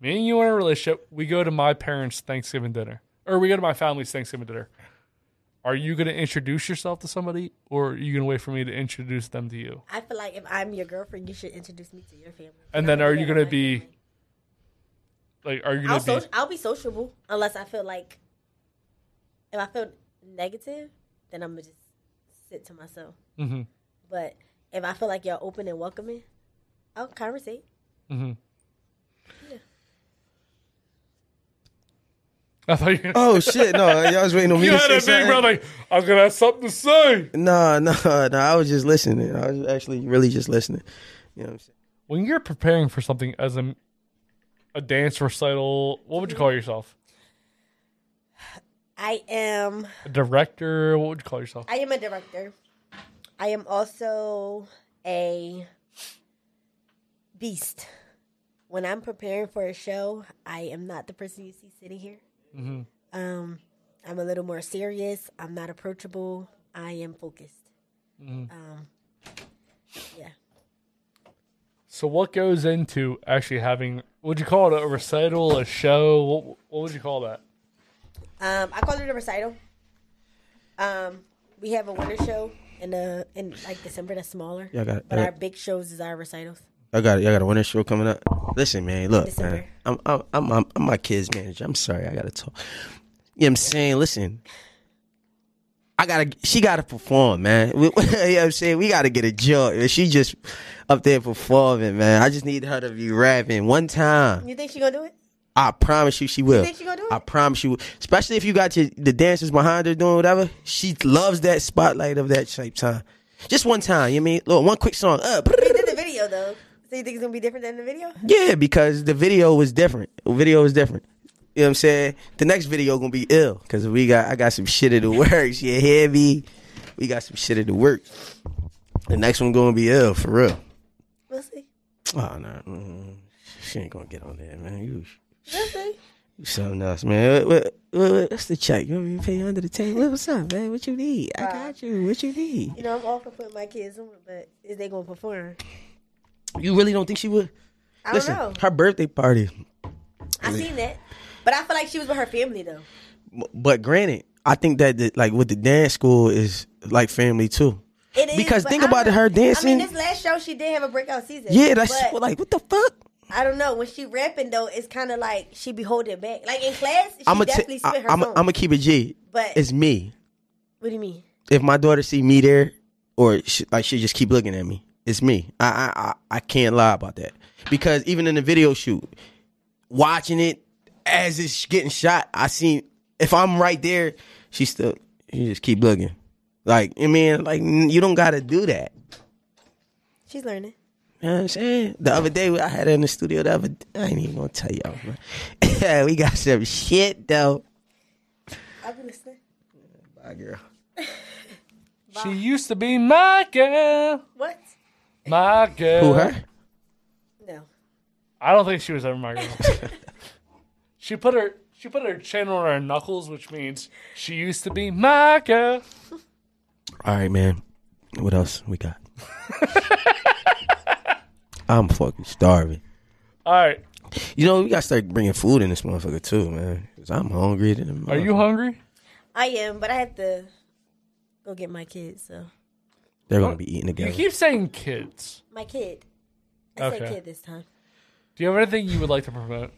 [SPEAKER 2] Me and you in a relationship. We go to my parents' Thanksgiving dinner, or we go to my family's Thanksgiving dinner. Are you going to introduce yourself to somebody, or are you going to wait for me to introduce them to you?
[SPEAKER 4] I feel like if I'm your girlfriend, you should introduce me to your family.
[SPEAKER 2] And then are you
[SPEAKER 4] Yeah,
[SPEAKER 2] going to
[SPEAKER 4] my
[SPEAKER 2] be
[SPEAKER 4] family.
[SPEAKER 2] like, are you
[SPEAKER 4] I'll,
[SPEAKER 2] going to
[SPEAKER 4] so-
[SPEAKER 2] be?
[SPEAKER 4] I'll be sociable unless I feel like if I feel negative, then I'm gonna just sit to myself.
[SPEAKER 2] Mhm.
[SPEAKER 4] But if I feel like y'all open and welcoming, I'll conversate.
[SPEAKER 2] Mhm. I thought you.
[SPEAKER 1] Oh shit! No, I was waiting on me.
[SPEAKER 2] You
[SPEAKER 1] to
[SPEAKER 2] had
[SPEAKER 1] say
[SPEAKER 2] a big
[SPEAKER 1] something.
[SPEAKER 2] brother. Like, I was gonna have something to say.
[SPEAKER 1] No, no, no. I was just listening. I was actually really just listening. You know what I'm saying?
[SPEAKER 2] When you're preparing for something as a a dance recital, what would you call yourself?
[SPEAKER 4] I am.
[SPEAKER 2] A director? What would you call yourself?
[SPEAKER 4] I am a director. I am also a beast. When I'm preparing for a show, I am not the person you see sitting here.
[SPEAKER 2] Mhm.
[SPEAKER 4] Um, I'm a little more serious. I'm not approachable. I am focused.
[SPEAKER 2] Mhm.
[SPEAKER 4] Um, yeah.
[SPEAKER 2] So what goes into actually having? Would you call it a recital, a show? What, what would you call that?
[SPEAKER 4] Um, I call it a recital. Um, we have a winter show in the in like December that's smaller.
[SPEAKER 1] Yeah, I got it.
[SPEAKER 4] But
[SPEAKER 1] I got
[SPEAKER 4] our
[SPEAKER 1] it.
[SPEAKER 4] big shows is our recitals.
[SPEAKER 1] I got it. I got a winter show coming up. Listen, man. Look,
[SPEAKER 4] December.
[SPEAKER 1] man, I'm, I'm I'm I'm I'm my kids manager. I'm sorry. I gotta talk. You know what I'm saying? Listen. I gotta. She gotta perform, man. We, you know what I'm saying? We gotta get a job. She just up there performing, man. I just need her to be rapping one time.
[SPEAKER 4] You think she gonna do it?
[SPEAKER 1] I promise you, she will.
[SPEAKER 4] think she gonna do
[SPEAKER 1] I promise you, especially if you got your, the dancers behind her doing whatever. She loves that spotlight of that type time. Just one time, you know what I mean? Look, one quick song. Uh,
[SPEAKER 4] We did the video though. So you think it's gonna be different than the video?
[SPEAKER 1] yeah, because the video was different. The video was different. You know what I'm saying? The next video gonna be ill because we got I got some shit at the works. You hear me? We got some shit at the works. The next one gonna be ill for real.
[SPEAKER 4] We'll see.
[SPEAKER 1] Oh no, mm, she ain't gonna get on there, man. You,
[SPEAKER 4] We'll see.
[SPEAKER 1] you something else, man. What, what, what, what- what's the check? You want me to pay you under the table? What's up, man? What you need? I got you. What you need?
[SPEAKER 4] You know, I'm all for putting my kids on, but is they gonna perform?
[SPEAKER 1] You really don't think she would?
[SPEAKER 4] I don't
[SPEAKER 1] Listen,
[SPEAKER 4] know.
[SPEAKER 1] her birthday party.
[SPEAKER 4] I seen that, but I feel like she was with her family though.
[SPEAKER 1] But granted, I think that the, like with the dance school is like family too.
[SPEAKER 4] It is
[SPEAKER 1] Because
[SPEAKER 4] but
[SPEAKER 1] think
[SPEAKER 4] I
[SPEAKER 1] about
[SPEAKER 4] don't-
[SPEAKER 1] her
[SPEAKER 4] I
[SPEAKER 1] dancing.
[SPEAKER 4] mean, this last show she did have a breakout season.
[SPEAKER 1] Yeah, that's
[SPEAKER 4] but
[SPEAKER 1] like what the fuck.
[SPEAKER 4] I don't know when she rapping though. It's kind of like she be holding back. Like in class, she
[SPEAKER 1] I'm
[SPEAKER 4] definitely spit her
[SPEAKER 1] I'm
[SPEAKER 4] song.
[SPEAKER 1] gonna keep it G.
[SPEAKER 4] But-
[SPEAKER 1] it's me.
[SPEAKER 4] what do you mean?
[SPEAKER 1] If my daughter see me there, or she, like she just keep looking at me, it's me. I, I I I can't lie about that because even in the video shoot, watching it as it's getting shot, I seen if I'm right there, she still she just keep looking. Like I mean, like you don't gotta do that.
[SPEAKER 4] She's learning.
[SPEAKER 1] You know what I'm saying? The other day, I had her in the studio. The other day, I ain't even gonna tell y'all, man. we got some shit though.
[SPEAKER 4] I've been listening.
[SPEAKER 1] Bye, girl.
[SPEAKER 2] She used to be my girl.
[SPEAKER 4] What?
[SPEAKER 2] My girl.
[SPEAKER 1] Who her?
[SPEAKER 4] No.
[SPEAKER 2] I don't think she was ever my girl. she put her she put her chin on her knuckles, which means she used to be my girl.
[SPEAKER 1] All right, man. What else we got? I'm fucking starving.
[SPEAKER 2] All right,
[SPEAKER 1] You know, we gotta start bringing food in this motherfucker too, man. Cause I'm hungry. Than a
[SPEAKER 2] are you
[SPEAKER 1] motherfucker.
[SPEAKER 2] hungry?
[SPEAKER 4] I am, but I have to go get my kids. So
[SPEAKER 1] They're gonna be eating
[SPEAKER 2] You
[SPEAKER 1] together.
[SPEAKER 2] keep saying kids.
[SPEAKER 4] my kid. I said
[SPEAKER 2] Okay.
[SPEAKER 4] kid this time.
[SPEAKER 2] Do you have anything you would like to promote?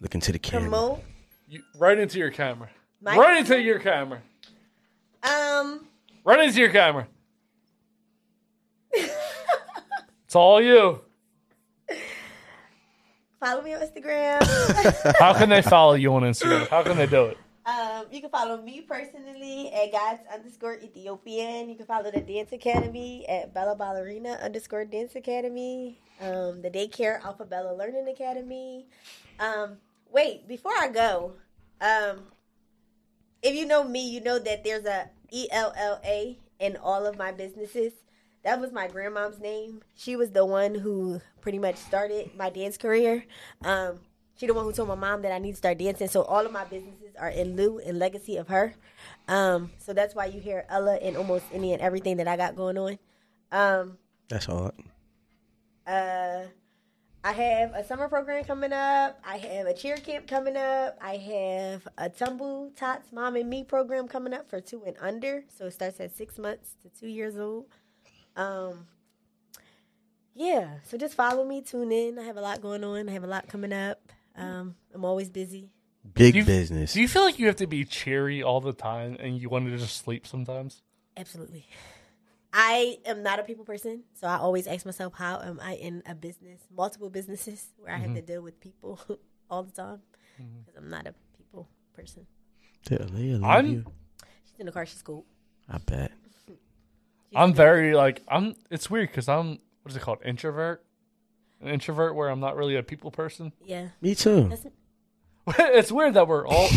[SPEAKER 1] Look into the camera.
[SPEAKER 4] Promote.
[SPEAKER 2] You, right into your camera.
[SPEAKER 4] My-
[SPEAKER 2] right into your camera.
[SPEAKER 4] Um.
[SPEAKER 2] Right into your camera. it's all you.
[SPEAKER 4] Follow me on Instagram.
[SPEAKER 2] How can they follow you on Instagram? How can they do it?
[SPEAKER 4] um, you can follow me personally at guys underscore Ethiopian. You can follow the Dance Academy at Bella Ballerina underscore Dance Academy. Um, the daycare Alpha Bella Learning Academy. Um, wait, before I go, um, if you know me, you know that there's a E L L A in all of my businesses. That was my grandmom's name. She was the one who pretty much started my dance career. Um, she the one who told my mom that I need to start dancing. So all of my businesses are in lieu and legacy of her. Um, so that's why you hear Ella in almost any and everything that I got going on. Um,
[SPEAKER 1] That's hard.
[SPEAKER 4] uh, I have a summer program coming up. I have a cheer camp coming up. I have a Tumble Tots Mom and Me program coming up for two and under. So it starts at six months to two years old. Um, yeah. So just follow me, tune in. I have a lot going on. I have a lot coming up. Um, I'm always busy.
[SPEAKER 1] Big
[SPEAKER 2] Do you-
[SPEAKER 1] business.
[SPEAKER 2] Do you feel like you have to be cheery all the time and you want to just sleep sometimes?
[SPEAKER 4] Absolutely. I am not a people person, so I always ask myself, how am I in a business,
[SPEAKER 1] Mm-hmm.
[SPEAKER 4] multiple businesses, where I have to deal with people all the time? Because I'm not a people person.
[SPEAKER 1] Yeah, they love
[SPEAKER 2] I'm-
[SPEAKER 1] you.
[SPEAKER 4] She's in the car. She's cool.
[SPEAKER 1] I bet.
[SPEAKER 2] I'm very like I'm. It's weird because I'm what is it called? Introvert. An introvert where I'm not really a people person.
[SPEAKER 4] Yeah.
[SPEAKER 1] Me too.
[SPEAKER 4] That's-
[SPEAKER 2] it's weird that we're all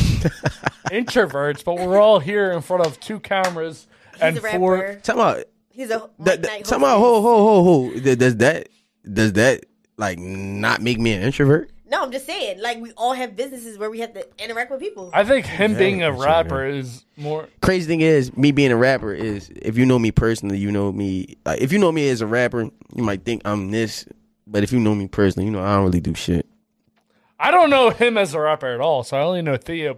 [SPEAKER 2] introverts, but we're all here in front of two cameras and
[SPEAKER 4] He's a
[SPEAKER 2] four.
[SPEAKER 4] rapper.
[SPEAKER 1] Talk about
[SPEAKER 4] He's a
[SPEAKER 1] that.
[SPEAKER 4] that,
[SPEAKER 1] that talk about ho ho ho ho. Th- Does that does that like not make me an introvert?
[SPEAKER 4] No, I'm just saying. Like we all have businesses where we have to interact with people.
[SPEAKER 2] I think him being a
[SPEAKER 1] introvert.
[SPEAKER 2] rapper is more.
[SPEAKER 1] Crazy thing is, me being a rapper is if you know me personally, you know me. Like if you know me as a rapper, you might think I'm this, but if you know me personally, you know I don't really do shit.
[SPEAKER 2] I don't know him as a rapper at all, so I only know Theo.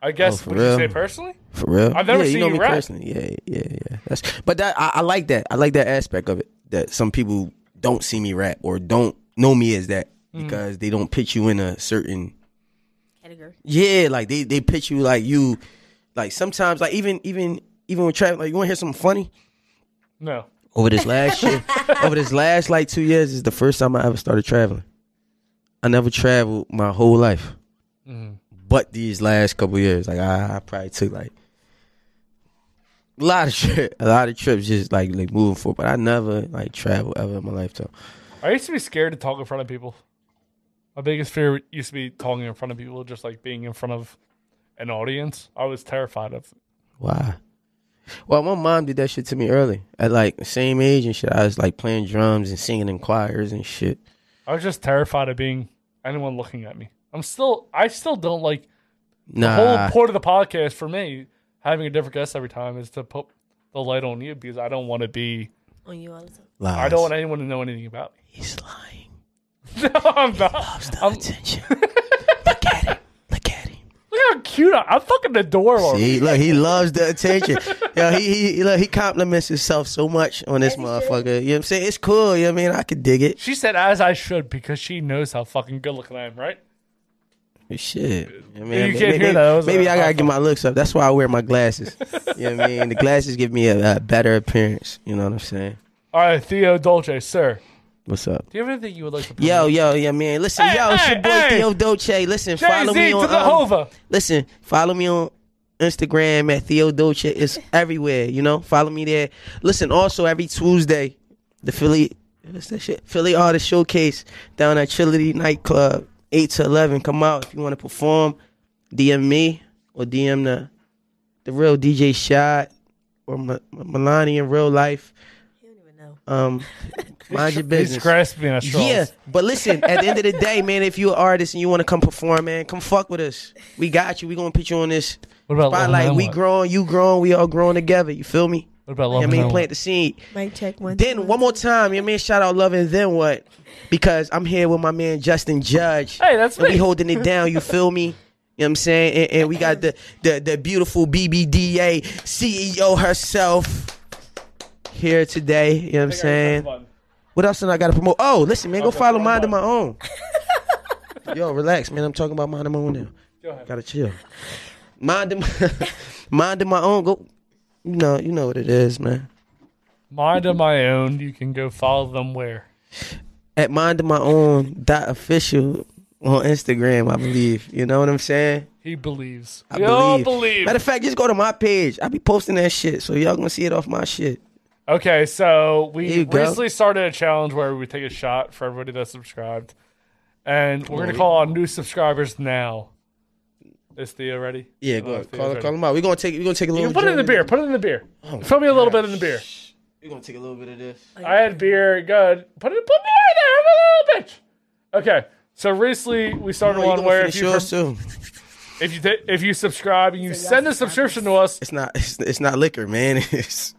[SPEAKER 2] I guess
[SPEAKER 1] Oh, for
[SPEAKER 2] would you say
[SPEAKER 1] real?
[SPEAKER 2] personally?
[SPEAKER 1] For real,
[SPEAKER 2] I've never
[SPEAKER 1] yeah,
[SPEAKER 2] seen
[SPEAKER 1] you know
[SPEAKER 2] you
[SPEAKER 1] me
[SPEAKER 2] rap.
[SPEAKER 1] personally. Yeah, yeah, yeah. That's but that I, I like that. I like that aspect of it that some people don't see me rap or don't know me as that
[SPEAKER 2] Mm.
[SPEAKER 1] because they don't pitch you in a certain
[SPEAKER 4] Category.
[SPEAKER 1] yeah. Like they they pitch you like you like sometimes like even even even with traffic like you want to hear something funny
[SPEAKER 2] No.
[SPEAKER 1] over this last year over this last like two years is the first time I ever started traveling. I never traveled my whole life,
[SPEAKER 2] Mm-hmm.
[SPEAKER 1] but these last couple years, like I, I probably took like a lot of trip, a lot of trips, just like like moving forward. But I never like traveled ever in my lifetime.
[SPEAKER 2] I used to be scared to talk in front of people. My biggest fear used to be talking in front of people, just like being in front of an audience. I was terrified of.
[SPEAKER 1] Why? Well, my mom did that shit to me early at like the same age and shit. I was like playing drums and singing in choirs and shit.
[SPEAKER 2] I was just terrified of being anyone looking at me. I'm still. I still don't like the
[SPEAKER 1] Nah,
[SPEAKER 2] whole point of the podcast for me. Having a different guest every time is to put the light on you because I don't want to be.
[SPEAKER 4] On you all the time.
[SPEAKER 1] lies.
[SPEAKER 2] I don't want anyone to know anything about me.
[SPEAKER 1] He's lying.
[SPEAKER 2] No, I'm not.
[SPEAKER 1] The
[SPEAKER 2] I'm, look
[SPEAKER 1] attention. Look at him. Look at him.
[SPEAKER 2] how cute I, I'm. Fucking adorable.
[SPEAKER 1] See, look, he loves the attention. Yo, he, he- he look, he compliments himself so much on this motherfucker. You know what I'm saying? It's cool. You know what I mean? I could dig it.
[SPEAKER 2] She said, "As I should," because she knows how fucking good looking I am, right?
[SPEAKER 1] Shit. You, know what I mean?
[SPEAKER 2] You
[SPEAKER 1] Maybe-
[SPEAKER 2] can't hear
[SPEAKER 1] maybe,
[SPEAKER 2] that. That was
[SPEAKER 1] Maybe
[SPEAKER 2] a
[SPEAKER 1] I gotta
[SPEAKER 2] high
[SPEAKER 1] get my looks up. That's why I wear my glasses. you know what I mean? The glasses give me a, a better appearance. You know what I'm saying?
[SPEAKER 2] All right, Theo Dolce, sir.
[SPEAKER 1] What's up?
[SPEAKER 2] Do you have anything you would like to? promote?
[SPEAKER 1] Yo, yo, yeah, man. Listen,
[SPEAKER 2] Hey,
[SPEAKER 1] yo, it's your
[SPEAKER 2] hey,
[SPEAKER 1] boy
[SPEAKER 2] hey.
[SPEAKER 1] Theo Dolce. Listen, follow
[SPEAKER 2] Jay-Z
[SPEAKER 1] me
[SPEAKER 2] to
[SPEAKER 1] on
[SPEAKER 2] the
[SPEAKER 1] um,
[SPEAKER 2] Hova.
[SPEAKER 1] Listen, follow me on Instagram at Theo Dolce. It's everywhere, you know. Follow me there. Listen, also every Tuesday, the Philly, what's that shit? Philly Artist Showcase down at Trinity Nightclub, eight to eleven. Come out if you want to perform. DM me or DM the the real DJ Shot or M- Milani in real life.
[SPEAKER 4] You don't even know.
[SPEAKER 1] Um, mind your
[SPEAKER 2] He's
[SPEAKER 1] business.
[SPEAKER 2] grasping at straws.
[SPEAKER 1] Yeah, but listen, at the end of the day, man, if you're an artist and you want to come perform, man, come fuck with us. We got you. We gonna put you on this
[SPEAKER 2] What about
[SPEAKER 1] spotlight.
[SPEAKER 2] Lil
[SPEAKER 1] We
[SPEAKER 2] Mama?
[SPEAKER 1] growing, you growing, we all growing together. You feel me?
[SPEAKER 2] What about
[SPEAKER 1] You know
[SPEAKER 2] Lil
[SPEAKER 1] what I mean,
[SPEAKER 2] Mama?
[SPEAKER 1] plant the seed.
[SPEAKER 4] Mic check one. two,
[SPEAKER 1] Then one more time, your man, shout out love, and then what? Because I'm here with my man Justin Judge.
[SPEAKER 2] Hey, that's
[SPEAKER 1] and
[SPEAKER 2] me.
[SPEAKER 1] we holding it down. You feel me? You know what I'm saying? And, and we got the, the the beautiful BBDA CEO E herself here today. You know what I'm saying? What else did I gotta promote? Oh, listen, man, go follow Mind of My Own. Yo, relax, man. I'm talking about Mind of My Own now.
[SPEAKER 2] Go ahead.
[SPEAKER 1] Gotta chill. Mind of my, mind of my own. Go. You know, you know what it is, man.
[SPEAKER 2] Mind of my own. You can go follow them where.
[SPEAKER 1] At mind of my own dot official on Instagram, I believe. You know what I'm saying?
[SPEAKER 2] He believes.
[SPEAKER 1] I
[SPEAKER 2] We all believe.
[SPEAKER 1] Matter of fact, just go to my page. I be posting that shit, so y'all gonna see it off my shit.
[SPEAKER 2] Okay, so
[SPEAKER 1] Here
[SPEAKER 2] we
[SPEAKER 1] you go.
[SPEAKER 2] recently started a challenge where we take a shot for everybody that's subscribed, and we're gonna call on new subscribers now. Is Theo ready?
[SPEAKER 1] Yeah,
[SPEAKER 2] Oh,
[SPEAKER 1] go
[SPEAKER 2] Theo's
[SPEAKER 1] call,
[SPEAKER 2] ready.
[SPEAKER 1] call them out. We gonna take we gonna take a
[SPEAKER 2] You
[SPEAKER 1] little.
[SPEAKER 2] can put it in the
[SPEAKER 1] journey.
[SPEAKER 2] beer. Put it in the beer.
[SPEAKER 1] Oh,
[SPEAKER 2] Fill me a little bit in the beer.
[SPEAKER 1] We gonna take a little bit of this.
[SPEAKER 2] I had beer. Good. Put it. Put me right there. I'm a little bitch. Okay. So recently we started
[SPEAKER 1] Oh, you
[SPEAKER 2] one
[SPEAKER 1] gonna
[SPEAKER 2] where
[SPEAKER 1] finish
[SPEAKER 2] if you
[SPEAKER 1] yours
[SPEAKER 2] prom-
[SPEAKER 1] too.
[SPEAKER 2] if you ta- if you subscribe and you send a subscription to us,
[SPEAKER 1] It's not it's, it's not liquor, man. It's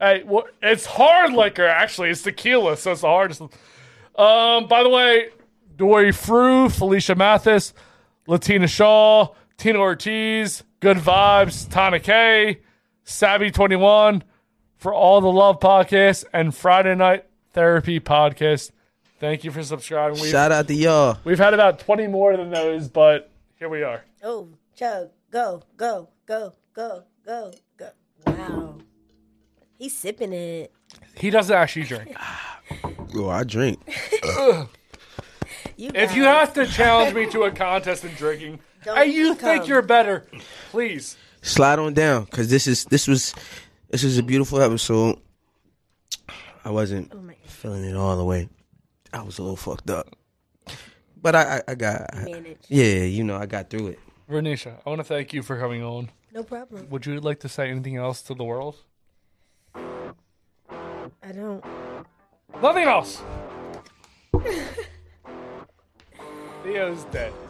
[SPEAKER 2] hey, wha- it's hard liquor actually. It's tequila, so it's the hardest. Um. By the way, Dory Frew, Felicia Mathis, Latina Shaw, Tina Ortiz, Good Vibes, Tana K, Sabby Twenty One, for all the love podcast and Friday Night Therapy podcast. Thank you for subscribing. We
[SPEAKER 1] shout out to y'all.
[SPEAKER 2] We've had about 20 more than those, but here we are.
[SPEAKER 4] Oh, chug, go, go, go, go, go, go. Wow. He's sipping it.
[SPEAKER 2] He doesn't actually drink.
[SPEAKER 1] Yo, I drink.
[SPEAKER 4] You
[SPEAKER 2] If you
[SPEAKER 4] guys-
[SPEAKER 2] have to challenge me to a contest in drinking, Hey, you think
[SPEAKER 4] come.
[SPEAKER 2] you're better? Please.
[SPEAKER 1] slide on down because this is this was this was a beautiful episode. I wasn't feeling it all the way. I was a little fucked up, but I I, I got I-
[SPEAKER 4] Managed.
[SPEAKER 1] yeah. You know I got through it.
[SPEAKER 2] Renisha, I want to thank you for coming on.
[SPEAKER 4] No problem.
[SPEAKER 2] Would you like to say anything else to the world?
[SPEAKER 4] I don't.
[SPEAKER 2] Nothing else. Theo's dead.